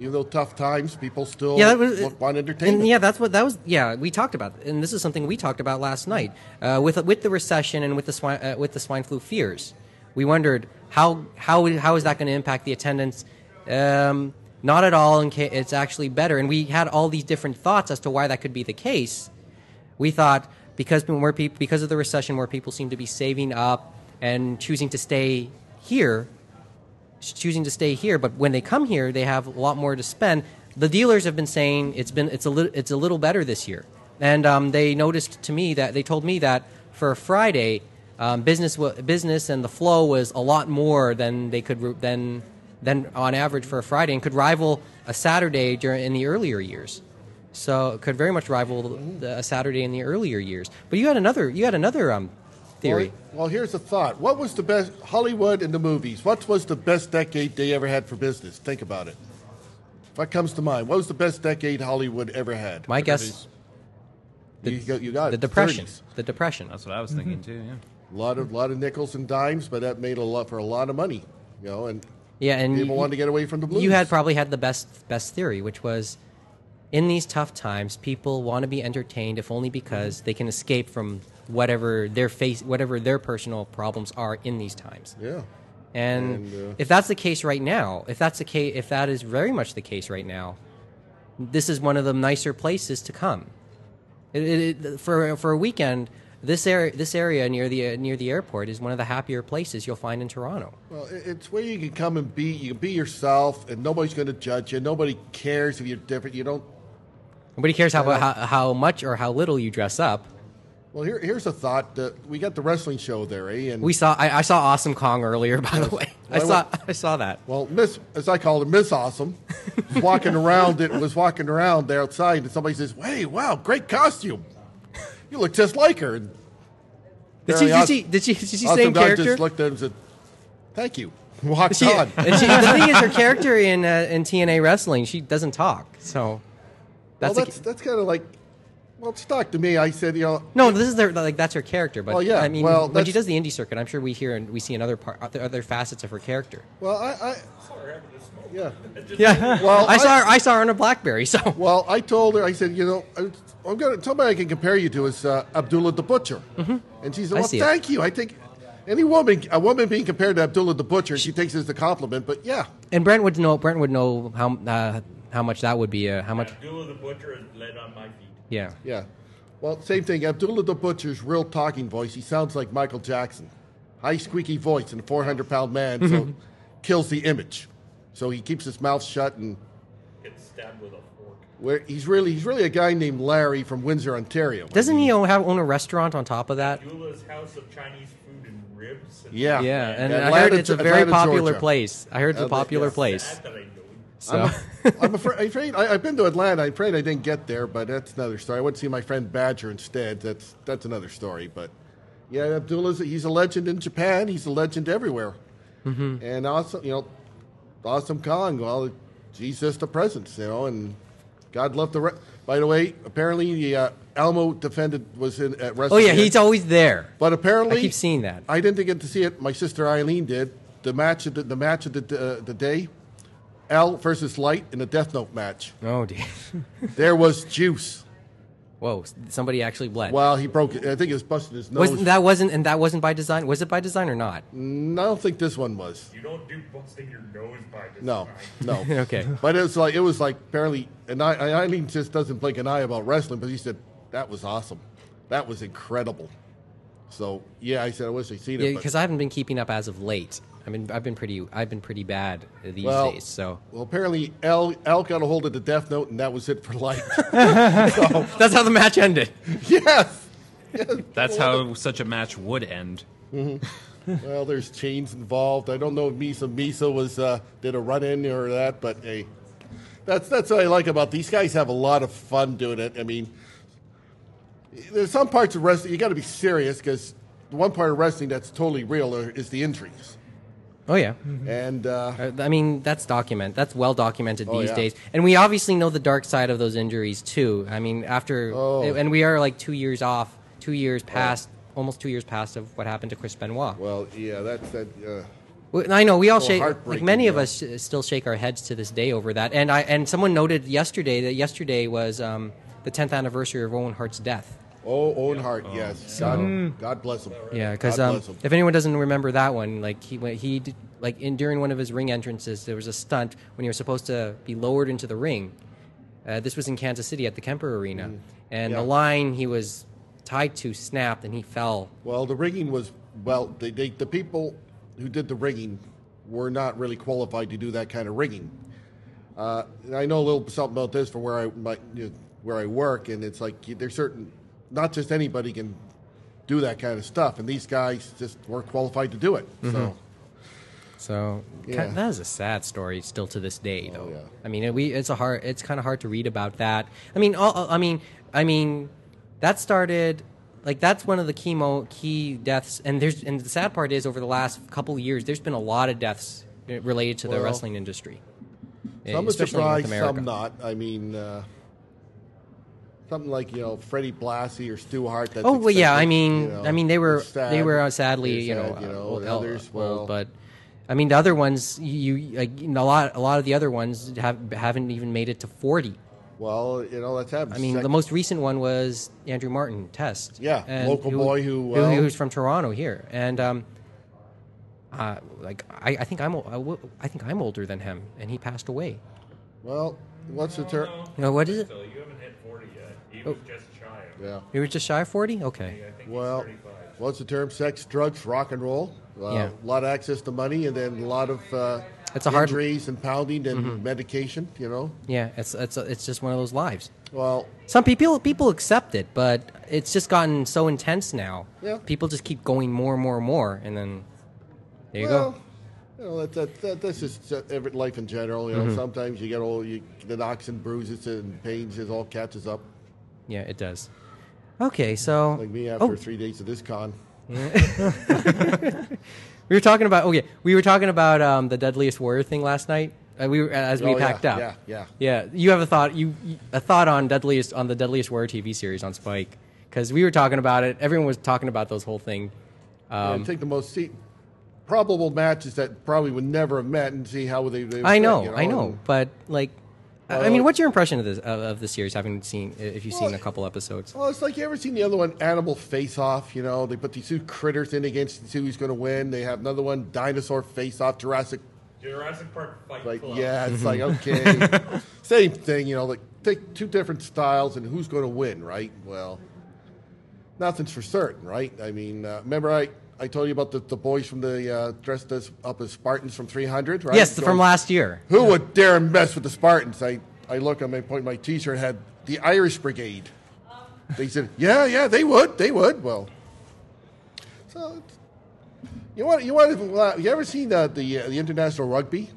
Speaker 11: even though tough times, people still
Speaker 3: yeah, that was
Speaker 11: look- want
Speaker 3: and
Speaker 11: entertainment.
Speaker 3: yeah, that's what that was. Yeah, we talked about, and this is something we talked about last night uh, with with the recession and with the swine uh, with the swine flu fears. We wondered how how how is that going to impact the attendance? Um, not at all. In ca- it's actually better, and we had all these different thoughts as to why that could be the case. We thought because more people because of the recession, where people seem to be saving up and choosing to stay here, choosing to stay here. But when they come here, they have a lot more to spend. The dealers have been saying it's been it's a little it's a little better this year, and um, they noticed to me that they told me that for Friday, um, business wa business and the flow was a lot more than they could re- than than on average for a Friday, and could rival a Saturday during in the earlier years. So it could very much rival the, a Saturday in the earlier years. But you had another you had another um, theory.
Speaker 11: Well, well, here's a thought. What was the best Hollywood and the movies? What was the best decade they ever had for business? Think about it. What comes to mind? What was the best decade Hollywood ever had?
Speaker 3: My guess.
Speaker 11: you, go- you got
Speaker 3: the
Speaker 11: it.
Speaker 3: depression.
Speaker 11: 30s.
Speaker 3: The depression.
Speaker 5: That's what I was thinking too. Mm-hmm. Yeah.
Speaker 11: A lot of lot of nickels and dimes, but that made a lot for a lot of money, you know. And
Speaker 3: Yeah, and you-
Speaker 11: people wanted to get away from the blues.
Speaker 3: You had probably had the best best theory, which was in these tough times, people want to be entertained if only because
Speaker 11: Mm-hmm.
Speaker 3: they can escape from whatever their face, whatever their personal problems are in these times.
Speaker 11: Yeah.
Speaker 3: And,
Speaker 11: And, uh,
Speaker 3: if that's the case right now, if that's the case, if that is very much the case right now, this is one of the nicer places to come. It, it, it, for for a weekend, this area this area near the near the airport is one of the happier places you'll find in Toronto.
Speaker 11: Well, it- it's where you can come and be. You can be yourself, and nobody's going to judge you. Nobody cares if you're different. You don't.
Speaker 3: Nobody cares how, how how much or how little you dress up.
Speaker 11: Well, here, here's a thought. Uh, we got the wrestling show there, eh? And
Speaker 3: We saw I, I saw Awesome Kong earlier, by the way. I
Speaker 11: Well,
Speaker 3: saw
Speaker 11: I
Speaker 3: I saw that.
Speaker 11: Well, Miss, as I call her, Miss Awesome, was walking around. It was walking around there outside, and somebody says, "Hey, wow, great costume! You look just like her." And
Speaker 3: Did she-
Speaker 11: Barry
Speaker 3: did
Speaker 11: Os-
Speaker 3: she- did she- did she
Speaker 11: Awesome
Speaker 3: same
Speaker 11: Dog
Speaker 3: character?
Speaker 11: Just looked at him and said, "Thank you." Walked
Speaker 3: She-
Speaker 11: on.
Speaker 3: and she- the thing is, her character in uh, in TNA wrestling, she doesn't talk. So that's, a-
Speaker 11: well, that's that's kind of like, well, it's stuck to me. I said, you know,
Speaker 5: Oh,
Speaker 3: no, this is their like that's her character. But
Speaker 11: Well, yeah,
Speaker 3: I mean,
Speaker 11: well,
Speaker 3: when she
Speaker 11: that's-
Speaker 3: does the indie circuit, I'm sure we hear and we see another part, other, other facets of her character.
Speaker 11: well, I, I yeah,
Speaker 3: Yeah.
Speaker 11: Well,
Speaker 3: I saw her, I saw her on a BlackBerry. So
Speaker 11: Well, I told her, I said, you know, I- I'm going to somebody I can compare you to is uh, Abdullah the Butcher, and she
Speaker 3: Mm-hmm.
Speaker 11: said,
Speaker 3: I
Speaker 11: well,
Speaker 3: see it.
Speaker 11: thank you. I think any woman, a woman being compared to Abdullah the Butcher, she takes it as a compliment. But yeah,
Speaker 3: and Brent would know Brent would know how uh, how much that would be uh, how much
Speaker 12: Abdullah the Butcher is led on my feet.
Speaker 3: yeah.
Speaker 11: yeah. Well, same thing. Abdullah the Butcher's real talking voice. He sounds like Michael Jackson, high squeaky voice, and a 400 pound man,
Speaker 3: Mm-hmm.
Speaker 11: so kills the image. So he keeps his mouth shut and
Speaker 12: Gets stabbed with a fork.
Speaker 11: where he's really he's really a guy named Larry from Windsor, Ontario. Uh,
Speaker 3: Doesn't he own, have own a restaurant on top of that?
Speaker 12: Abdullah's house of Chinese food and ribs. And
Speaker 11: Yeah.
Speaker 3: Yeah, and I
Speaker 11: Atlanta,
Speaker 3: heard it's a very
Speaker 11: Atlanta,
Speaker 3: popular
Speaker 11: Georgia.
Speaker 3: place. I heard it's a
Speaker 11: Atlanta,
Speaker 3: popular
Speaker 11: yes.
Speaker 3: place.
Speaker 12: That I know.
Speaker 3: So
Speaker 11: I'm afraid, I'm afraid I, I've been to Atlanta. I'm afraid I didn't get there, but that's another story. I went to see my friend Badger instead. That's that's another story. But yeah, Abdullah's he's a legend in Japan. He's a legend everywhere. And awesome, you know, awesome Kong. Well, he's just a presence, you know. And God love the. Re- By the way, apparently the uh, Alamo defendant was in at
Speaker 3: oh
Speaker 11: wrestling.
Speaker 3: yeah, he's always there.
Speaker 11: But apparently,
Speaker 3: I keep seeing that.
Speaker 11: I didn't get to see it. My sister Eileen did. The match of the, the match of the uh, the day, L versus Light in a Death Note match.
Speaker 3: Oh dear.
Speaker 11: There was juice.
Speaker 3: Whoa, s- somebody actually bled.
Speaker 11: Well, he broke. it. I think it was busted his nose.
Speaker 3: wasn't that wasn't and that wasn't by design? Was it by design or not?
Speaker 11: Mm, I don't think this one was.
Speaker 12: You don't do busting your nose by design.
Speaker 11: No, no.
Speaker 3: Okay.
Speaker 11: But it was like it was like apparently, and I, I- Eileen just doesn't blink an eye about wrestling. But he said that was awesome. That was incredible. So yeah, I said I wish I'd seen it.
Speaker 3: Yeah,
Speaker 11: but-
Speaker 3: because I haven't been keeping up as of late. I mean, I've been pretty I've been pretty bad these
Speaker 11: Well-
Speaker 3: days. So
Speaker 11: well, apparently, L L got a hold of the Death Note, and that was it for Light.
Speaker 3: that's how the match ended.
Speaker 11: yes.
Speaker 5: That's how such a match would end.
Speaker 11: Mm-hmm. Well, there's chains involved. I don't know if Misa Misa was uh, did a run in or that, but hey, that's that's what I like about these guys. Have a lot of fun doing it. I mean, there's some parts of wrestling you got to be serious because the one part of wrestling that's totally real are- is the injuries.
Speaker 3: Oh yeah.
Speaker 11: And uh,
Speaker 3: Uh, I mean, that's document. That's well documented
Speaker 11: Oh,
Speaker 3: these
Speaker 11: yeah.
Speaker 3: days, and we obviously know the dark side of those injuries too. I mean, after
Speaker 11: Oh.
Speaker 3: and we are like two years off, two years past, almost two years past of what happened to Chris Benoit.
Speaker 11: well, yeah, that's that. Uh,
Speaker 3: Well, I know we all
Speaker 11: So
Speaker 3: shake. Like
Speaker 11: heartbreaking,
Speaker 3: many of
Speaker 11: yeah.
Speaker 3: us uh, still shake our heads to this day over that. And I and someone noted yesterday that yesterday was um, the 10th anniversary of Owen Hart's death.
Speaker 11: oh, Owen Hart, yes. God,
Speaker 3: Mm-hmm.
Speaker 11: God bless him.
Speaker 3: Yeah, because
Speaker 11: God
Speaker 3: um,
Speaker 11: bless him.
Speaker 3: if anyone doesn't remember that one, like he went, he did, like in during one of his ring entrances, there was a stunt when he was supposed to be lowered into the ring. Uh, this was in Kansas City at the Kemper Arena, and the
Speaker 11: Mm. Yeah.
Speaker 3: line he was tied to snapped, and he fell.
Speaker 11: Well, the rigging was well. They, they, the people who did the rigging were not really qualified to do that kind of rigging. Uh, and I know a little something about this from where I my, you know, where I work, and it's like you- there's certain not just anybody can do that kind of stuff, and these guys just weren't qualified to do it. So
Speaker 3: So ki-
Speaker 11: Mm-hmm. Yeah. Oh,
Speaker 3: that is a sad story still to this day, though. I mean, it- we it's a hard it's kind of hard to read about that. I mean, all, all- I mean, I mean, that started like that's one of the chemo key deaths, and there's and the sad part is over the last couple years, there's been a lot of deaths eh, related to
Speaker 11: Well,
Speaker 3: the wrestling industry. eh,
Speaker 11: Some are
Speaker 3: especially in North
Speaker 11: surprised,
Speaker 3: America.
Speaker 11: some not. I mean, uh, something like you know Freddie Blassie or Stu Hart. That's
Speaker 3: oh well, yeah. I
Speaker 11: expected,
Speaker 3: mean,
Speaker 11: you know,
Speaker 3: I mean, they were
Speaker 11: it's sad.
Speaker 3: they were uh, sadly,
Speaker 11: It's
Speaker 3: you know,
Speaker 11: sad, you
Speaker 3: uh,
Speaker 11: know,
Speaker 3: old-
Speaker 11: and others,
Speaker 3: old- old,
Speaker 11: well-
Speaker 3: but I mean, the other ones, you you- like you know, a lot a lot of the other ones have haven't even made it to forty.
Speaker 11: Well, you know that's happened.
Speaker 3: I mean, the
Speaker 11: Sec-
Speaker 3: most recent one was Andrew Martin Test.
Speaker 11: Yeah,
Speaker 3: and
Speaker 11: local boy who, um,
Speaker 3: who,
Speaker 11: well-
Speaker 3: who's from Toronto here, and um, uh, like I, I think I'm o- I wo- I think I'm older than him, and he passed away.
Speaker 11: well, what's the term?
Speaker 3: You know, what is it?
Speaker 12: So you haven't hit 40 yet. He was just shy of it.
Speaker 11: Yeah.
Speaker 3: He was just shy of forty. Okay,
Speaker 11: Well, what's the term? Sex, drugs, rock and roll. Uh,
Speaker 3: Yeah.
Speaker 11: A lot of access to money, and then a lot of uh,
Speaker 3: It's a hard-
Speaker 11: injuries and pounding and
Speaker 3: Mhm.
Speaker 11: medication. You know.
Speaker 3: yeah, it's it's it's just one of those lives.
Speaker 11: Well,
Speaker 3: Some people people accept it, but it's just gotten so intense now.
Speaker 11: Yeah.
Speaker 3: People just keep going more and more and more, and then there you
Speaker 11: well,
Speaker 3: go.
Speaker 11: You know, that, that, that, that's just uh, every, life in general. You know,
Speaker 3: Mhm.
Speaker 11: sometimes you get all you, the knocks and bruises and pains. It all catches up.
Speaker 3: Yeah, it does. Okay, so
Speaker 11: Like me after
Speaker 3: oh,
Speaker 11: three days of this con.
Speaker 3: we were talking about okay, we were talking about um, the deadliest warrior thing last night. Uh, we were, as we
Speaker 11: Oh, yeah,
Speaker 3: packed up.
Speaker 11: yeah, yeah.
Speaker 3: yeah. You have a thought you you- a thought on deadliest on the deadliest warrior TV series on Spike because we were talking about it. Everyone was talking about this whole thing.
Speaker 11: Yeah,
Speaker 3: Um,
Speaker 11: take the most se- probable matches that probably would never have met and see how they. they would
Speaker 3: I
Speaker 11: fit,
Speaker 3: know,
Speaker 11: you
Speaker 3: I know,
Speaker 11: and-
Speaker 3: but like, I- I
Speaker 11: Well-
Speaker 3: mean, what's your impression of this of, of the series? Having seen, if you've seen
Speaker 11: Well,
Speaker 3: a couple episodes,
Speaker 11: Well, it's like you ever seen the other one, Animal Face Off. You know, they put these two critters in against to see who's going to win. They have another one, Dinosaur Face Off, Jurassic.
Speaker 12: Jurassic Park Fight
Speaker 11: Like,
Speaker 12: Club.
Speaker 11: yeah, it's like
Speaker 3: Mm-hmm.
Speaker 11: okay, same thing. You know, like take two different styles and who's going to win, right? Well, nothing's for certain, right? I mean, uh, remember I. I told you about the, the boys from the uh, dressed as, up as Spartans from 300, right?
Speaker 3: yes, from
Speaker 11: Going-
Speaker 3: last year.
Speaker 11: Who would dare mess with the Spartans? I, I look on my point, my t shirt had the Irish Brigade. They said, yeah, yeah, they would, they would. Well, so it's- you want, you want to, you ever seen uh, the, uh, the international rugby?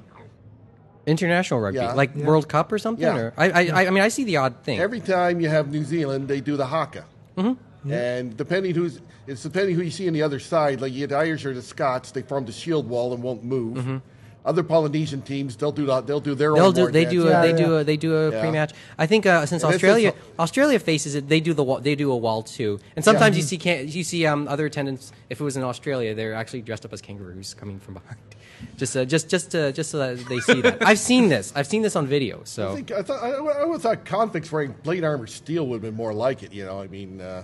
Speaker 3: International rugby,
Speaker 11: Yeah.
Speaker 3: like
Speaker 11: Yeah.
Speaker 3: World Cup or something.
Speaker 11: Yeah.
Speaker 3: Or I, I, I, I mean, I see the odd thing.
Speaker 11: Every time you have New Zealand, they do the haka. Mm-hmm. And depending who's, it's depending who you see on the other side. Like you get the Irish or the Scots, they form the shield wall and won't move. Other Polynesian teams, they'll do that. They'll do their
Speaker 3: Mm-hmm. They'll
Speaker 11: own.
Speaker 3: do.
Speaker 11: war
Speaker 3: They
Speaker 11: dance.
Speaker 3: do. A, they do. A, they do a
Speaker 11: Yeah.
Speaker 3: pre-match. I think uh, since
Speaker 11: And this is
Speaker 3: Australia,
Speaker 11: ho-
Speaker 3: Australia faces it, they do the wall, they do a wall too. And sometimes
Speaker 11: Yeah.
Speaker 3: you see can, you see um, other attendants. If it was in Australia, they're actually dressed up as kangaroos coming from behind, just uh, just just uh, just so that they see that. I've seen this. I've seen this on video. So
Speaker 11: I think I thought I, I always thought convicts wearing plate armor steel would have been more like it. You know, I mean, uh,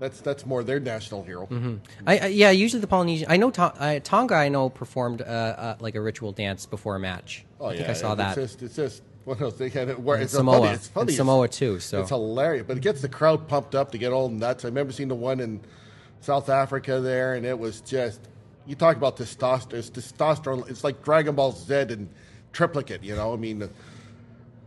Speaker 11: that's that's more their national hero.
Speaker 3: Mhm. I, I yeah, usually the Polynesian. I know Ton- I, Tonga. I know performed uh, uh, like a ritual dance before a match.
Speaker 11: Oh
Speaker 3: I think
Speaker 11: yeah,
Speaker 3: I saw
Speaker 11: it's
Speaker 3: that.
Speaker 11: Just, it's just one of those they had it where
Speaker 3: And
Speaker 11: it's
Speaker 3: Samoa.
Speaker 11: funny. It's funny.
Speaker 3: And
Speaker 11: it's-
Speaker 3: Samoa too, so.
Speaker 11: it's hilarious, but it gets the crowd pumped up to get all nuts. I remember seeing the one in South Africa there, and it was just you talk about testosterone. It's testosterone. It's like Dragon Ball Z and triplicate. You know, I mean.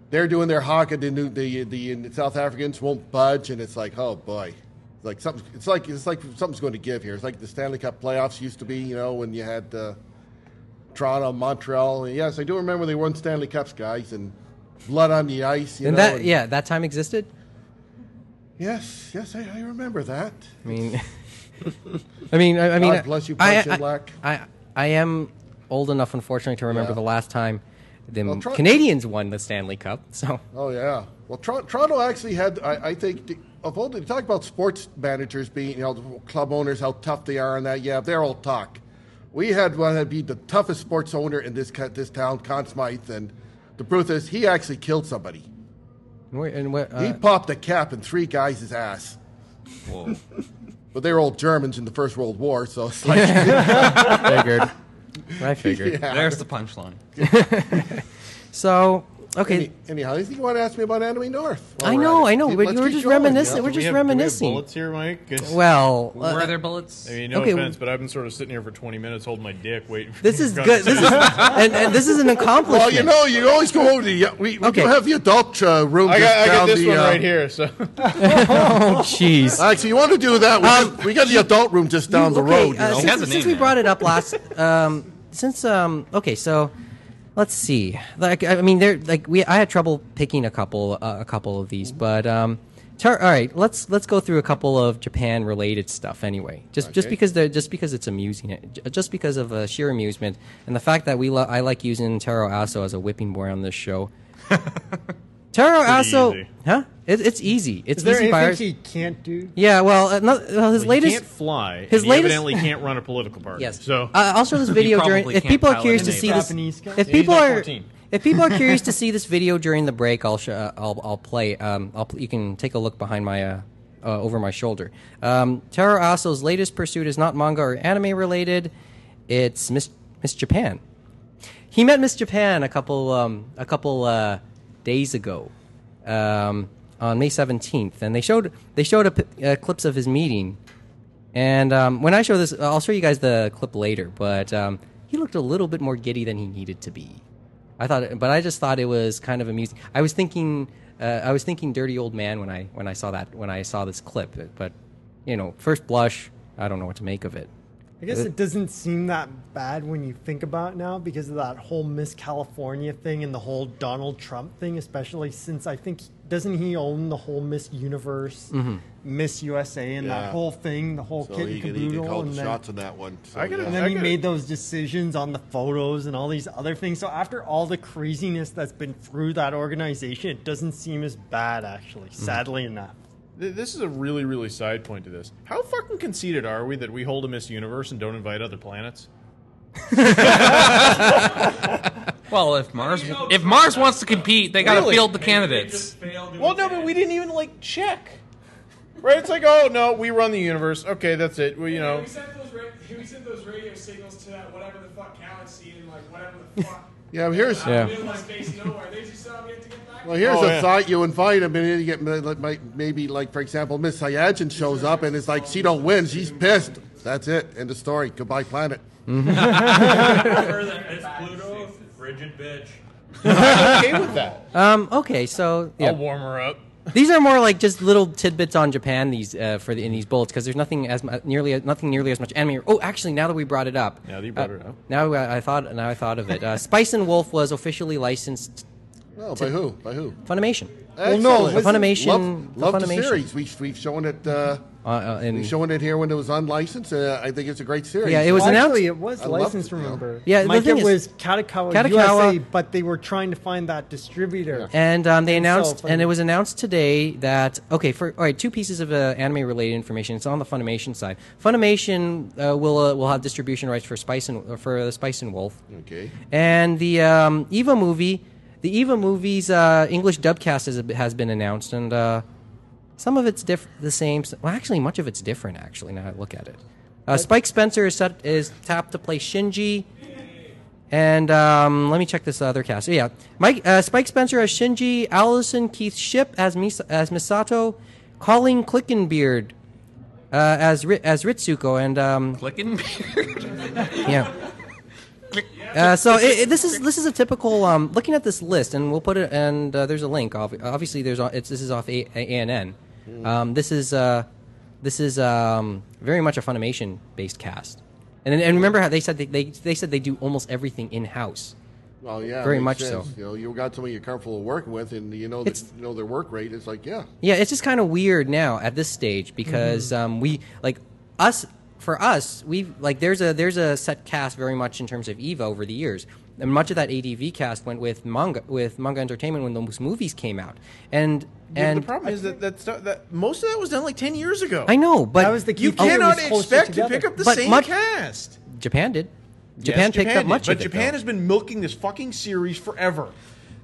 Speaker 11: They're doing their hockey. The, new- the the the uh, South Africans won't budge, and it's like, oh boy, it's like something. It's like it's like something's going to give here. It's like the Stanley Cup playoffs used to be. You know, when you had uh, Toronto, Montreal. And yes, I do remember they won Stanley Cups, guys, and blood on the ice. You
Speaker 3: and
Speaker 11: know,
Speaker 3: that
Speaker 11: and-
Speaker 3: yeah, that time existed.
Speaker 11: Yes, yes, I, I remember that.
Speaker 3: I mean, I mean, I, I mean,
Speaker 11: God bless you,
Speaker 3: I,
Speaker 11: Punch in
Speaker 3: I,
Speaker 11: Black.
Speaker 3: I, I, am old enough, unfortunately, to remember
Speaker 11: Yeah.
Speaker 3: the last time the
Speaker 11: Well, try-
Speaker 3: Canadians won the Stanley Cup. So
Speaker 11: Oh yeah. Well, Tro- Toronto actually had. I, I think the- of all the talk about sports managers being, you know, club owners, how tough they are, and that. Yeah, they're all talk. We had one that be the toughest sports owner in this co- this town, Con Smythe, and the truth is, he actually killed somebody.
Speaker 3: Where- and where, uh,
Speaker 11: he popped a cap in three guys' ass.
Speaker 5: Whoa.
Speaker 11: but they were all Germans in the First World War, so it's like
Speaker 3: figured. I figured.
Speaker 11: Yeah.
Speaker 5: There's the punchline.
Speaker 3: so okay.
Speaker 11: Any, anyhow, I think you want to ask me about Anime North. while
Speaker 3: I
Speaker 11: we're
Speaker 3: know,
Speaker 11: at it.
Speaker 3: I know,
Speaker 11: Keep-
Speaker 3: but
Speaker 11: let's
Speaker 3: you were
Speaker 11: keep
Speaker 3: just
Speaker 11: going,
Speaker 3: reminiscing-
Speaker 11: yeah.
Speaker 3: we're
Speaker 2: Do
Speaker 3: just
Speaker 2: have- do have
Speaker 3: reminiscing.
Speaker 2: bullets here, Mike? 'Cause-
Speaker 3: Well, uh,
Speaker 5: Were there bullets?
Speaker 2: I mean, no
Speaker 3: okay.
Speaker 2: offense, but I've been sort of sitting here for 20 minutes holding my dick waiting for
Speaker 3: This
Speaker 2: your
Speaker 3: is good. This is
Speaker 2: conversation.
Speaker 3: and, and this is an accomplishment.
Speaker 11: Well, you know, you always go over to the. We, we
Speaker 3: Okay.
Speaker 11: do have the adult uh, room.
Speaker 2: I
Speaker 11: just
Speaker 2: got, I got
Speaker 11: down
Speaker 2: this
Speaker 11: the,
Speaker 2: one
Speaker 11: uh,
Speaker 2: right here. So
Speaker 3: oh jeez. Um,
Speaker 11: Actually, you want to do that? We, got, we got the adult room just down the road. You
Speaker 3: uh,
Speaker 11: know?
Speaker 3: since, since we brought it up last, um, since um okay, so let's see. Like I mean, there like we I had trouble picking a couple uh, a couple of these, but um. Tar- all right, let's let's go through a couple of Japan related stuff anyway. Just just
Speaker 13: Okay.
Speaker 3: because they're just because it's amusing, it- j- just because of uh, sheer amusement and the fact that we lo- I like using Taro Aso as a whipping boy on this show. Taro
Speaker 4: Pretty
Speaker 3: Aso,
Speaker 4: easy.
Speaker 3: huh? It, it's easy. It's
Speaker 4: Is there
Speaker 3: easy
Speaker 4: anything
Speaker 3: buyers.
Speaker 4: he can't do?
Speaker 3: Yeah, well, uh, no- well, his
Speaker 2: Well, he
Speaker 3: latest
Speaker 2: can't fly, and
Speaker 3: His
Speaker 2: he
Speaker 3: latest
Speaker 2: evidently can't run a political party.
Speaker 3: Yes.
Speaker 2: So
Speaker 3: uh, I'll show this video during. If people are curious to see this, if people are if people are curious to see this video during the break, I'll sh- uh, I'll I'll play. Um, I'll pl- you can take a look behind my. Uh, uh, over my shoulder. Um, Taro Aso's latest pursuit is not manga or anime related. It's Miss Miss Japan. He met Miss Japan a couple um, a couple uh, days ago um, on May seventeenth, and they showed they showed a p- uh, clips of his meeting. And um, when I show this, I'll show you guys the clip later. But um, he looked a little bit more giddy than he needed to be. I thought, but I just thought it was kind of amusing. I was thinking, uh, I was thinking, dirty old man when I when I saw that when I saw this clip. But you know, first blush, I don't know what to make of it.
Speaker 4: I guess
Speaker 3: Uh,
Speaker 4: it doesn't seem that bad when you think about it now because of that whole Miss California thing and the whole Donald Trump thing, especially since I think doesn't he own the whole Miss Universe,
Speaker 11: Mhm.
Speaker 4: Miss USA, and
Speaker 11: Yeah.
Speaker 4: that whole thing, the whole
Speaker 11: So
Speaker 4: kit
Speaker 11: he
Speaker 4: and
Speaker 11: could- he could
Speaker 4: caboodle,
Speaker 11: call the
Speaker 4: and then,
Speaker 11: shots on that one, so,
Speaker 4: and
Speaker 11: yeah.
Speaker 4: then
Speaker 11: I
Speaker 4: he
Speaker 11: gotta-
Speaker 4: made those decisions on the photos and all these other things. So after all the craziness that's been through that organization, it doesn't seem as bad actually.
Speaker 11: Mm-hmm.
Speaker 4: Sadly enough.
Speaker 2: Th- This is a really, really side point to this. How fucking conceited are we that we hold a Miss Universe and don't invite other planets?
Speaker 5: Well, if Mars if Mars wants to compete, they got to
Speaker 2: Really?
Speaker 5: field the candidates.
Speaker 2: Well, no, but we didn't even like check. Right? It's like, oh no, we run the universe. Okay, that's it. Well, you know,
Speaker 9: we sent those ra- we sent those radio signals to that whatever the fuck galaxy and like whatever the fuck.
Speaker 2: Oh,
Speaker 11: Yeah, but here's-
Speaker 9: out in
Speaker 11: Yeah.
Speaker 9: the middle of uh, space nowhere. They just saw me to get back.
Speaker 11: Well, here's
Speaker 9: Oh,
Speaker 11: a
Speaker 9: yeah.
Speaker 11: thought: you invite him, and then you get like, might- maybe, like for example, Miss Hyacinth shows up, and it's like she don't win, she's pissed. That's it. End of story. Goodbye, planet.
Speaker 12: Remember
Speaker 3: Mm-hmm.
Speaker 12: that it's Pluto, rigid bitch.
Speaker 3: Um, okay, so yeah.
Speaker 2: I'll warm her up.
Speaker 3: these are more like just little tidbits on Japan. These uh, for the, in these bullets because there's nothing as mu- nearly nothing nearly as much anime. Oh, actually, now that we brought it up, uh,
Speaker 2: Now that you brought it up.
Speaker 3: now I, I thought now I thought of it. Uh, Spice and Wolf was officially licensed.
Speaker 11: Oh, by who? By who?
Speaker 3: Funimation.
Speaker 11: Excellent.
Speaker 3: the Funimation.
Speaker 11: Love, love
Speaker 3: the
Speaker 11: the
Speaker 3: Funimation.
Speaker 11: series. We, we've shown it. Uh,
Speaker 3: Uh, uh, in-
Speaker 11: we've shown it here when it was unlicensed. Uh, I think it's a great series.
Speaker 3: Yeah, it was
Speaker 4: Well,
Speaker 3: announced-
Speaker 4: Actually, it was
Speaker 11: I loved
Speaker 4: licensed.
Speaker 11: it, you know.
Speaker 4: remember?
Speaker 3: Yeah, the
Speaker 4: Mike,
Speaker 3: thing
Speaker 4: it
Speaker 3: is-
Speaker 4: was Katakawa,
Speaker 3: Katakawa-
Speaker 4: USA, but they were trying to find that distributor.
Speaker 3: And um, they
Speaker 4: And so
Speaker 3: announced,
Speaker 4: funny.
Speaker 3: and it was announced today that okay, for all right, two pieces of uh, anime-related information. It's on the Funimation side. Funimation uh, will uh, will have distribution rights for Spice and uh, for the Spice and Wolf.
Speaker 11: Okay.
Speaker 3: And the um, Eva movie, the Eva movie's uh, English dubcast has, has been announced, and uh, some of it's diff- the same. Well, actually, much of it's different. Actually, now I look at it, uh, Spike Spencer is set, is tapped to play Shinji. And um, let me check this other cast. Yeah, Mike uh, Spike Spencer as Shinji, Allison Keith Ship as Mis- as Misato, Colleen Clickenbeard uh, as Ri- as Ritsuko, and um,
Speaker 5: Clicking.
Speaker 3: yeah. Uh, so it, it- this is this is a typical um, looking at this list, and we'll put it. And uh, there's a link. Ob- obviously, there's a- it's, this is off A and N.
Speaker 11: Hmm.
Speaker 3: Um, this is uh, this is um, very much a Funimation based cast. And then- and remember how they said they, they they said they do almost everything in house.
Speaker 11: Well, yeah,
Speaker 3: very
Speaker 11: makes
Speaker 3: much
Speaker 11: sense.
Speaker 3: so.
Speaker 11: You know, you got somebody you're comfortable working with, and you know, that
Speaker 3: It's-
Speaker 11: you know their work rate. It's like, yeah,
Speaker 3: Yeah, it's just kind of weird now at this stage because
Speaker 2: Mm-hmm.
Speaker 3: um, we like us for us we've like there's a there's a set cast very much in terms of Eva over the years. And much of that ADV cast went with manga with manga entertainment when those movies came out. And
Speaker 2: Yeah, but
Speaker 3: and
Speaker 2: the problem is that that's not- that most of that was done like ten years ago.
Speaker 3: I know, but
Speaker 2: That was the key You thing, it cannot was closer expect to together. pick up the same cast.
Speaker 3: Japan did.
Speaker 2: Yes,
Speaker 3: Japan picked up
Speaker 2: did,
Speaker 3: much
Speaker 2: but
Speaker 3: of it.
Speaker 2: Japan
Speaker 3: though.
Speaker 2: has been milking this fucking series forever.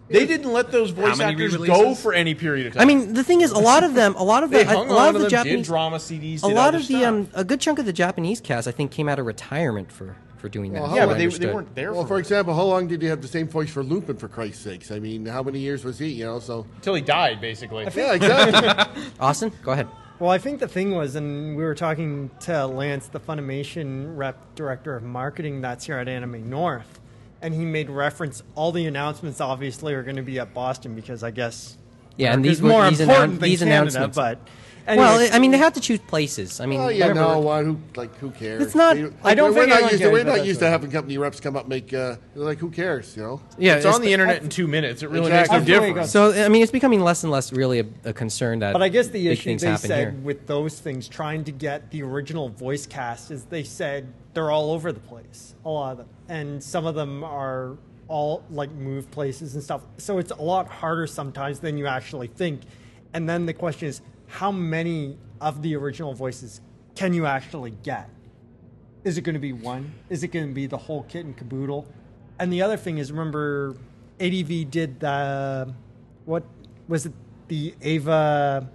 Speaker 2: They didn't let those voice
Speaker 3: many
Speaker 2: actors go
Speaker 3: re-releases?
Speaker 2: for any period of time.
Speaker 3: I mean, the thing is, a lot of them, a lot of the,
Speaker 2: They
Speaker 3: a
Speaker 2: hung
Speaker 3: lot
Speaker 2: on
Speaker 3: of the
Speaker 2: to them, did
Speaker 3: Japanese
Speaker 2: drama CDs,
Speaker 3: a
Speaker 2: did
Speaker 3: lot
Speaker 2: other
Speaker 3: of the, um, a good chunk of the Japanese cast, I think, came out of retirement for for doing that.
Speaker 11: Well,
Speaker 3: from
Speaker 11: how
Speaker 3: what
Speaker 11: long-
Speaker 3: I understood.
Speaker 11: Well, for, example, how long did you have the same voice for Lupin? For Christ's sakes, I mean, how many years was he? You know, so
Speaker 2: until he died, basically.
Speaker 11: yeah, exactly.
Speaker 3: Austin, go ahead.
Speaker 4: Well, I think the thing was, and we were talking to Lance, the Funimation rep director of marketing that's here at Anime North, and he made reference. All the announcements obviously are going to be at Boston because I guess
Speaker 3: Yeah, and
Speaker 4: America's
Speaker 3: these were-
Speaker 4: more
Speaker 3: these
Speaker 4: important
Speaker 3: announ-
Speaker 4: than
Speaker 3: these
Speaker 4: Canada,
Speaker 3: announcements.
Speaker 4: but
Speaker 3: well,
Speaker 4: Anyway.
Speaker 3: I- I mean, they have to choose places. I mean,
Speaker 11: oh, you
Speaker 3: whatever.
Speaker 11: know what? Who like who cares?
Speaker 3: It's not-
Speaker 11: They-
Speaker 3: I don't
Speaker 11: we're
Speaker 3: think
Speaker 11: not
Speaker 3: anyone
Speaker 11: used to,
Speaker 3: cares,
Speaker 11: we're
Speaker 3: but
Speaker 11: not
Speaker 3: that's
Speaker 11: used to
Speaker 3: fine.
Speaker 11: having company reps come up and make uh, they're like who cares? You know?
Speaker 3: Yeah,
Speaker 2: it's on
Speaker 3: it's-
Speaker 2: the internet in two minutes. It really makes no
Speaker 4: Exactly.
Speaker 2: difference.
Speaker 3: So I mean, it's becoming less and less really a, a concern that.
Speaker 4: But I guess the
Speaker 3: big
Speaker 4: issue
Speaker 3: things
Speaker 4: they
Speaker 3: happen
Speaker 4: said
Speaker 3: here.
Speaker 4: with those things, trying to get the original voice cast, is they said they're all over the place, a lot of them, and some of them are all like move places and stuff. So it's a lot harder sometimes than you actually think. And then the question is, how many of the original voices can you actually get? Is it going to be one? Is it going to be the whole kit and caboodle? And the other thing is, remember, ADV did the what was it? The Ava,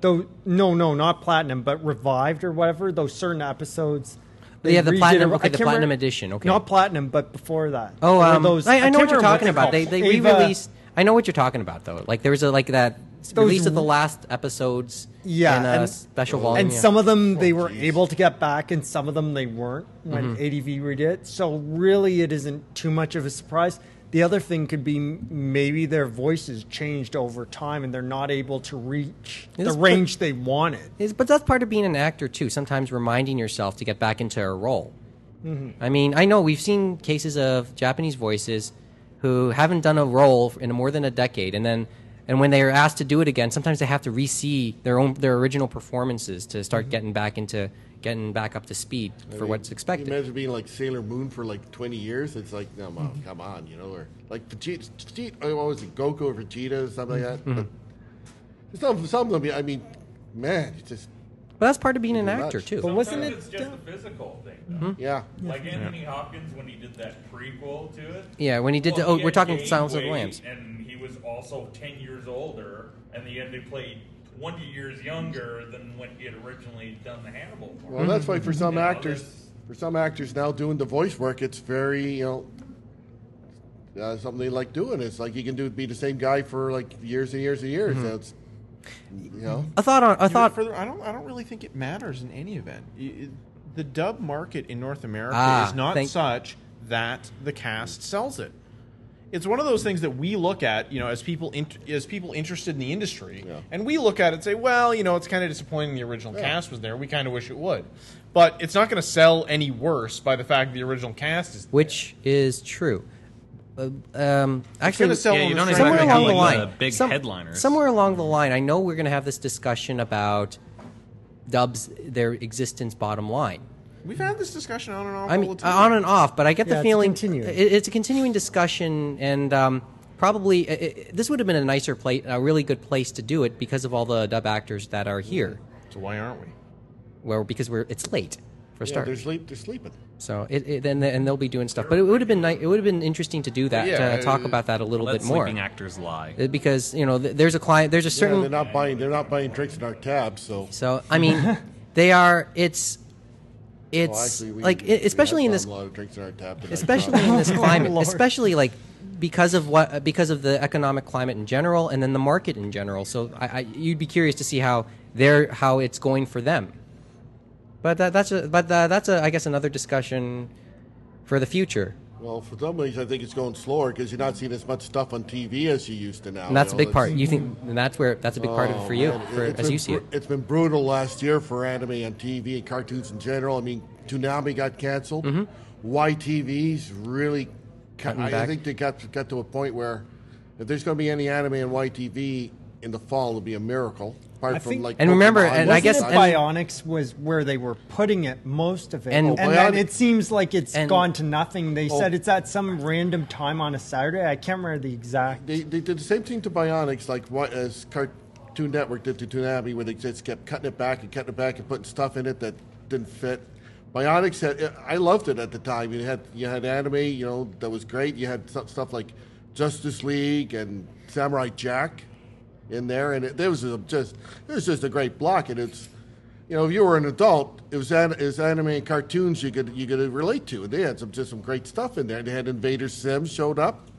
Speaker 4: though no, no, not platinum, but revived or whatever. Those certain episodes. they
Speaker 3: Yeah, the
Speaker 4: redid
Speaker 3: platinum-
Speaker 4: it. I
Speaker 3: okay, the
Speaker 4: can't remember-
Speaker 3: platinum edition, okay.
Speaker 4: not platinum, but before that.
Speaker 3: Oh,
Speaker 4: There were
Speaker 3: um, I, I know what
Speaker 4: can't
Speaker 3: you're
Speaker 4: remember
Speaker 3: talking
Speaker 4: they're
Speaker 3: about. They
Speaker 4: called.
Speaker 3: they
Speaker 4: Ava-
Speaker 3: re-released. I know what you're talking about though. Like there was a like that
Speaker 4: Those
Speaker 3: release of the
Speaker 4: w-
Speaker 3: last episodes.
Speaker 4: yeah,
Speaker 3: in a special volume.
Speaker 4: And
Speaker 3: yeah.
Speaker 4: some of them they were able to get back, and some of them they weren't when
Speaker 3: Mhm.
Speaker 4: ADV redid it. So really, it isn't too much of a surprise. The other thing could be m- maybe their voices changed over time, and they're not able to reach
Speaker 3: It
Speaker 4: the
Speaker 3: is-
Speaker 4: range they wanted.
Speaker 3: Is- but that's part of being an actor too. Sometimes reminding yourself to get back into a role.
Speaker 2: Mm-hmm.
Speaker 4: Mhm.
Speaker 3: I mean, I know we've seen cases of Japanese voices who haven't done a role in more than a decade, and then and when they are asked to do it again, sometimes they have to re-see their own their original performances to
Speaker 4: Mm-hmm.
Speaker 3: start getting back into getting back up to speed
Speaker 11: I
Speaker 3: for
Speaker 11: mean,
Speaker 3: what's expected.
Speaker 11: Can you imagine being like Sailor Moon for like 20 years? It's like, no, mom,
Speaker 2: Mm-hmm.
Speaker 11: come on, you know, or like Vegeta, Vegeta oh, what was it, Goku or Vegeta or something like that?
Speaker 2: Mm-hmm.
Speaker 3: Mhm.
Speaker 11: But some, some of them, I mean, man, it's just.
Speaker 3: But that's part of being an
Speaker 11: Pretty
Speaker 3: actor
Speaker 11: much.
Speaker 3: too.
Speaker 11: But
Speaker 12: Sometimes it's just a physical thing, though.
Speaker 3: Mhm. Yeah.
Speaker 12: Like
Speaker 3: Yeah.
Speaker 12: Anthony Hopkins when he did that prequel to it.
Speaker 3: Yeah, when he did the- oh,
Speaker 12: he
Speaker 3: we're
Speaker 12: had
Speaker 3: talking
Speaker 12: gained
Speaker 3: Silence of the
Speaker 12: weight,
Speaker 3: Lambs.
Speaker 12: And he was also 10 years older, and the end they played 20 years younger than when he had originally done the Hannibal. part.
Speaker 11: Well, that's why for some
Speaker 12: You know,
Speaker 11: actors, for some actors now doing the voice work, it's very you know uh, something they like doing. It's like you can do be the same guy for like years and years and years.
Speaker 3: Mhm.
Speaker 11: That's you know.
Speaker 3: I thought on, I
Speaker 2: Even
Speaker 3: thought
Speaker 2: further. I don't. I don't really think it matters in any event. Y- y- The dub market in North America
Speaker 3: Ah,
Speaker 2: is not
Speaker 3: thank-
Speaker 2: such that the cast sells it. It's one of those things that we look at, you know, as people in, as people interested in the industry, and we look at it and say, well, you know, it's kind of disappointing the original
Speaker 11: Yeah.
Speaker 2: cast was there. We kind of wish it would, but it's not going to sell any worse by the fact the original cast is.
Speaker 3: which is true. Uh, um, actually,
Speaker 2: gonna sell Yeah, you on the don't strength
Speaker 3: somewhere
Speaker 2: exactly
Speaker 3: along
Speaker 2: have,
Speaker 3: the
Speaker 2: like,
Speaker 3: line,
Speaker 2: the big headliners.
Speaker 3: Somewhere along the line, I know we're going to have this discussion about dubs, their existence, bottom line.
Speaker 2: We've had this discussion on and off.
Speaker 3: I
Speaker 2: all
Speaker 3: mean, uh,
Speaker 2: the time.
Speaker 3: on and off, but I get
Speaker 2: Yeah,
Speaker 3: the
Speaker 2: it's a
Speaker 3: feeling
Speaker 2: continuing.
Speaker 3: it- it's a continuing discussion, and um, probably i i this would have been a nicer place, a really good place to do it because of all the dub actors that are here.
Speaker 2: So why aren't we?
Speaker 3: Well, because we're it's late for a
Speaker 11: Yeah,
Speaker 3: start.
Speaker 11: they're sleep. They're sleeping.
Speaker 3: So it, it then and they'll be doing stuff, but it would have been nice. It would have been interesting to do that
Speaker 11: Yeah,
Speaker 3: to talk
Speaker 11: uh,
Speaker 3: about that a little
Speaker 11: let
Speaker 3: bit more.
Speaker 11: sleeping
Speaker 5: actors lie
Speaker 3: Uh, because you know th- there's a client. There's a
Speaker 11: Yeah,
Speaker 3: certain.
Speaker 11: they're not buying. They're not buying drinks in our tabs. So
Speaker 3: so I mean, they are. It's it's
Speaker 11: Well, actually, Oh, we-
Speaker 3: like e-,
Speaker 11: we have
Speaker 3: especially in
Speaker 11: bought
Speaker 3: this
Speaker 11: a lot of drinks in our tab. tonight.
Speaker 3: especially in this climate,
Speaker 11: Lord.
Speaker 3: especially like because of what because of the economic climate in general, and then the market in general. So I, I you'd be curious to see how they're how it's going for them. But that, that's a but that, that's a I guess another discussion for the future.
Speaker 11: Well, for some reason, I think it's going slower because you're not seeing as much stuff on TV as you used to now.
Speaker 3: And that's
Speaker 11: you
Speaker 3: a
Speaker 11: know,
Speaker 3: big part. You think and that's where that's a big part of it
Speaker 11: Oh,
Speaker 3: for you,
Speaker 11: man,
Speaker 3: for,
Speaker 11: it's
Speaker 3: as
Speaker 11: been
Speaker 3: you see it.
Speaker 11: br- It's been brutal last year for anime on TV and cartoons in general. I mean, Toonami got canceled.
Speaker 3: Mm-hmm.
Speaker 11: YTV's really. Ca-
Speaker 3: Cutting
Speaker 11: I, I
Speaker 3: back.
Speaker 11: think they got got to a point where if there's going to be any anime on YTV in the fall, it'll be a miracle. Apart
Speaker 4: I
Speaker 11: from
Speaker 4: think-
Speaker 11: like,
Speaker 3: And remember,
Speaker 11: Pokemon
Speaker 3: and I guess-
Speaker 11: Sunshine.
Speaker 3: and-
Speaker 4: Bionics was where they were putting it most of it,
Speaker 3: And-
Speaker 4: and,
Speaker 3: Oh,
Speaker 4: then
Speaker 3: Bionic-
Speaker 4: it seems like it's
Speaker 3: and-
Speaker 4: gone to nothing. They
Speaker 11: Oh.
Speaker 4: said it's at some random time on a Saturday. I can't remember the exact.
Speaker 11: they, they did the same thing to Bionics, like what as Cartoon Network did to Toonami, where they just kept cutting it back and cutting it back and putting stuff in it that didn't fit. Bionics had I loved it at the time. You had you had anime, you know, that was great. You had stuff, stuff like Justice League and Samurai Jack in there, and it, there was a, just it was just a great block, and it's. You know, if you were an adult, it was, an, it was anime and cartoons you could you could relate to, and they had some just some great stuff in there. They had Invader Sim showed up,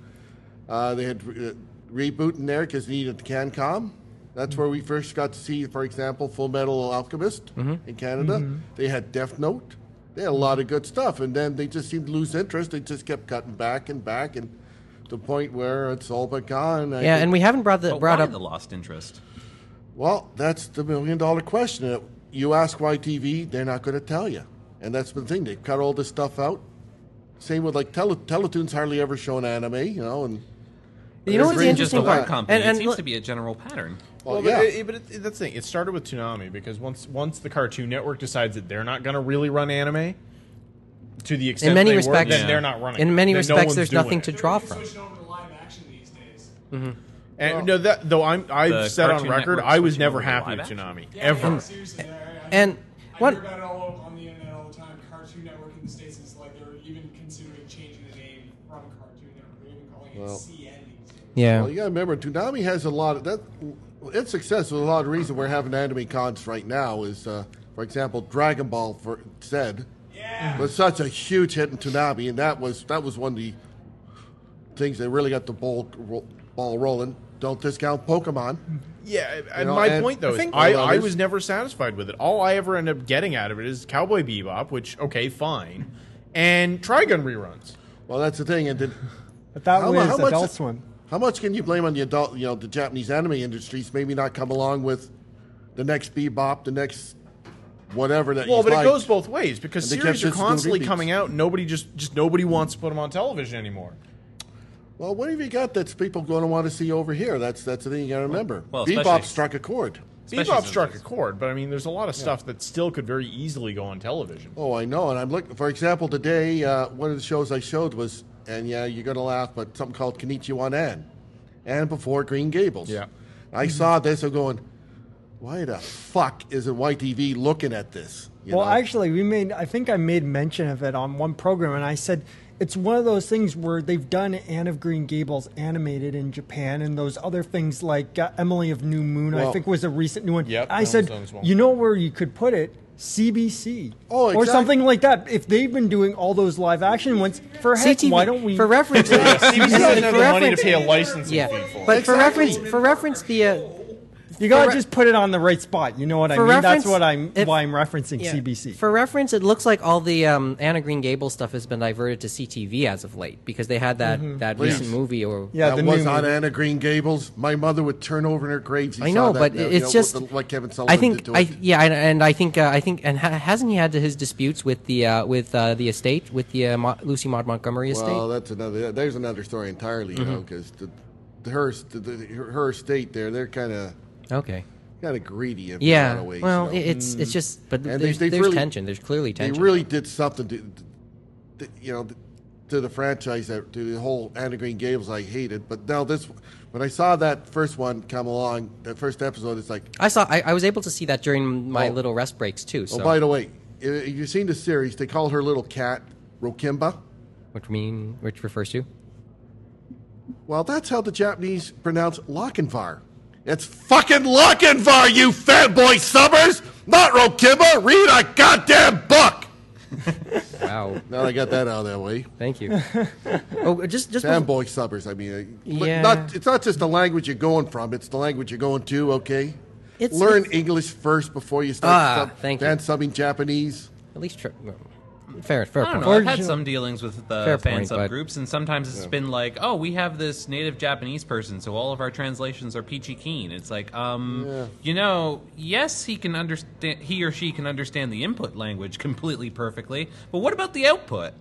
Speaker 11: uh, they had uh, reboot in there because they needed CanCom. That's where we first got to see, for example, Full Metal Alchemist
Speaker 3: Mhm.
Speaker 11: in Canada.
Speaker 3: Mhm.
Speaker 11: They had Death Note. They had a lot of good stuff, and then they just seemed to lose interest. They just kept cutting back and back, and to the point where it's all but gone. I
Speaker 3: Yeah,
Speaker 11: think-
Speaker 3: and we haven't brought the
Speaker 5: But
Speaker 3: brought
Speaker 5: why
Speaker 3: up
Speaker 5: the lost interest.
Speaker 11: Well, that's the million dollar question. Uh, You ask why TV, they're not going to tell you. And that's the thing. They cut all this stuff out. Same with like tele- Teletoons hardly ever shown anime, you know, and
Speaker 3: You know what's the
Speaker 11: Bring
Speaker 3: interesting
Speaker 11: just a
Speaker 3: part?
Speaker 11: lot.
Speaker 5: company.
Speaker 3: And- and
Speaker 5: it seems
Speaker 3: look-
Speaker 5: to be a general pattern.
Speaker 2: Well,
Speaker 11: yeah.
Speaker 2: but, it, but it, that's the thing. It started with Toonami because once once the Cartoon Network decides that they're not going to really run anime, to the extent
Speaker 3: in many
Speaker 2: they
Speaker 3: respects,
Speaker 2: were, then they're not running.
Speaker 3: In many
Speaker 2: Then no
Speaker 3: respects,
Speaker 2: one's
Speaker 3: there's
Speaker 2: doing
Speaker 3: nothing
Speaker 2: it.
Speaker 3: to draw from.
Speaker 2: Mm-hmm. And no, that though I'm
Speaker 3: The
Speaker 2: I've said on
Speaker 3: Cartoon
Speaker 2: record
Speaker 3: Network
Speaker 2: I was
Speaker 3: switching
Speaker 2: never
Speaker 3: over to
Speaker 2: happy
Speaker 3: live
Speaker 2: at
Speaker 3: action.
Speaker 2: Toonami
Speaker 3: Yeah,
Speaker 2: ever.
Speaker 11: Hmm.
Speaker 3: yeah,
Speaker 9: seriously,
Speaker 3: And
Speaker 9: I hear
Speaker 3: what
Speaker 9: about it all on the internet all the time. Cartoon Network in the states is like they're even considering changing the name from Cartoon Network. They're even calling it
Speaker 11: Well.
Speaker 9: CN these days.
Speaker 3: Yeah.
Speaker 11: Well, you got to remember, Toonami has a lot of that. Its success is a lot of reason we're having anime cons right now. Is uh, for example, Dragon Ball for Zed was such a huge hit in Toonami, and that was that was one of the things that really got the ball ro- ball rolling. Don't discount Pokemon.
Speaker 2: Yeah, and
Speaker 11: know,
Speaker 2: my
Speaker 11: and
Speaker 2: point
Speaker 11: I
Speaker 2: though is
Speaker 11: think-
Speaker 2: I,
Speaker 11: Well,
Speaker 2: I
Speaker 11: there's-
Speaker 2: was never satisfied with it. All I ever ended up getting out of it is Cowboy Bebop, which okay, fine, and Trigun reruns.
Speaker 11: Well, that's the thing, and then
Speaker 4: But that was
Speaker 11: much-
Speaker 4: Adult Swim.
Speaker 11: How much can you blame on the adult, you know, the Japanese anime industries? Maybe not come along with the next Bebop, the next whatever that.
Speaker 2: Well,
Speaker 11: you
Speaker 2: but
Speaker 11: like.
Speaker 2: it goes both ways because
Speaker 11: And they kept
Speaker 2: series are
Speaker 11: just doing
Speaker 2: constantly
Speaker 11: repeats.
Speaker 2: coming out. and Nobody just just nobody wants to put them on television anymore.
Speaker 11: Well, what have you got that's people going to want to see over here? That's that's the thing you got to remember.
Speaker 2: well, especially-
Speaker 11: Bebop struck a chord.
Speaker 2: Bebop struck a chord, but I mean, there's a lot of stuff that still could very easily go on television.
Speaker 11: Oh, I know. And I'm looking, for example, today, uh, one of the shows I showed was, and yeah, you're going to laugh, but something called Kenichiwan Ann. And before Green Gables.
Speaker 2: Yeah.
Speaker 11: I saw this, I'm going, why the fuck isn't YTV looking at this? You
Speaker 4: well,
Speaker 11: know?
Speaker 4: actually, we made. I think I made mention of it on one program, and I said it's one of those things where they've done Anne of Green Gables animated in Japan, and those other things like uh, Emily of New Moon. I
Speaker 11: Well-
Speaker 4: think was a recent new one.
Speaker 11: Yep,
Speaker 4: I
Speaker 11: that
Speaker 4: said,
Speaker 11: was- that was one.
Speaker 4: you know where you could put it. CBC
Speaker 11: Oh,
Speaker 4: or
Speaker 11: exact-
Speaker 4: something like that. If they've been doing all those live action ones for heck,
Speaker 3: CTV
Speaker 4: why don't we
Speaker 3: for reference?
Speaker 2: CBC
Speaker 3: and-
Speaker 2: doesn't
Speaker 3: and
Speaker 2: have
Speaker 3: for
Speaker 2: the money to
Speaker 3: reference-
Speaker 2: pay a licensing
Speaker 3: yeah,
Speaker 2: fee for
Speaker 3: But
Speaker 2: it.
Speaker 3: for reference, for reference, the uh,
Speaker 4: You gotta
Speaker 3: for re-
Speaker 4: just put it on the right spot. You know what I
Speaker 3: For
Speaker 4: mean?
Speaker 3: reference,
Speaker 4: That's what I'm
Speaker 3: if-
Speaker 4: why I'm referencing
Speaker 3: yeah.
Speaker 4: CBC.
Speaker 3: For reference, it looks like all the um, Anna Green Gable stuff has been diverted to CTV as of late because they had that
Speaker 2: Mm-hmm.
Speaker 4: Mhm.
Speaker 3: that
Speaker 11: Please.
Speaker 3: recent movie or
Speaker 11: that was on Anna Green Gables. My mother would turn over in her grave.
Speaker 3: I know, but
Speaker 11: now, uh, you
Speaker 3: it's
Speaker 11: know,
Speaker 3: just
Speaker 11: what the- what Kevin Sullivan
Speaker 3: I think
Speaker 11: did to
Speaker 3: I
Speaker 11: it.
Speaker 3: yeah, and, and I think uh, I think and ha- hasn't he had his disputes with the uh, with uh, the estate with the uh, Mo- Lucy Maud Montgomery estate?
Speaker 11: Well, that's another. There's another story entirely, you know, because the, the her the, the, her estate there, they're kind of
Speaker 3: okay.
Speaker 11: kind of greedy in a
Speaker 3: Yeah.
Speaker 11: lot of ways.
Speaker 3: well,
Speaker 11: you know.
Speaker 3: it- it's it's just but
Speaker 11: And
Speaker 3: there's,
Speaker 11: they've
Speaker 3: there's
Speaker 11: really-
Speaker 3: tension. There's clearly
Speaker 11: They
Speaker 3: tension.
Speaker 11: really did something to, to you know, to the franchise that to the whole Anna Green Gables I hated. But now this, when I saw that first one come along, that first episode, it's like,
Speaker 3: I saw I, I was able to see that during my
Speaker 11: Oh.
Speaker 3: little rest breaks too. So
Speaker 11: oh, by the way, i- you've seen the series? They call her little cat Rokimba.
Speaker 3: which mean which refers to
Speaker 11: Well, that's how the Japanese pronounce Lochinvar. It's fucking Lochinvar, you fanboy summers! Not Rokimba! Read a goddamn book!
Speaker 3: wow.
Speaker 11: Now I got that out of that way.
Speaker 3: Thank you. oh, just just before-
Speaker 11: Fanboy summers, I mean. uh, but
Speaker 3: Yeah.
Speaker 11: Not, it's not just the language you're going from, it's the language you're going to, okay?
Speaker 3: It's-
Speaker 11: Learn
Speaker 3: it's-
Speaker 11: English first before you
Speaker 3: Ah,
Speaker 11: start
Speaker 3: thank you.
Speaker 11: then subbing Japanese.
Speaker 3: at least tri- fair fair
Speaker 5: I don't
Speaker 3: point.
Speaker 5: know. I've had some dealings with the
Speaker 3: Fair
Speaker 5: fan
Speaker 3: point, but-
Speaker 5: subgroups, and sometimes it's been like, "Oh, we have this native Japanese person, so all of our translations are peachy keen." It's like, um,
Speaker 11: Yeah.
Speaker 5: you know, yes, he can understand, he or she can understand the input language completely perfectly, but what about the output?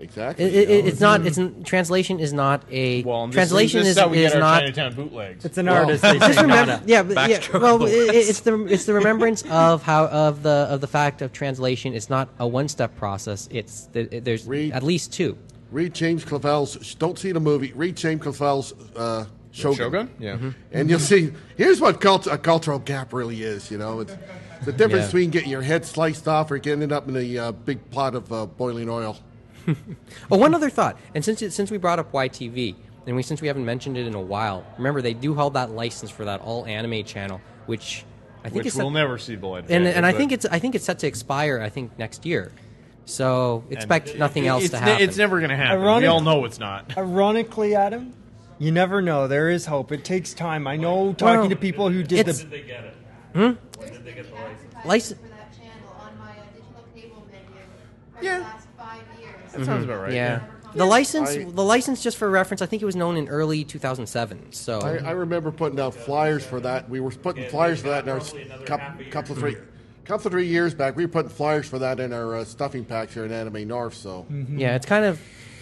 Speaker 11: Exactly.
Speaker 3: It, it, it's not.
Speaker 4: Mm-hmm.
Speaker 3: It's n- translation is not a
Speaker 2: And this-
Speaker 3: translation
Speaker 2: this
Speaker 3: is,
Speaker 2: is, how we
Speaker 3: is
Speaker 2: get
Speaker 3: not.
Speaker 2: our Chinatown bootlegs.
Speaker 4: It's an
Speaker 3: Well,
Speaker 4: artist. They
Speaker 3: just
Speaker 4: say
Speaker 3: remember,
Speaker 4: nada.
Speaker 3: yeah, but, yeah.
Speaker 2: Backstroke
Speaker 3: Well,
Speaker 2: the
Speaker 3: it,
Speaker 2: West.
Speaker 3: it's the it's the remembrance of how of the of the fact of translation. It's not a one step process. It's th- it- there's
Speaker 11: Read-
Speaker 3: at least two.
Speaker 11: Read James Clavell's, don't see the movie, read James Clavell's uh, Shogun.
Speaker 2: Shogun? Yeah.
Speaker 3: Mm-hmm.
Speaker 2: Mhm.
Speaker 11: And you'll see, here's what cult- a cultural gap really is, you know. It's the
Speaker 3: Yeah.
Speaker 11: difference between getting your head sliced off or getting up in a uh, big pot of uh, boiling oil.
Speaker 3: Oh, one other thought, and since it, since we brought up YTV, and we since we haven't mentioned it in a while, remember they do hold that license for that all anime channel, which I think
Speaker 2: Which
Speaker 3: is
Speaker 2: we'll never see the light of
Speaker 3: And,
Speaker 2: day,
Speaker 3: and I
Speaker 2: but-
Speaker 3: think it's I think it's set to expire. I think next year, so expect
Speaker 2: And
Speaker 3: nothing
Speaker 2: it-
Speaker 3: else
Speaker 2: it's
Speaker 3: to
Speaker 2: ne-
Speaker 3: happen.
Speaker 2: it's never going to happen.
Speaker 4: Ironic-
Speaker 2: We all know it's not.
Speaker 4: Ironically, Adam, you never know. There is hope. It takes time. I know talking
Speaker 3: Well,
Speaker 4: to people who did
Speaker 3: it's-
Speaker 4: the
Speaker 12: Did they get it?
Speaker 3: Hmm?
Speaker 12: When did they get the license?
Speaker 3: License.
Speaker 13: for that channel on my uh, digital cable menu for
Speaker 2: Yeah.
Speaker 13: the last five years.
Speaker 2: That sounds about right,
Speaker 3: Mm-hmm. Yeah.
Speaker 2: yeah.
Speaker 13: Never
Speaker 3: The license,
Speaker 11: I-
Speaker 3: the license, just for reference, I think it was known in early 2007. So
Speaker 11: I, I remember putting out flyers for that. We were putting flyers for that in our s- coup- couple of three, couple of three years back. We were putting flyers for that in our uh, stuffing packs here in Anime North. So
Speaker 3: Mm-hmm. yeah, it's kind of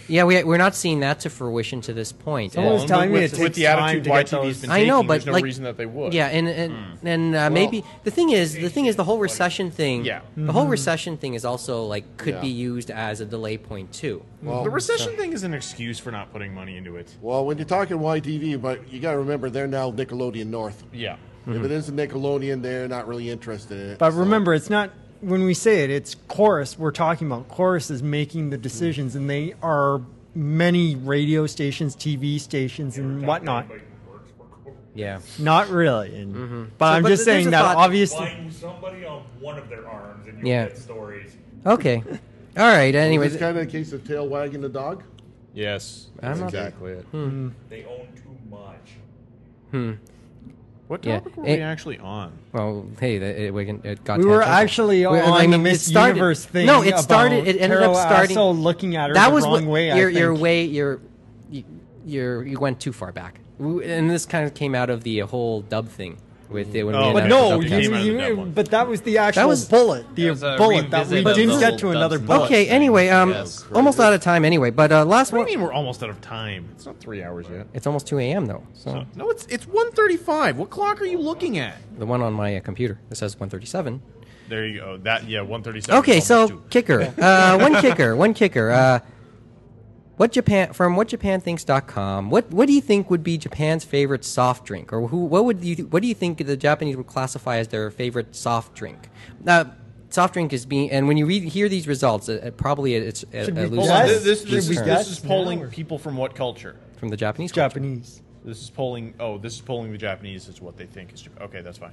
Speaker 3: yeah. We we're not seeing that to fruition to this point.
Speaker 11: Someone was
Speaker 3: And-
Speaker 11: telling me
Speaker 2: it With- with takes the time attitude to get YTV's those- been
Speaker 3: I know,
Speaker 2: taking,
Speaker 3: but
Speaker 2: there's no
Speaker 3: like,
Speaker 2: reason that they would.
Speaker 3: Yeah, and and, and uh,
Speaker 2: Well-
Speaker 3: maybe the thing is, the thing is, the whole recession thing.
Speaker 2: Yeah.
Speaker 3: the whole
Speaker 2: Mhm.
Speaker 3: recession thing is also like could
Speaker 2: Yeah.
Speaker 3: be used as a delay point too.
Speaker 2: the recession thing is an excuse for not putting money into it.
Speaker 11: Well, when you're talking YTV, but you got to remember they're now Nickelodeon North.
Speaker 2: Yeah.
Speaker 11: If it isn't Nickelodeon, they're not really interested in it.
Speaker 4: But remember, it's not when we say it, it's chorus. We're talking about chorus is making the decisions, and they are many radio stations, TV stations, and whatnot.
Speaker 3: Yeah. Mm-hmm.
Speaker 4: Not really. And, But
Speaker 3: So,
Speaker 4: I'm
Speaker 3: but th- there's
Speaker 4: just saying
Speaker 3: a
Speaker 4: that
Speaker 3: thought-
Speaker 4: obviously.
Speaker 12: Find somebody on one of their arms and you
Speaker 3: Yeah.
Speaker 12: get stories.
Speaker 3: Okay, all right. Anyway,
Speaker 11: it's kind of a case of tail wagging the dog.
Speaker 2: Yes,
Speaker 3: I'm not- Hmm.
Speaker 12: They own too much.
Speaker 3: Hmm.
Speaker 2: What
Speaker 3: Yeah.
Speaker 2: topic were
Speaker 3: Eh,
Speaker 2: we actually on?
Speaker 3: Well, hey, that, it, we can, it got
Speaker 4: We were
Speaker 3: tangential.
Speaker 4: actually
Speaker 3: We-
Speaker 4: on the
Speaker 3: it
Speaker 4: Miss
Speaker 3: started-
Speaker 4: Universe thing
Speaker 3: No, it started.
Speaker 4: about
Speaker 3: It ended
Speaker 4: Carol
Speaker 3: up starting.
Speaker 4: Asso looking at her
Speaker 3: that
Speaker 4: the
Speaker 3: was
Speaker 4: wrong
Speaker 3: what-
Speaker 4: way, I
Speaker 3: Your, your
Speaker 4: think.
Speaker 3: way. Your, you- your, you went too far back, We- and this kind of came out of the whole dub thing with it. When we
Speaker 4: Oh, but
Speaker 3: announced
Speaker 4: no,
Speaker 3: the dub
Speaker 4: you,
Speaker 3: thing.
Speaker 4: you- but that was the actual
Speaker 3: was-
Speaker 4: bullet. The bullet that we didn't get to another bullet.
Speaker 3: Okay. Anyway, um, almost out of time. Anyway, but uh, last
Speaker 2: What
Speaker 3: one.
Speaker 2: do you mean we're almost out of time? It's not three hours yet.
Speaker 3: It's almost two a.m. though, so
Speaker 2: No, it's it's one thirty-five. What clock are you looking at?
Speaker 3: the one on my uh, computer that says one thirty-seven.
Speaker 2: There you go. That yeah, one thirty-seven.
Speaker 3: Okay, so kicker. Uh, one kicker. One kicker. Uh, what Japan from whatjapanthinks.com. What what do you think would be Japan's favorite soft drink, or who? What would you? What do you think the Japanese would classify as their favorite soft drink? Uh, soft drink is being. And when you read hear these results, it, it probably it's a,
Speaker 2: Should
Speaker 3: a
Speaker 2: we
Speaker 3: loose
Speaker 2: guess?
Speaker 3: term.
Speaker 2: This, this, this,
Speaker 3: Loose
Speaker 2: is,
Speaker 3: term.
Speaker 2: this is polling people from what culture?
Speaker 3: from the Japanese.
Speaker 4: Japanese.
Speaker 2: This is polling. Oh, this is polling the Japanese. Is what they think is. Jap- Okay, that's fine.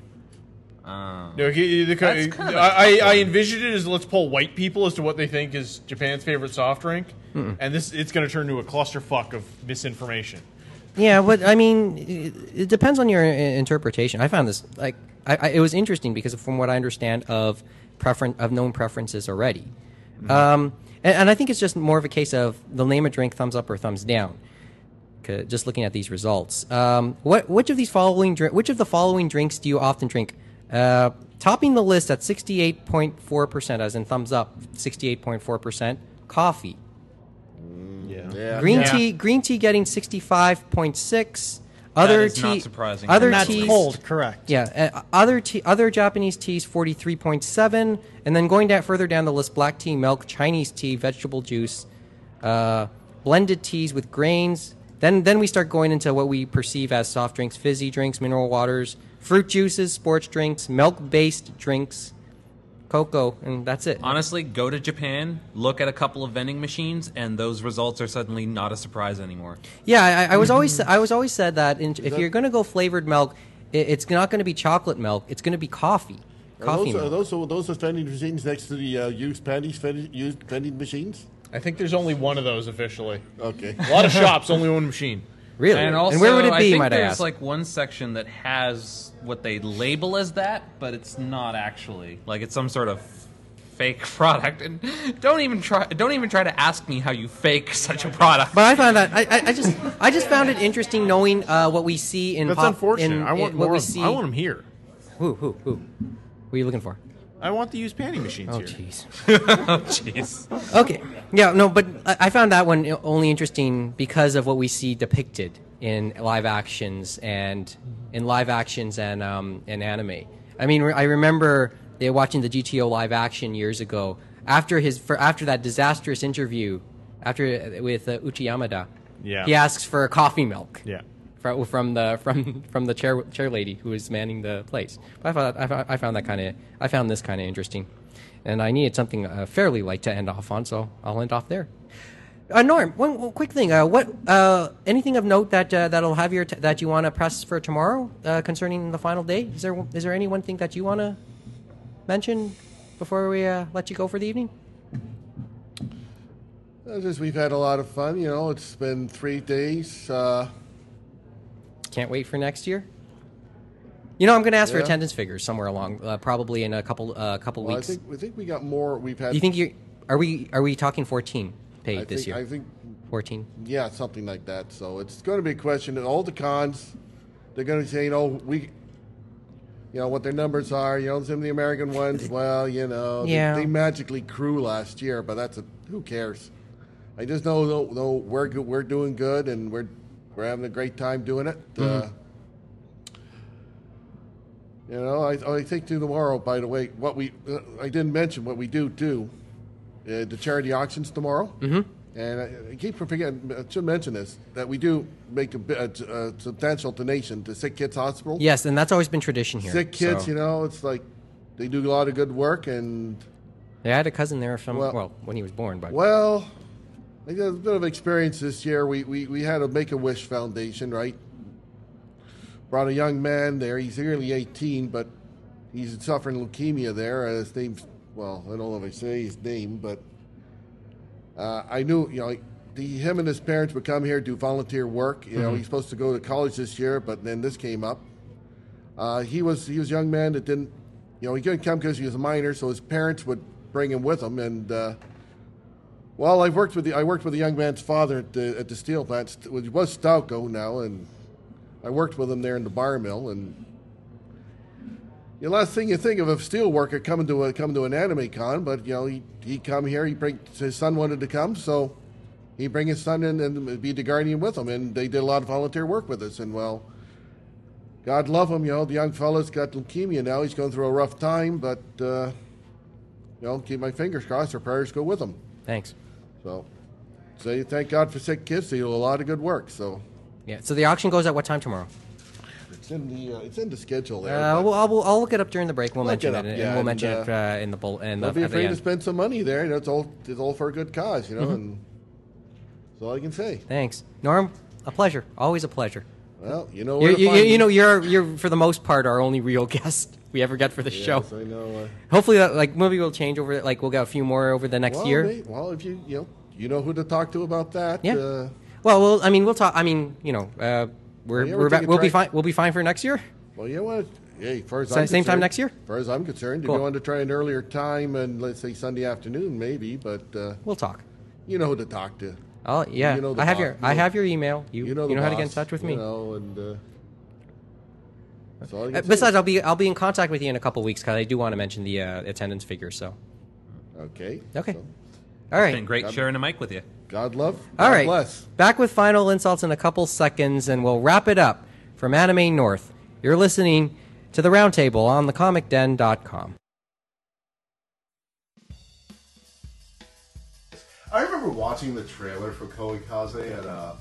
Speaker 3: Um,
Speaker 2: No, he- the co-
Speaker 12: That's kind of a
Speaker 2: I, I,
Speaker 12: tough
Speaker 2: I
Speaker 12: one.
Speaker 2: envisioned it as let's poll white people as to what they think is Japan's favorite soft drink,
Speaker 3: Mm-mm.
Speaker 2: and this it's going to turn to a clusterfuck of misinformation.
Speaker 3: Yeah, but I mean, it, it depends on your i- interpretation. I found this like I, I, it was interesting because from what I understand of preference of known preferences already, um, and, and I think it's just more of a case of the name of drink, thumbs up or thumbs down. 'Ca- Just looking at these results, um, what which of these following dri- which of the following drinks do you often drink? Uh, topping the list at sixty eight point four percent, as in thumbs up, sixty eight point four percent. Coffee,
Speaker 11: Yeah.
Speaker 3: Green
Speaker 11: Yeah.
Speaker 3: tea, green tea getting sixty five point six. Other
Speaker 13: is
Speaker 3: tea,
Speaker 13: not surprising.
Speaker 3: Other
Speaker 13: And that's
Speaker 3: teas,
Speaker 13: cold, correct.
Speaker 3: Yeah, uh, other tea, other Japanese teas forty three point seven, and then going down further down the list, black tea, milk, Chinese tea, vegetable juice, uh, blended teas with grains. Then then we start going into what we perceive as soft drinks, fizzy drinks, mineral waters, fruit juices, sports drinks, milk based drinks, cocoa, and that's it.
Speaker 13: Honestly, go to Japan, look at a couple of vending machines, and those results are suddenly not a surprise anymore.
Speaker 3: Yeah, I, I was always I was always said that in, if
Speaker 13: that-
Speaker 3: you're going to go flavored milk, it, it's not going to be chocolate milk. It's going to be coffee.
Speaker 11: Are
Speaker 3: Coffee
Speaker 11: those, are
Speaker 3: milk.
Speaker 11: those are those the vending machines next to the uh, used panties vending- used vending machines?
Speaker 2: I think there's only one of those officially.
Speaker 11: Okay,
Speaker 2: A lot of shops, only one machine.
Speaker 13: And also, I think there's like one section that has what they label as that, but it's not actually. Like it's some sort of fake product. And don't even try. Don't even try to ask me how you fake such a product.
Speaker 3: But I found that I, I, I just I just found it interesting knowing uh, what we see in
Speaker 2: That's
Speaker 3: pop.
Speaker 2: unfortunate.
Speaker 3: in-
Speaker 2: I want
Speaker 3: in what
Speaker 2: more
Speaker 3: we
Speaker 2: of 'em.
Speaker 3: see.
Speaker 2: I want 'em here.
Speaker 3: Who who who? What are you looking for?
Speaker 2: I want the used panty machines
Speaker 3: Oh,
Speaker 2: here.
Speaker 3: jeez.
Speaker 2: oh jeez.
Speaker 3: Okay. Yeah. No. But I I found that one only interesting because of what we see depicted in live actions and in live actions and um, and anime. I mean, re- I remember they were watching the GTO live action years ago. After his for after that disastrous interview, after with uh, Uchi Yamada,
Speaker 2: Yeah.
Speaker 3: he asks for coffee milk.
Speaker 2: Yeah.
Speaker 3: From, from the from from the chair chair lady who is manning the place. But I found I found, I found that kind of I found this kind of interesting, and I needed something uh, fairly light to end off on, so I'll end off there. Uh, Norm, one, one quick thing. Uh, what uh, anything of note that uh, that'll have your t- that you want to press for tomorrow uh, concerning the final day? Is there is there any one thing that you want to mention before we uh, let you go for the evening?
Speaker 11: Uh, just we've had a lot of fun. You know, it's been three days. Uh,
Speaker 3: Can't wait for next year. You know, I'm going to ask for
Speaker 11: Yeah.
Speaker 3: attendance figures somewhere along, uh, probably in a couple uh, couple
Speaker 11: well, I
Speaker 3: weeks.
Speaker 11: think I think we got more. We've had.
Speaker 3: you think you are we are we talking 14
Speaker 11: I
Speaker 3: paid this
Speaker 11: think-
Speaker 3: year?
Speaker 11: I think
Speaker 3: 14.
Speaker 11: Yeah, something like that. So it's going to be a question of all the cons. They're going to say, you know, we, you know, what their numbers are. You know, some of the American ones, well, you know, they-
Speaker 3: Yeah.
Speaker 11: they, magically grew last year, but that's a who cares. I just know though, though we're go- we're doing good and we're we're having a great time doing it.
Speaker 1: Mm-hmm.
Speaker 11: Uh, you know, I, I think tomorrow. By the way, what we uh, I didn't mention what we do too. Uh, the charity auctions tomorrow.
Speaker 14: Mm-hmm.
Speaker 3: Mhm.
Speaker 11: And I, I keep forgetting, I should mention this, that we do make a, bi- a, a substantial donation to Sick Kids Hospital.
Speaker 3: Yes, and that's always been tradition here.
Speaker 11: Sick kids,
Speaker 3: so-
Speaker 11: you know, it's like they do a lot of good work. And,
Speaker 3: Yeah, I had a cousin there from,
Speaker 11: Well-
Speaker 3: well, when he was born, but.
Speaker 11: well, I got a bit of experience this year. We, we, we had a Make a Wish Foundation, right? Brought a young man there. He's nearly 18, but he's suffering leukemia there. Uh, His name's, well, I don't know if I say his name, but uh, I knew, you know, the, him and his parents would come here do volunteer work. You know,
Speaker 15: Mhm.
Speaker 11: he's supposed to go to college this year, but then this came up. Uh, he was he was a young man that didn't, you know, he couldn't come because he was a minor, so his parents would bring him with them. And uh, well, I worked with the I worked with the young man's father at the at the steel plant, st- which was Stalco now, and I worked with him there in the bar mill. And the last thing you think of a steel worker coming to a coming to an anime con, but you know he he come here. He bring his son wanted to come, so he bring his son in and be the guardian with him, and they did a lot of volunteer work with us. And well, God love him, you know the young fella's got leukemia now. He's going through a rough time, but uh, you know keep my fingers crossed. Our prayers go with him.
Speaker 3: Thanks.
Speaker 11: So say thank God for sick kids. They do a lot of good work. So
Speaker 3: Yeah, so the auction goes at what time tomorrow?
Speaker 11: it's in the uh, it's in the schedule there.
Speaker 3: Uh,
Speaker 11: but
Speaker 3: we'll, I'll, I'll look it up during the break. We'll
Speaker 11: Look
Speaker 3: mention
Speaker 11: it
Speaker 3: it,
Speaker 11: up,
Speaker 3: and
Speaker 11: yeah,
Speaker 3: we'll
Speaker 11: and,
Speaker 3: mention it
Speaker 11: uh,
Speaker 3: uh, in the bull in the,
Speaker 11: don't be
Speaker 3: at the
Speaker 11: afraid to
Speaker 3: end.
Speaker 11: spend some money there. You know, it's all it's all for a good cause. You know,
Speaker 3: Mhm.
Speaker 11: and that's all I can say.
Speaker 3: Thanks, Norm. A pleasure. Always a pleasure.
Speaker 11: Well, you know
Speaker 3: you,
Speaker 11: where to
Speaker 3: you,
Speaker 11: find me.
Speaker 3: know you're you're for the most part our only real guest we ever get for the
Speaker 11: Yes,
Speaker 3: show.
Speaker 11: I know. uh,
Speaker 3: Hopefully, that, like maybe we'll change over. Like we'll get a few more over the next
Speaker 11: well,
Speaker 3: year.
Speaker 11: may- well, if you you know you know who to talk to about that.
Speaker 3: Yeah.
Speaker 11: Uh,
Speaker 3: Well, well, I mean, we'll talk. I mean, you know, uh, we're,
Speaker 11: Well, yeah,
Speaker 3: we're
Speaker 11: we're
Speaker 3: about,
Speaker 11: taking
Speaker 3: we'll be
Speaker 11: track-
Speaker 3: fine. We'll be fine for next year.
Speaker 11: well, you know what? Hey, far as
Speaker 3: Sa-
Speaker 11: I'm
Speaker 3: same time
Speaker 11: concerned-
Speaker 3: next year?
Speaker 11: Far as I'm concerned,
Speaker 3: Cool.
Speaker 11: if you want to try an earlier time and let's say Sunday afternoon, maybe, but uh,
Speaker 3: we'll talk.
Speaker 11: You know who to talk to.
Speaker 3: Oh yeah,
Speaker 11: you know the
Speaker 3: I have
Speaker 11: boss,
Speaker 3: your
Speaker 11: you
Speaker 3: I
Speaker 11: know-
Speaker 3: have your email. You you know,
Speaker 11: the
Speaker 3: how to get in
Speaker 11: boss,
Speaker 3: touch with me.
Speaker 11: You know, and uh, that's all you
Speaker 3: Uh,
Speaker 11: can say.
Speaker 3: besides, I'll be I'll be in contact with you in a couple weeks because I do want to mention the uh, attendance figure. So
Speaker 11: okay,
Speaker 3: okay, all right.
Speaker 13: It's been great
Speaker 3: God-
Speaker 13: sharing a mic with you.
Speaker 11: God love.
Speaker 3: All right.
Speaker 13: bless.
Speaker 3: Back with final insults in a couple seconds, and we'll wrap it up from Anime North. You're listening to the Roundtable on thecomicden.com.
Speaker 14: I remember watching the trailer for Koikaze at uh,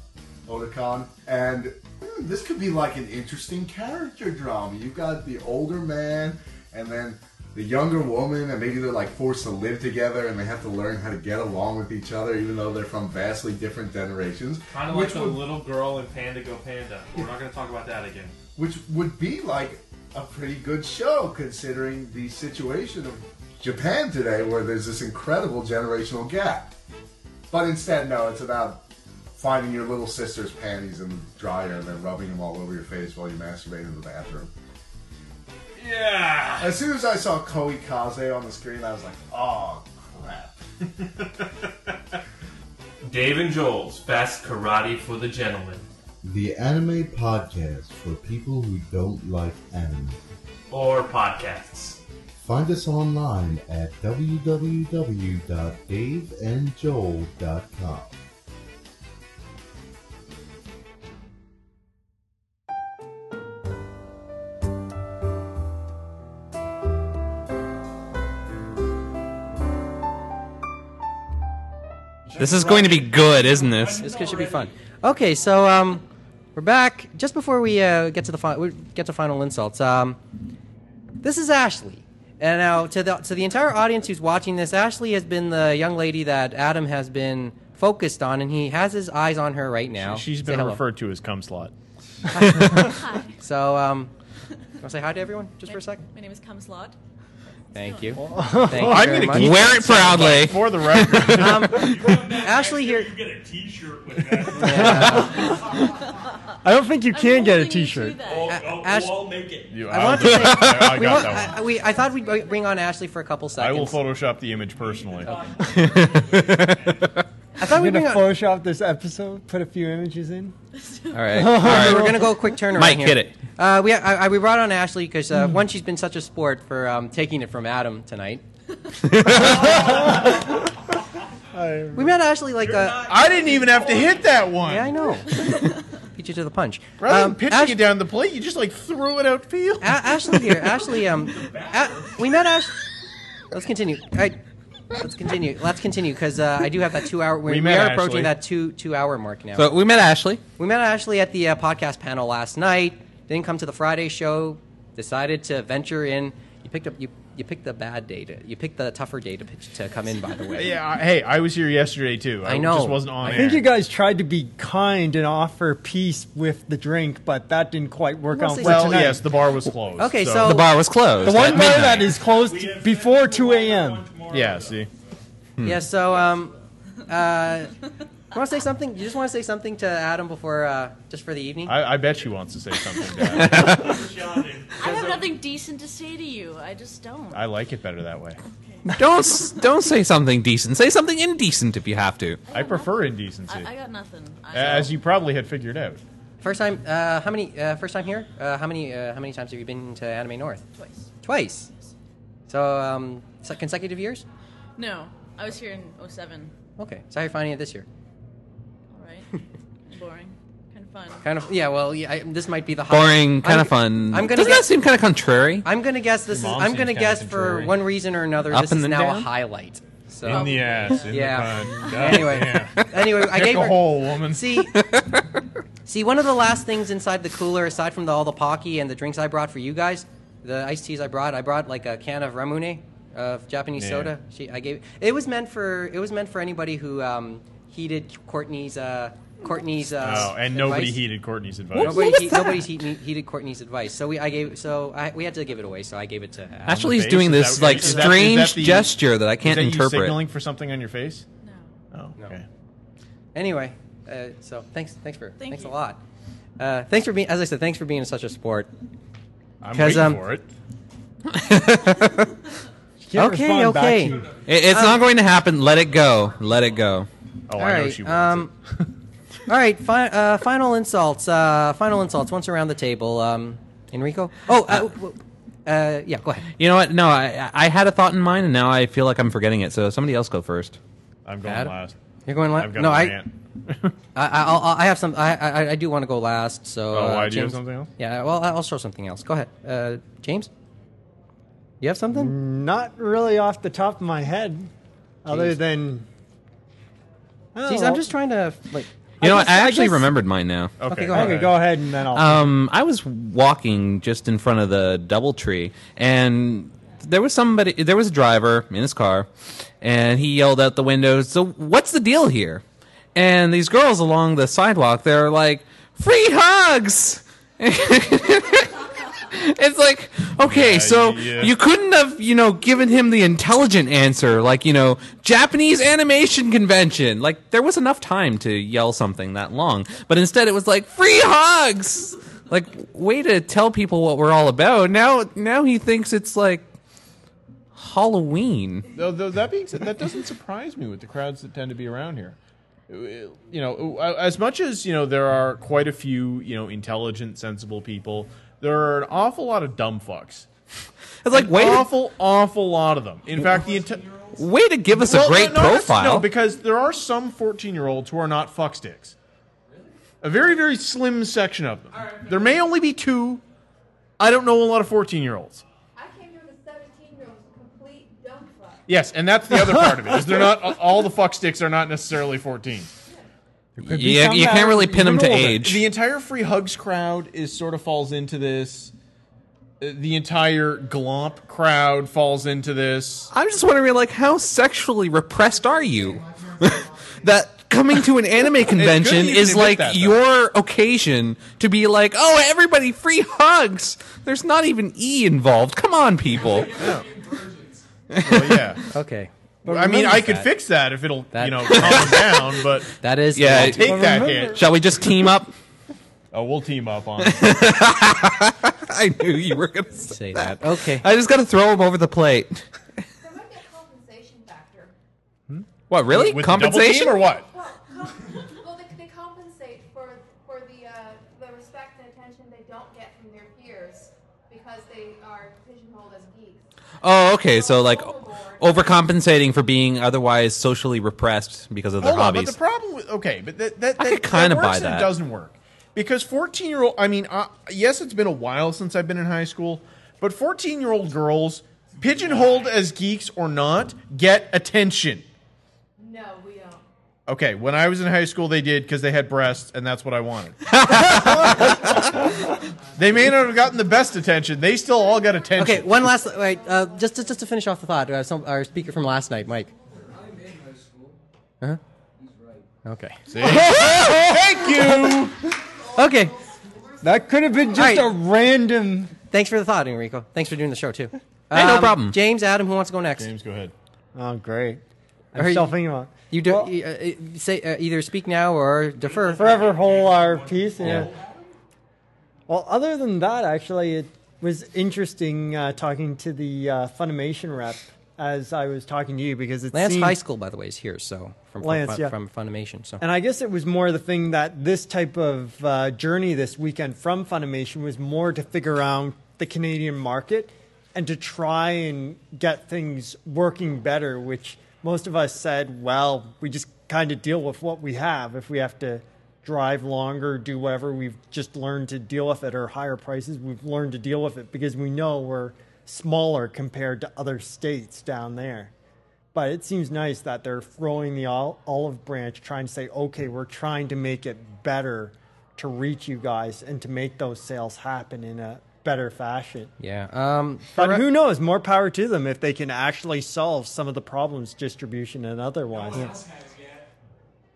Speaker 14: Otakon, and hmm, this could be like an interesting character drama. You've got the older man, and then the younger woman, and maybe they're like forced to live together, and they have to learn how to get along with each other, even though they're from vastly different generations.
Speaker 15: Kind of like
Speaker 14: which
Speaker 15: the
Speaker 14: would,
Speaker 15: little girl in Panda Go Panda. We're not going to talk about that again.
Speaker 14: which would be like a pretty good show considering the situation of Japan today, where there's this incredible generational gap. But instead, no, it's about finding your little sister's panties in the dryer and then rubbing them all over your face while you masturbate in the bathroom.
Speaker 15: Yeah.
Speaker 14: As soon as I saw Koi Kaze on the screen, I was like, oh crap.
Speaker 15: Dave and Joel's best karate for the gentleman.
Speaker 16: The anime podcast for people who don't like anime.
Speaker 15: Or podcasts.
Speaker 16: Find us online at www.daveandjoel.com.
Speaker 5: This is going to be good, isn't this?
Speaker 3: This should be fun. Okay, so um, we're back. Just before we uh, get to the fi- we get to final insults, um, this is Ashley. And now to the to the entire audience who's watching this, Ashley has been the young lady that Adam has been focused on, and he has his eyes on her right now.
Speaker 2: She's
Speaker 3: Say
Speaker 2: been
Speaker 3: hello.
Speaker 2: referred to as cum slot.
Speaker 3: So um, want to say hi to everyone just for a second?
Speaker 17: My name is Cumslot.
Speaker 3: Thank you.
Speaker 2: I'm
Speaker 3: Thank you
Speaker 2: gonna
Speaker 3: very much.
Speaker 2: keep Wear that it sound proudly. for the record.
Speaker 3: um, Ashley here.
Speaker 12: You get a T-shirt with
Speaker 3: Yeah.
Speaker 12: that.
Speaker 4: I don't think you can get a T-shirt.
Speaker 12: Oh, oh,
Speaker 3: Ash-
Speaker 12: we'll all make it.
Speaker 2: You-
Speaker 3: I want to say,
Speaker 2: I'll- I
Speaker 3: we
Speaker 2: got
Speaker 3: want-
Speaker 2: that one.
Speaker 3: I, we- I thought we'd br- bring on Ashley for a couple
Speaker 2: I
Speaker 3: seconds.
Speaker 2: will Photoshop the image personally.
Speaker 3: I thought we
Speaker 4: You're
Speaker 3: were
Speaker 4: gonna
Speaker 3: gonna-
Speaker 4: Photoshop this episode, put a few images in.
Speaker 3: All right, all right. We're gonna go quick turnaround.
Speaker 5: Mike,
Speaker 3: here.
Speaker 5: hit it.
Speaker 3: Uh, we I, I, we brought on Ashley because uh,
Speaker 2: Hmm.
Speaker 3: one, she's been such a sport for um, taking it from Adam tonight. we met Ashley like uh,
Speaker 2: I didn't even have to hit that one. Yeah, I
Speaker 3: know. beat you to the punch.
Speaker 2: Rather
Speaker 3: Um,
Speaker 2: than pitching it down the plate, you just like threw it outfield.
Speaker 3: A- Ashley here. Ashley, um, A- we met Ash. Let's continue. All right. Let's continue. Let's continue because uh, I do have that two hour. We're,
Speaker 5: We
Speaker 3: we
Speaker 5: met
Speaker 3: are
Speaker 5: Ashley.
Speaker 3: approaching that two two hour mark now.
Speaker 5: So we met Ashley.
Speaker 3: We met Ashley at the uh, podcast panel last night. Didn't come to the Friday show. Decided to venture in. You picked up. You you picked the bad day. To, you picked the tougher day to pitch, to come in. By the way.
Speaker 2: Yeah, I- hey, I was here yesterday too. I,
Speaker 3: I know.
Speaker 2: Just wasn't on
Speaker 4: I
Speaker 2: air.
Speaker 4: think you guys tried to be kind and offer peace with the drink, but that didn't quite work out.
Speaker 2: Mostly
Speaker 4: for
Speaker 2: Well,
Speaker 4: tonight.
Speaker 2: yes, the bar was closed,
Speaker 3: Okay, so- so-
Speaker 5: The bar was closed
Speaker 4: The one
Speaker 5: at
Speaker 4: bar
Speaker 5: midnight.
Speaker 4: that is closed before 2 a.m.
Speaker 2: yeah. See.
Speaker 5: Hmm.
Speaker 3: Yeah. So um, uh, you want to say something? You just want to say something to Adam before uh, just for the evening?
Speaker 2: I, I bet she wants to say something. Dad.
Speaker 17: I have nothing decent to say to you. I just don't.
Speaker 2: I like it better that way.
Speaker 5: don't s- don't say something decent. Say something indecent if you have to.
Speaker 2: I prefer indecency,
Speaker 17: I, I got nothing. I,
Speaker 2: as you probably had figured out.
Speaker 3: First time. Uh, how many? Uh, first time here. Uh, how many? Uh, how many times have you been to Anime North?
Speaker 17: Twice.
Speaker 3: Twice. So um, so consecutive years.
Speaker 17: No, I was here in 07.
Speaker 3: Okay. So how are you finding it this year?
Speaker 17: All right. Boring. Kind of fun.
Speaker 3: Kind of. Yeah. Well, yeah, I, this might be the hot-
Speaker 5: Boring, kind
Speaker 3: I'm-
Speaker 5: of fun.
Speaker 3: I'm gonna.
Speaker 5: Doesn't that
Speaker 3: guess,
Speaker 5: seem kind of contrary?
Speaker 3: I'm gonna guess this is.
Speaker 5: Mom
Speaker 3: I'm
Speaker 5: seems
Speaker 3: gonna
Speaker 5: kinda
Speaker 3: guess
Speaker 5: contrary.
Speaker 3: for one reason or another.
Speaker 5: Up
Speaker 3: this
Speaker 5: and
Speaker 3: is
Speaker 5: then
Speaker 3: now a
Speaker 5: down?
Speaker 3: highlight. So
Speaker 2: In the ass, in the
Speaker 3: yeah.
Speaker 2: pond.
Speaker 3: anyway.
Speaker 2: Goddamn.
Speaker 3: Anyway. I
Speaker 2: Pick
Speaker 3: gave
Speaker 2: a
Speaker 3: her-
Speaker 2: hole, woman.
Speaker 3: See. See, one of the last things inside the cooler, aside from the, all the pocky and the drinks I brought for you guys, the iced teas I brought, I brought like a can of Ramune of Japanese
Speaker 5: Yeah.
Speaker 3: soda. She, I gave it was meant for it was meant for anybody who um, heeded Courtney's uh, Courtney's. Uh,
Speaker 2: Oh, and nobody
Speaker 3: advice.
Speaker 2: heeded Courtney's advice. What-
Speaker 3: Nobody
Speaker 2: what was
Speaker 3: he-
Speaker 2: that?
Speaker 3: nobody's heeded, heeded Courtney's advice. So we I gave so I, we had to give it away. So I gave it to. Adam.
Speaker 5: Actually, he's doing this like strange gesture that I can't
Speaker 2: is that You
Speaker 5: interpret.
Speaker 2: signaling for something on your face? No. Oh, okay.
Speaker 3: Anyway, uh, so thanks, thanks for,
Speaker 17: Thank
Speaker 3: thanks
Speaker 17: you.
Speaker 3: a lot. Uh, thanks for being, as I said, thanks for being such a sport.
Speaker 2: I'm
Speaker 3: 'Cause,
Speaker 2: waiting
Speaker 3: um,
Speaker 2: for it.
Speaker 5: can't
Speaker 3: okay,
Speaker 5: respond back
Speaker 3: okay.
Speaker 5: to It- it's
Speaker 3: Um,
Speaker 5: not going to happen. Let it go. Let it go.
Speaker 2: Oh,
Speaker 3: all right,
Speaker 4: uh,
Speaker 3: um, all right. Fi- uh, final insults. Uh, final insults. Once around the table, um, Enrico. Oh, uh, w- uh, yeah. Go ahead.
Speaker 5: You know what? No, I I had a thought in mind, and now I feel like I'm forgetting it. So somebody else go first.
Speaker 2: I'm going
Speaker 3: Adam?
Speaker 2: last.
Speaker 3: You're going last.
Speaker 2: I've got
Speaker 3: no,
Speaker 2: a
Speaker 3: I,
Speaker 2: rant.
Speaker 3: I, I'll, I'll- I have some. I, I, I do want to go last. So,
Speaker 2: Oh,
Speaker 3: uh,
Speaker 2: I do have
Speaker 3: James-
Speaker 2: something else?
Speaker 3: Yeah. Well, I'll show something else. Go ahead, uh, James. You have something?
Speaker 4: Not really off the top of my head, other
Speaker 3: Jeez.
Speaker 4: than. I don't
Speaker 3: Jeez,
Speaker 4: know.
Speaker 3: I'm just trying to like.
Speaker 5: Oh. You know,
Speaker 4: I
Speaker 5: what?
Speaker 4: guess-
Speaker 5: I
Speaker 4: I
Speaker 5: actually
Speaker 4: guess-
Speaker 5: remembered mine now.
Speaker 4: Okay, Okay, go okay, ahead. go ahead, and then I'll-
Speaker 5: Um, I was walking just in front of the DoubleTree, and there was somebody. There was a driver in his car, and he yelled out the window. So what's the deal here? And these girls along the sidewalk, they're like, "Free hugs." it's like okay, so
Speaker 13: yeah.
Speaker 5: you couldn't have you know given him the intelligent answer like you know Japanese animation convention. Like there was enough time to yell something that long, but instead it was like free hugs. Like way to tell people what we're all about. Now now he thinks it's like Halloween.
Speaker 2: Though, though that being said, that doesn't surprise me with the crowds that tend to be around here. You know, as much as you know, there are quite a few you know intelligent, sensible people. There are an awful lot of dumb fucks.
Speaker 5: It's like
Speaker 2: an
Speaker 5: wait-
Speaker 2: awful, awful lot of them. In fact, the enti-
Speaker 5: way to give us a great
Speaker 2: that's-
Speaker 5: profile.
Speaker 2: No, because there are some fourteen-year-olds who are not fuck sticks. A very, very slim section of them. There may only be two. I don't know a lot of fourteen-year-olds.
Speaker 18: I came here with 17 year olds, complete dumb fuck.
Speaker 2: Yes, and that's the other part of it. Is they're not all the fuck sticks are not necessarily fourteen.
Speaker 5: could be Yeah, some you that can't are really pin 'em to even older. age.
Speaker 2: The entire free hugs crowd is sort of falls into this. uh, The entire glomp crowd falls into this.
Speaker 5: I'm just wondering, like, how sexually repressed are you? that coming to an anime convention
Speaker 2: you
Speaker 5: is
Speaker 2: can admit
Speaker 5: like
Speaker 2: that, though.
Speaker 5: your occasion to be like, oh, everybody, free hugs. There's not even E involved. Come on, people.
Speaker 2: Well, yeah.
Speaker 3: okay.
Speaker 2: I mean, I could
Speaker 5: that-
Speaker 2: fix that if it'll you know calm down, but
Speaker 3: that is
Speaker 5: yeah.
Speaker 2: I'll take that hit.
Speaker 5: Shall we just team up?
Speaker 2: Oh, we'll team up on.
Speaker 5: I knew you were gonna say, that.
Speaker 3: Okay.
Speaker 5: I just gotta throw him over the plate.
Speaker 18: Compensation factor.
Speaker 5: What really?
Speaker 2: With the double
Speaker 5: Compensation
Speaker 2: team or what?
Speaker 5: Oh, okay. So like overcompensating for being otherwise socially repressed because of their
Speaker 2: Hold on,
Speaker 5: hobbies.
Speaker 2: but the problem with okay, but that that,
Speaker 5: I
Speaker 2: that,
Speaker 5: could kinda
Speaker 2: that works
Speaker 5: buy
Speaker 2: and
Speaker 5: that.
Speaker 2: It doesn't work because fourteen year old. I mean, uh, yes, it's been a while since I've been in high school, but fourteen year old girls, pigeonholed as geeks or not, get attention.
Speaker 18: No, we don't.
Speaker 2: Okay, when I was in high school, they did because they had breasts, and that's what I wanted. they may not have gotten the best attention. They still all got attention.
Speaker 3: Okay, one last wait. Uh, just, just just to finish off the thought, uh, some, our speaker from last night, Mike.
Speaker 7: I'm in high school.
Speaker 3: Huh? Okay.
Speaker 2: Thank
Speaker 4: you.
Speaker 3: Okay.
Speaker 4: That could have been just a random.
Speaker 3: Thanks for the thought, Enrico. Thanks for doing the show too. Hey,
Speaker 4: Hey, no problem.
Speaker 3: James, Adam, who wants to go next?
Speaker 2: James, go ahead.
Speaker 4: Oh, great. I'm
Speaker 3: Are you-
Speaker 4: still thinking about.
Speaker 3: You do you, uh, uh, say uh, either speak now or defer
Speaker 4: forever hold our peace. Yeah.
Speaker 3: Yeah.
Speaker 4: Well, other than that, actually, it was interesting uh, talking to the uh, Funimation rep as I was talking to you because it's
Speaker 3: Lance High School, by the way, is here. So from from,
Speaker 4: Lance,
Speaker 3: Fun-
Speaker 4: yeah.
Speaker 3: from Funimation. So
Speaker 4: And I guess it was more the thing that this type of uh, journey this weekend from Funimation was more to figure out the Canadian market and to try and get things working better, which most of us said, well, we just kind of deal with what we have. If we have to drive longer, do whatever, we've just learned to deal with it, or higher prices, we've learned to deal with it because we know we're smaller compared to other states down there. But it seems nice that they're throwing the ol- olive branch, trying to say, okay, we're trying to make it better to reach you guys and to make those sales happen in a better fashion.
Speaker 3: yeah. Um,
Speaker 4: But who knows? More power to them if they can actually solve some of the problems, distribution and otherwise.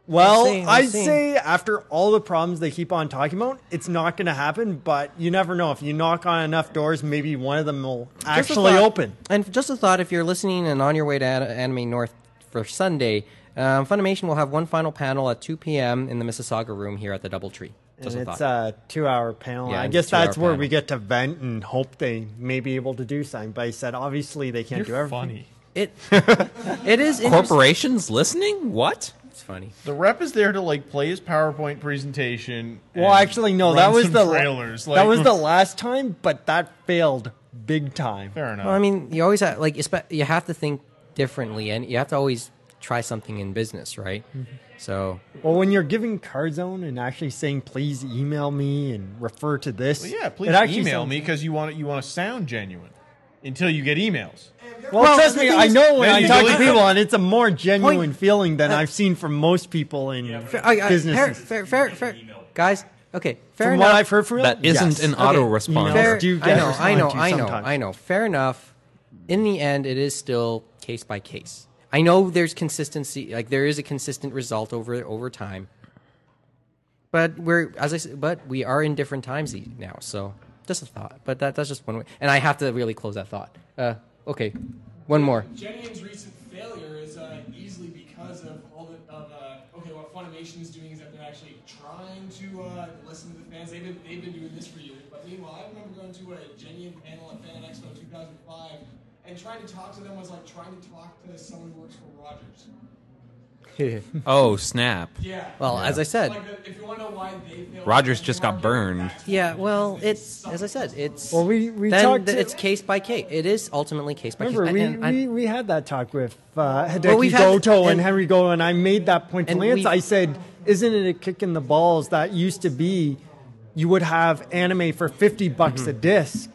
Speaker 4: Well,
Speaker 3: We'll see, we'll
Speaker 4: I'd
Speaker 3: see.
Speaker 4: say after all the problems they keep on talking about, it's not going to happen. But you never know. If you knock on enough doors, maybe one of them will
Speaker 3: Just a
Speaker 4: actually
Speaker 3: thought-
Speaker 4: open.
Speaker 3: And just a thought: if you're listening and on your way to An- Anime North for Sunday, um, Funimation will have one final panel at 2 p.m. in the Mississauga room here at the DoubleTree. Just
Speaker 4: and
Speaker 3: a
Speaker 4: it's uh,
Speaker 3: thought.
Speaker 4: a two-hour panel.
Speaker 3: Yeah,
Speaker 4: I
Speaker 3: it's
Speaker 4: guess
Speaker 3: a two-hour
Speaker 4: that's where
Speaker 3: panel.
Speaker 4: we get to vent and hope they may be able to do something. But I said, obviously, they can't
Speaker 3: You're
Speaker 4: do everything.
Speaker 3: It it is
Speaker 5: corporations listening. What?
Speaker 3: It's funny.
Speaker 2: The rep is there to like play his PowerPoint presentation.
Speaker 4: Well,
Speaker 2: and
Speaker 4: actually, no,
Speaker 2: run
Speaker 4: that was
Speaker 2: some
Speaker 4: the
Speaker 2: trailers.
Speaker 4: that
Speaker 2: like-
Speaker 4: was the last time, but that failed big time.
Speaker 2: Fair
Speaker 3: Well, I mean, you always have, like espe- you have to think differently, and you have to always try something in business, right?
Speaker 4: Mhm.
Speaker 3: So
Speaker 4: Well, when you're giving Card Zone and actually saying, please email me and refer to this.
Speaker 2: Well, yeah, please
Speaker 4: it actually
Speaker 2: email
Speaker 4: sounds-
Speaker 2: me because you want you want to sound genuine until you get emails.
Speaker 4: Well, trust me, I know when
Speaker 2: Then
Speaker 4: I
Speaker 2: you
Speaker 4: talk to
Speaker 2: delete them.
Speaker 4: people, and it's a more genuine
Speaker 3: Point-
Speaker 4: feeling than
Speaker 3: uh,
Speaker 4: I've seen from most people in
Speaker 3: I, I,
Speaker 4: businesses.
Speaker 3: fair, fair, fair, fair, guys. Okay, fair
Speaker 4: From
Speaker 3: enough.
Speaker 4: what I've heard from That them, isn't yes. an autoresponder.
Speaker 3: Fair-
Speaker 4: Do get
Speaker 3: I know, I
Speaker 4: responded
Speaker 3: know,
Speaker 4: to
Speaker 3: I know,
Speaker 4: sometimes.
Speaker 3: I know. Fair enough. In the end, it is still case by case. I know there's consistency, like there is a consistent result over over time. But we're as I said, but we are in different times e- now. So just a thought, but that that's just one way. And I have to really close that thought. Uh, okay, one more.
Speaker 9: Jennings' recent failure is uh, easily because of all the of uh, okay, what Funimation is doing is that they're actually trying to uh, listen to the fans. They've been they've been doing this for years. But meanwhile, I remember going to a Genuine panel at Fan Expo 2005, and trying to talk to them was like trying to talk to someone who works for Rogers.
Speaker 5: Oh snap!
Speaker 9: Yeah.
Speaker 3: Well, as I said,
Speaker 9: Like, the- if you want to know why they failed,
Speaker 5: Rogers just got burned.
Speaker 3: Yeah, well, it's as I said, it's
Speaker 4: Well, we- we
Speaker 3: then
Speaker 4: talked
Speaker 3: th-
Speaker 4: to-
Speaker 3: it's case by case. It is ultimately case by
Speaker 4: Remember,
Speaker 3: case.
Speaker 4: we,
Speaker 3: And I-
Speaker 4: we, we had that talk with uh, Hideki
Speaker 3: Well, we've had-
Speaker 4: Goto and,
Speaker 3: and-
Speaker 4: Henry Go, and I made that point to
Speaker 3: and
Speaker 4: Lance.
Speaker 3: we've-
Speaker 4: I said, isn't it a kick in the balls that used to be you would have anime for 50 bucks
Speaker 3: Mm-hmm.
Speaker 4: a disc,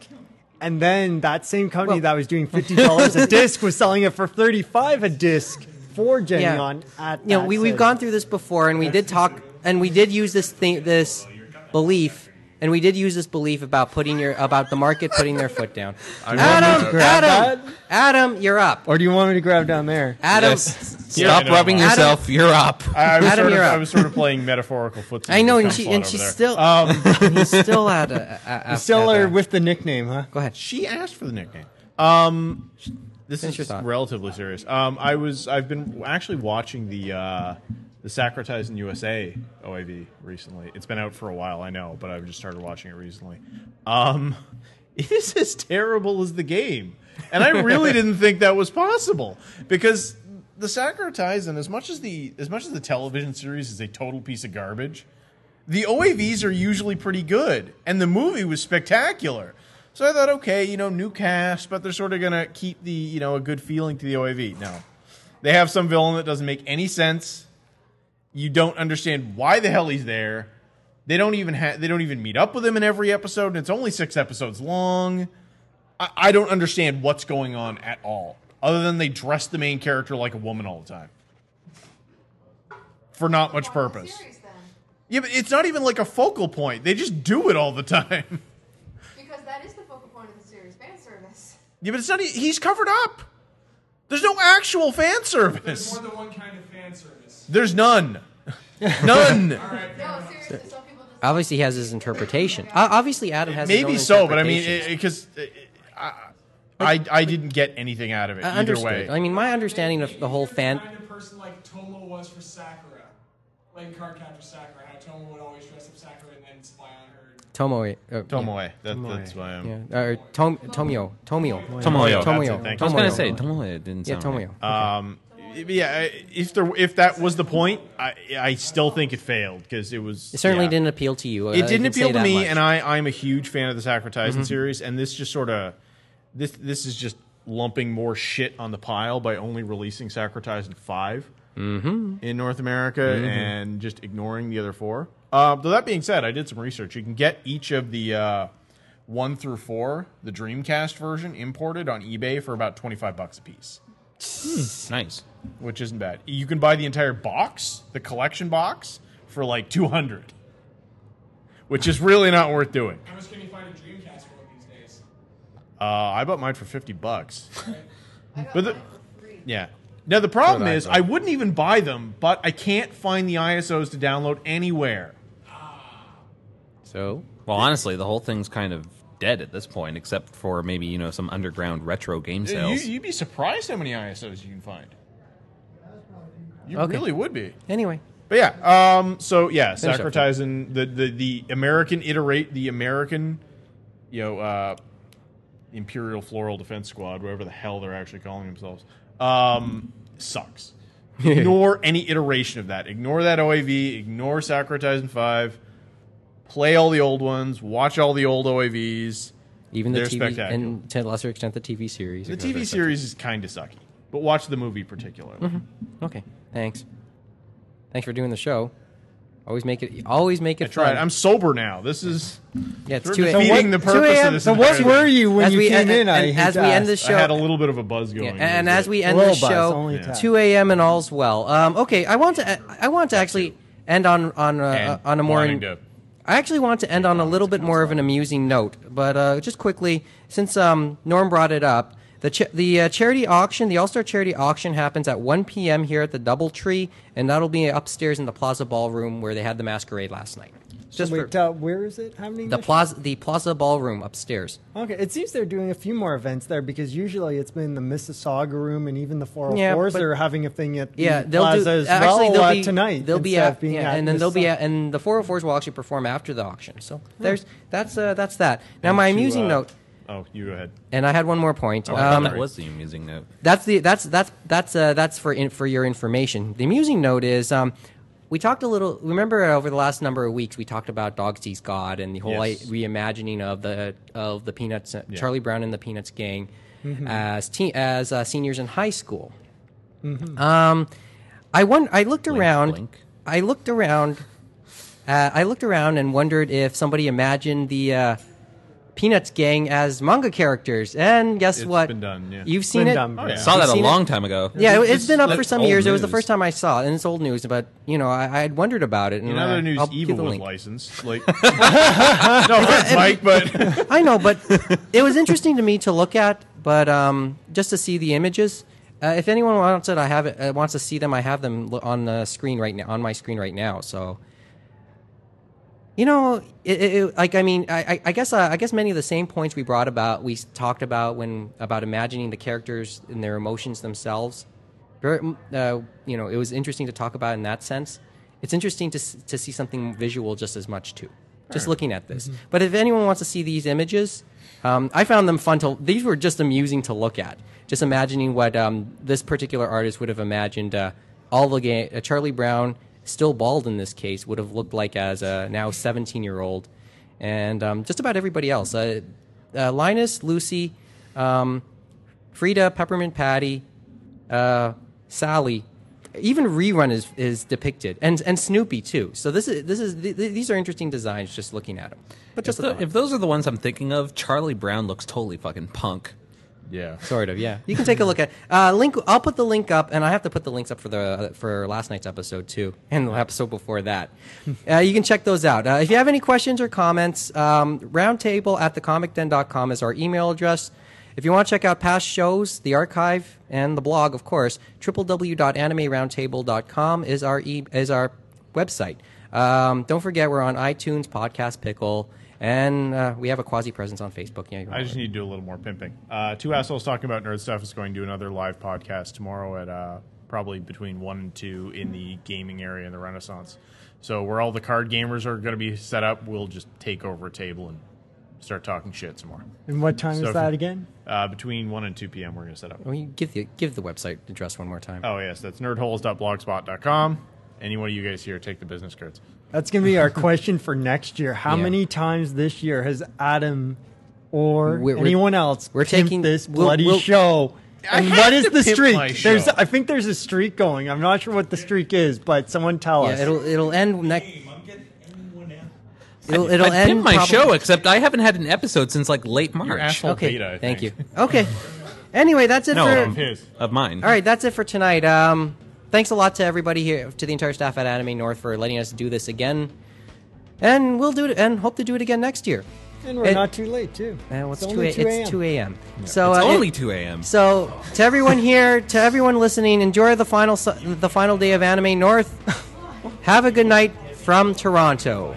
Speaker 4: and then that same company that was doing $50 a disc was selling it for 35 a disc for Genion
Speaker 3: yeah.
Speaker 4: at
Speaker 3: you know,
Speaker 4: that
Speaker 3: we we've
Speaker 4: sale.
Speaker 3: gone through this before, and we did talk, and we did use this thing, this belief, and we did use this belief about putting your about the market putting their foot down.
Speaker 4: Do you want me to
Speaker 3: Adam,
Speaker 4: grab
Speaker 3: Adam, Adam, you're up.
Speaker 4: Or do you want me to grab down there?
Speaker 3: Adam, Adam-
Speaker 5: You're up.
Speaker 2: I, I
Speaker 3: Adam,
Speaker 2: was sort of,
Speaker 3: you're up.
Speaker 2: I was sort of playing metaphorical footsie.
Speaker 3: I know,
Speaker 2: with
Speaker 3: and
Speaker 2: the
Speaker 3: she
Speaker 2: cum
Speaker 3: and
Speaker 2: slot
Speaker 3: she's
Speaker 2: over
Speaker 3: still
Speaker 2: there. Um,
Speaker 3: he's still at a, a, a
Speaker 4: You still
Speaker 3: at
Speaker 4: are
Speaker 3: a-
Speaker 4: with the nickname, huh?
Speaker 3: Go ahead.
Speaker 2: She asked for the nickname. Um, this
Speaker 3: Finish your
Speaker 2: is
Speaker 3: thought.
Speaker 2: relatively serious. Um, I was I've been actually watching the uh, the Sacratize in USA OAV recently. It's been out for a while, I know, but I've just started watching it recently. Um, it is as terrible as the game, and I really didn't think that was possible because the Sacratize, and as much as the as much as the television series is a total piece of garbage, the OAVs are usually pretty good, and the movie was spectacular. So I thought, okay, you know, new cast, but they're sort of gonna keep the you know a good feeling to the OAV. No, they have some villain that doesn't make any sense. You don't understand why the hell he's there. They don't even ha- they don't even meet up with him in every episode, and it's only six episodes long. I, I don't understand what's going on at all, other than they dress the main character like a woman all the time for not much purpose. Yeah, but it's not even like a focal point. They just do it all the time.
Speaker 18: Because that is the focal point of the series, fan service.
Speaker 2: Yeah, but it's not. e- He's covered up. There's no actual fan
Speaker 9: There's
Speaker 2: service.
Speaker 9: more than one kind of fan service.
Speaker 2: There's none. None.
Speaker 18: No, seriously, some people just.
Speaker 3: Obviously, he has his interpretation. O- obviously, Adam has.
Speaker 2: Maybe
Speaker 3: his own
Speaker 2: so, but I mean,
Speaker 3: interpretations.
Speaker 2: because I, I, I didn't get anything out of it
Speaker 3: I
Speaker 2: either
Speaker 3: understood.
Speaker 2: way.
Speaker 3: I mean, my understanding of the whole fan.
Speaker 9: Kind of person like Tomo was for Sakura, like Cardcaptor Sakura. How Tomo would always dress up Sakura and then spy on her.
Speaker 3: Tomoe. Uh,
Speaker 2: Tomoe. That- that's why I'm-
Speaker 3: Yeah. Uh, Or Tom, Tomio. Tomio.
Speaker 5: Tomoyo.
Speaker 3: Tomoyo.
Speaker 5: That's it, thank you. I was gonna say,
Speaker 3: Tomoyo.
Speaker 5: Tomoyo didn't
Speaker 3: Yeah,
Speaker 5: sound
Speaker 3: Tomoyo.
Speaker 5: right.
Speaker 2: Um, y- yeah, I- if there, if that was the point, I, I still think it failed because it was.
Speaker 3: It certainly
Speaker 2: yeah.
Speaker 3: didn't appeal to you. I- I
Speaker 2: It didn't
Speaker 3: can say
Speaker 2: appeal to
Speaker 3: that
Speaker 2: me,
Speaker 3: much.
Speaker 2: and I, I'm a huge fan of the Sacratizing
Speaker 3: Mhm.
Speaker 2: series, and this just sort of, this this is just lumping more shit on the pile by only releasing Sacratizing five in North America
Speaker 5: Mhm.
Speaker 2: and just ignoring the other four. Uh, though that being said, I did some research. You can get each of the uh, one through four, the Dreamcast version, imported on eBay for about twenty five bucks a piece.
Speaker 5: Nice.
Speaker 2: Which isn't bad. You can buy the entire box, the collection box, for like 200. Which is really not worth doing.
Speaker 9: How much can you find a Dreamcast for these days?
Speaker 2: Uh, I bought mine for 50 bucks.
Speaker 18: I got
Speaker 2: but the,
Speaker 18: mine for free.
Speaker 2: yeah. Now the problem
Speaker 5: Good
Speaker 2: is
Speaker 5: idea.
Speaker 2: I wouldn't even buy them, but I can't find the ISOs to download anywhere.
Speaker 5: So, well, honestly, the whole thing's kind of dead at this point, except for maybe you know some underground retro game
Speaker 2: You,
Speaker 5: sales.
Speaker 2: you'd be surprised how many ISOs you can find. You
Speaker 5: Okay.
Speaker 2: really would be.
Speaker 3: Anyway.
Speaker 2: But yeah, um, so yeah,
Speaker 3: Finish up.
Speaker 2: Sacratizing the, the the American iterate the American, you know, uh, Imperial Floral Defense Squad, whatever the hell they're actually calling themselves, um, sucks. Ignore any iteration of that. Ignore that OAV. Ignore Sacratizing Five. Play all the old ones. Watch all the old OAVs.
Speaker 3: Even the
Speaker 2: They're
Speaker 3: TV,
Speaker 2: spectacular.
Speaker 3: and to a lesser extent, the TV series.
Speaker 2: The
Speaker 3: et cetera,
Speaker 2: TV
Speaker 3: et cetera.
Speaker 2: series is kind of sucky, but watch the movie particularly.
Speaker 3: Mhm. Okay. Thanks. Thanks for doing the show. Always make it. Always make it.
Speaker 2: I tried.
Speaker 3: fun.
Speaker 2: I'm sober now. This is
Speaker 3: yeah, it's
Speaker 2: we're
Speaker 3: 2 a.m.
Speaker 2: defeating the purpose of this. entire thing.
Speaker 3: As we- and- and as we end the show,
Speaker 2: I had a little bit of a buzz going.
Speaker 3: Yeah, and
Speaker 2: It was
Speaker 3: as we
Speaker 2: good.
Speaker 3: end the show,
Speaker 2: Yeah.
Speaker 3: 2 a.m. and all's well. Um, okay, I want to I want to actually end on on uh,
Speaker 2: And
Speaker 3: on a more.
Speaker 2: wanting to-
Speaker 3: I actually want to end on a little bit more of an amusing note, but uh, just quickly, since um, Norm brought it up, the ch- the uh, charity auction, the All Star Charity Auction, happens at 1 p.m. here at the DoubleTree, and that'll be upstairs in the Plaza Ballroom where they had the masquerade last night.
Speaker 4: Just
Speaker 3: Just
Speaker 4: Wait,
Speaker 3: for
Speaker 4: uh, where is it happening?
Speaker 3: the
Speaker 4: this
Speaker 3: Plaza the Plaza Ballroom upstairs.
Speaker 4: year? Okay, it seems they're doing a few more events there because usually it's been the Mississauga room and even the 404s
Speaker 3: but-
Speaker 4: are having a thing at the
Speaker 3: yeah, they'll
Speaker 4: plaza
Speaker 3: do,
Speaker 4: as
Speaker 3: actually,
Speaker 4: well
Speaker 3: they'll
Speaker 4: uh,
Speaker 3: be,
Speaker 4: tonight.
Speaker 3: They'll be
Speaker 4: instead
Speaker 3: at,
Speaker 4: of being
Speaker 3: yeah,
Speaker 4: at uh,
Speaker 3: and then they'll be
Speaker 4: Mississauga.
Speaker 3: at, and the 404s will actually perform after the auction. So
Speaker 4: Hmm.
Speaker 3: there's that's uh, that's that. Now my
Speaker 2: Thank you,
Speaker 3: amusing
Speaker 2: uh,
Speaker 3: note,
Speaker 2: Oh, you go ahead.
Speaker 3: and I had one more point.
Speaker 5: Oh, I thought
Speaker 3: Um,
Speaker 5: that was the amusing note.
Speaker 3: that's the that's that's that's uh, that's for in, for your information. The amusing note is um, we talked a little. Remember uh, over the last number of weeks we talked about Dog Sees God and the whole
Speaker 5: Yes.
Speaker 3: i- reimagining of the of the Peanuts, uh,
Speaker 5: Yeah.
Speaker 3: Charlie Brown and the Peanuts gang,
Speaker 5: Mhm.
Speaker 3: as te- as uh, seniors in high school.
Speaker 5: Mhm.
Speaker 3: Um, I won- I looked around. I looked around. Uh, I looked around and wondered if somebody imagined the. Uh, Peanuts gang as manga characters, and guess
Speaker 5: It's
Speaker 3: what?
Speaker 5: been done, yeah.
Speaker 3: You've seen
Speaker 5: Been
Speaker 3: it.
Speaker 5: done, Oh, yeah. Saw that
Speaker 3: You've
Speaker 5: a
Speaker 3: seen
Speaker 5: long time ago.
Speaker 3: Yeah, it,
Speaker 5: It's
Speaker 3: has been up for
Speaker 5: like
Speaker 3: some
Speaker 5: old
Speaker 3: years. It was the
Speaker 5: news.
Speaker 3: first time I saw it, and it's old news. But you know, I, I had wondered about it. And
Speaker 2: In other
Speaker 3: I,
Speaker 2: news,
Speaker 3: I'll give
Speaker 2: Eva
Speaker 3: the
Speaker 2: was
Speaker 3: link.
Speaker 2: licensed. Like, no offense, Mike, but
Speaker 3: I know, but it was interesting to me to look at, but um, just to see the images. Uh, if anyone wants it, I have it. Uh, wants to see them, I have them l- on the screen right now, on my screen right now. So, you know, it, it, it- like I mean, I, I, I guess uh, I guess many of the same points we brought about, we s- talked about when about imagining the characters and their emotions themselves. Very, mm, uh, you know, it was interesting to talk about in that sense. It's interesting to s- to see something visual just as much too. Just
Speaker 5: Sure.
Speaker 3: looking at this,
Speaker 5: Mhm.
Speaker 3: but if anyone wants to see these images, um, I found them fun to. These were just amusing to look at. Just imagining what um, this particular artist would have imagined. Uh, all the ga- uh, Charlie Brown, still bald in this case, would have looked like as a now 17 year old, and um, just about everybody else. Uh, uh, Linus, Lucy, um, Frida, Peppermint Patty, uh, Sally. Even rerun is, is depicted, and and Snoopy too. So this is this is th- th- these are interesting designs just looking at them. But just
Speaker 5: if, tho-
Speaker 3: a thought.
Speaker 5: if those are the ones I'm thinking of, Charlie Brown looks totally fucking punk.
Speaker 2: Yeah,
Speaker 3: sort of. Yeah, you can take a look at uh, link. I'll put the link up, and I have to put the links up for the for last night's episode too, and the episode before that. uh, you can check those out. Uh, if you have any questions or comments, um, roundtable at thecomicden.com is our email address. If you want to check out past shows, the archive, and the blog, of course, www.animeroundtable.com is our e- is our website. Um, don't forget, we're on iTunes, Podcast Pickle, and uh, we have a quasi presence on Facebook. Yeah, you can
Speaker 2: I just need to do a little more pimping. Uh, Two assholes talking about nerd stuff is going to do another live podcast tomorrow at uh, probably between one and two in the gaming area in the Renaissance. So where all the card gamers are going to be set up, we'll just take over a table and start talking shit some more.
Speaker 4: And what time
Speaker 2: So
Speaker 4: is
Speaker 2: if-
Speaker 4: that again?
Speaker 2: Uh, between one and two p.m. We're going to set up.
Speaker 3: Well, you give the give the website address one more time.
Speaker 2: Oh yes, that's nerdholes.blogspot.com. Any one of you guys here take the business cards.
Speaker 4: That's going to be our question for next year. How many times this year has Adam or
Speaker 3: We're- we're-
Speaker 4: anyone else
Speaker 3: we're
Speaker 4: pimped
Speaker 3: taking-
Speaker 4: this
Speaker 3: we'll-
Speaker 4: bloody
Speaker 3: we'll-
Speaker 4: show?
Speaker 3: I
Speaker 4: And
Speaker 3: have
Speaker 4: what is
Speaker 3: to
Speaker 4: the
Speaker 3: pimp
Speaker 4: streak?
Speaker 3: my show.
Speaker 4: There's, I think there's a streak going. I'm not sure what the streak is, but someone tell
Speaker 3: Yeah,
Speaker 4: us.
Speaker 3: it'll it'll end next. It'll,
Speaker 5: I-
Speaker 3: it'll
Speaker 5: I
Speaker 3: end
Speaker 5: pimped my
Speaker 3: probably-
Speaker 5: show, except I haven't had an episode since like late March.
Speaker 3: okay, thank you. Okay. Anyway, that's it
Speaker 5: No,
Speaker 3: for
Speaker 5: of his. Of mine.
Speaker 3: All right, that's it for tonight. Um, thanks a lot to everybody here, to the entire staff at Anime North for letting us do this again, and we'll do it and hope to do it again next year.
Speaker 4: and we're
Speaker 3: It-
Speaker 4: not too late, too.
Speaker 3: Uh, well, it's,
Speaker 4: It's
Speaker 3: 2
Speaker 4: only 2
Speaker 3: a.m. It's 2 a.m.
Speaker 4: Yeah.
Speaker 3: So
Speaker 4: It's
Speaker 3: uh,
Speaker 4: only
Speaker 5: 2 a.m..
Speaker 3: So to everyone here, to everyone listening, enjoy the final su- the final day of Anime North. Have a good night from Toronto.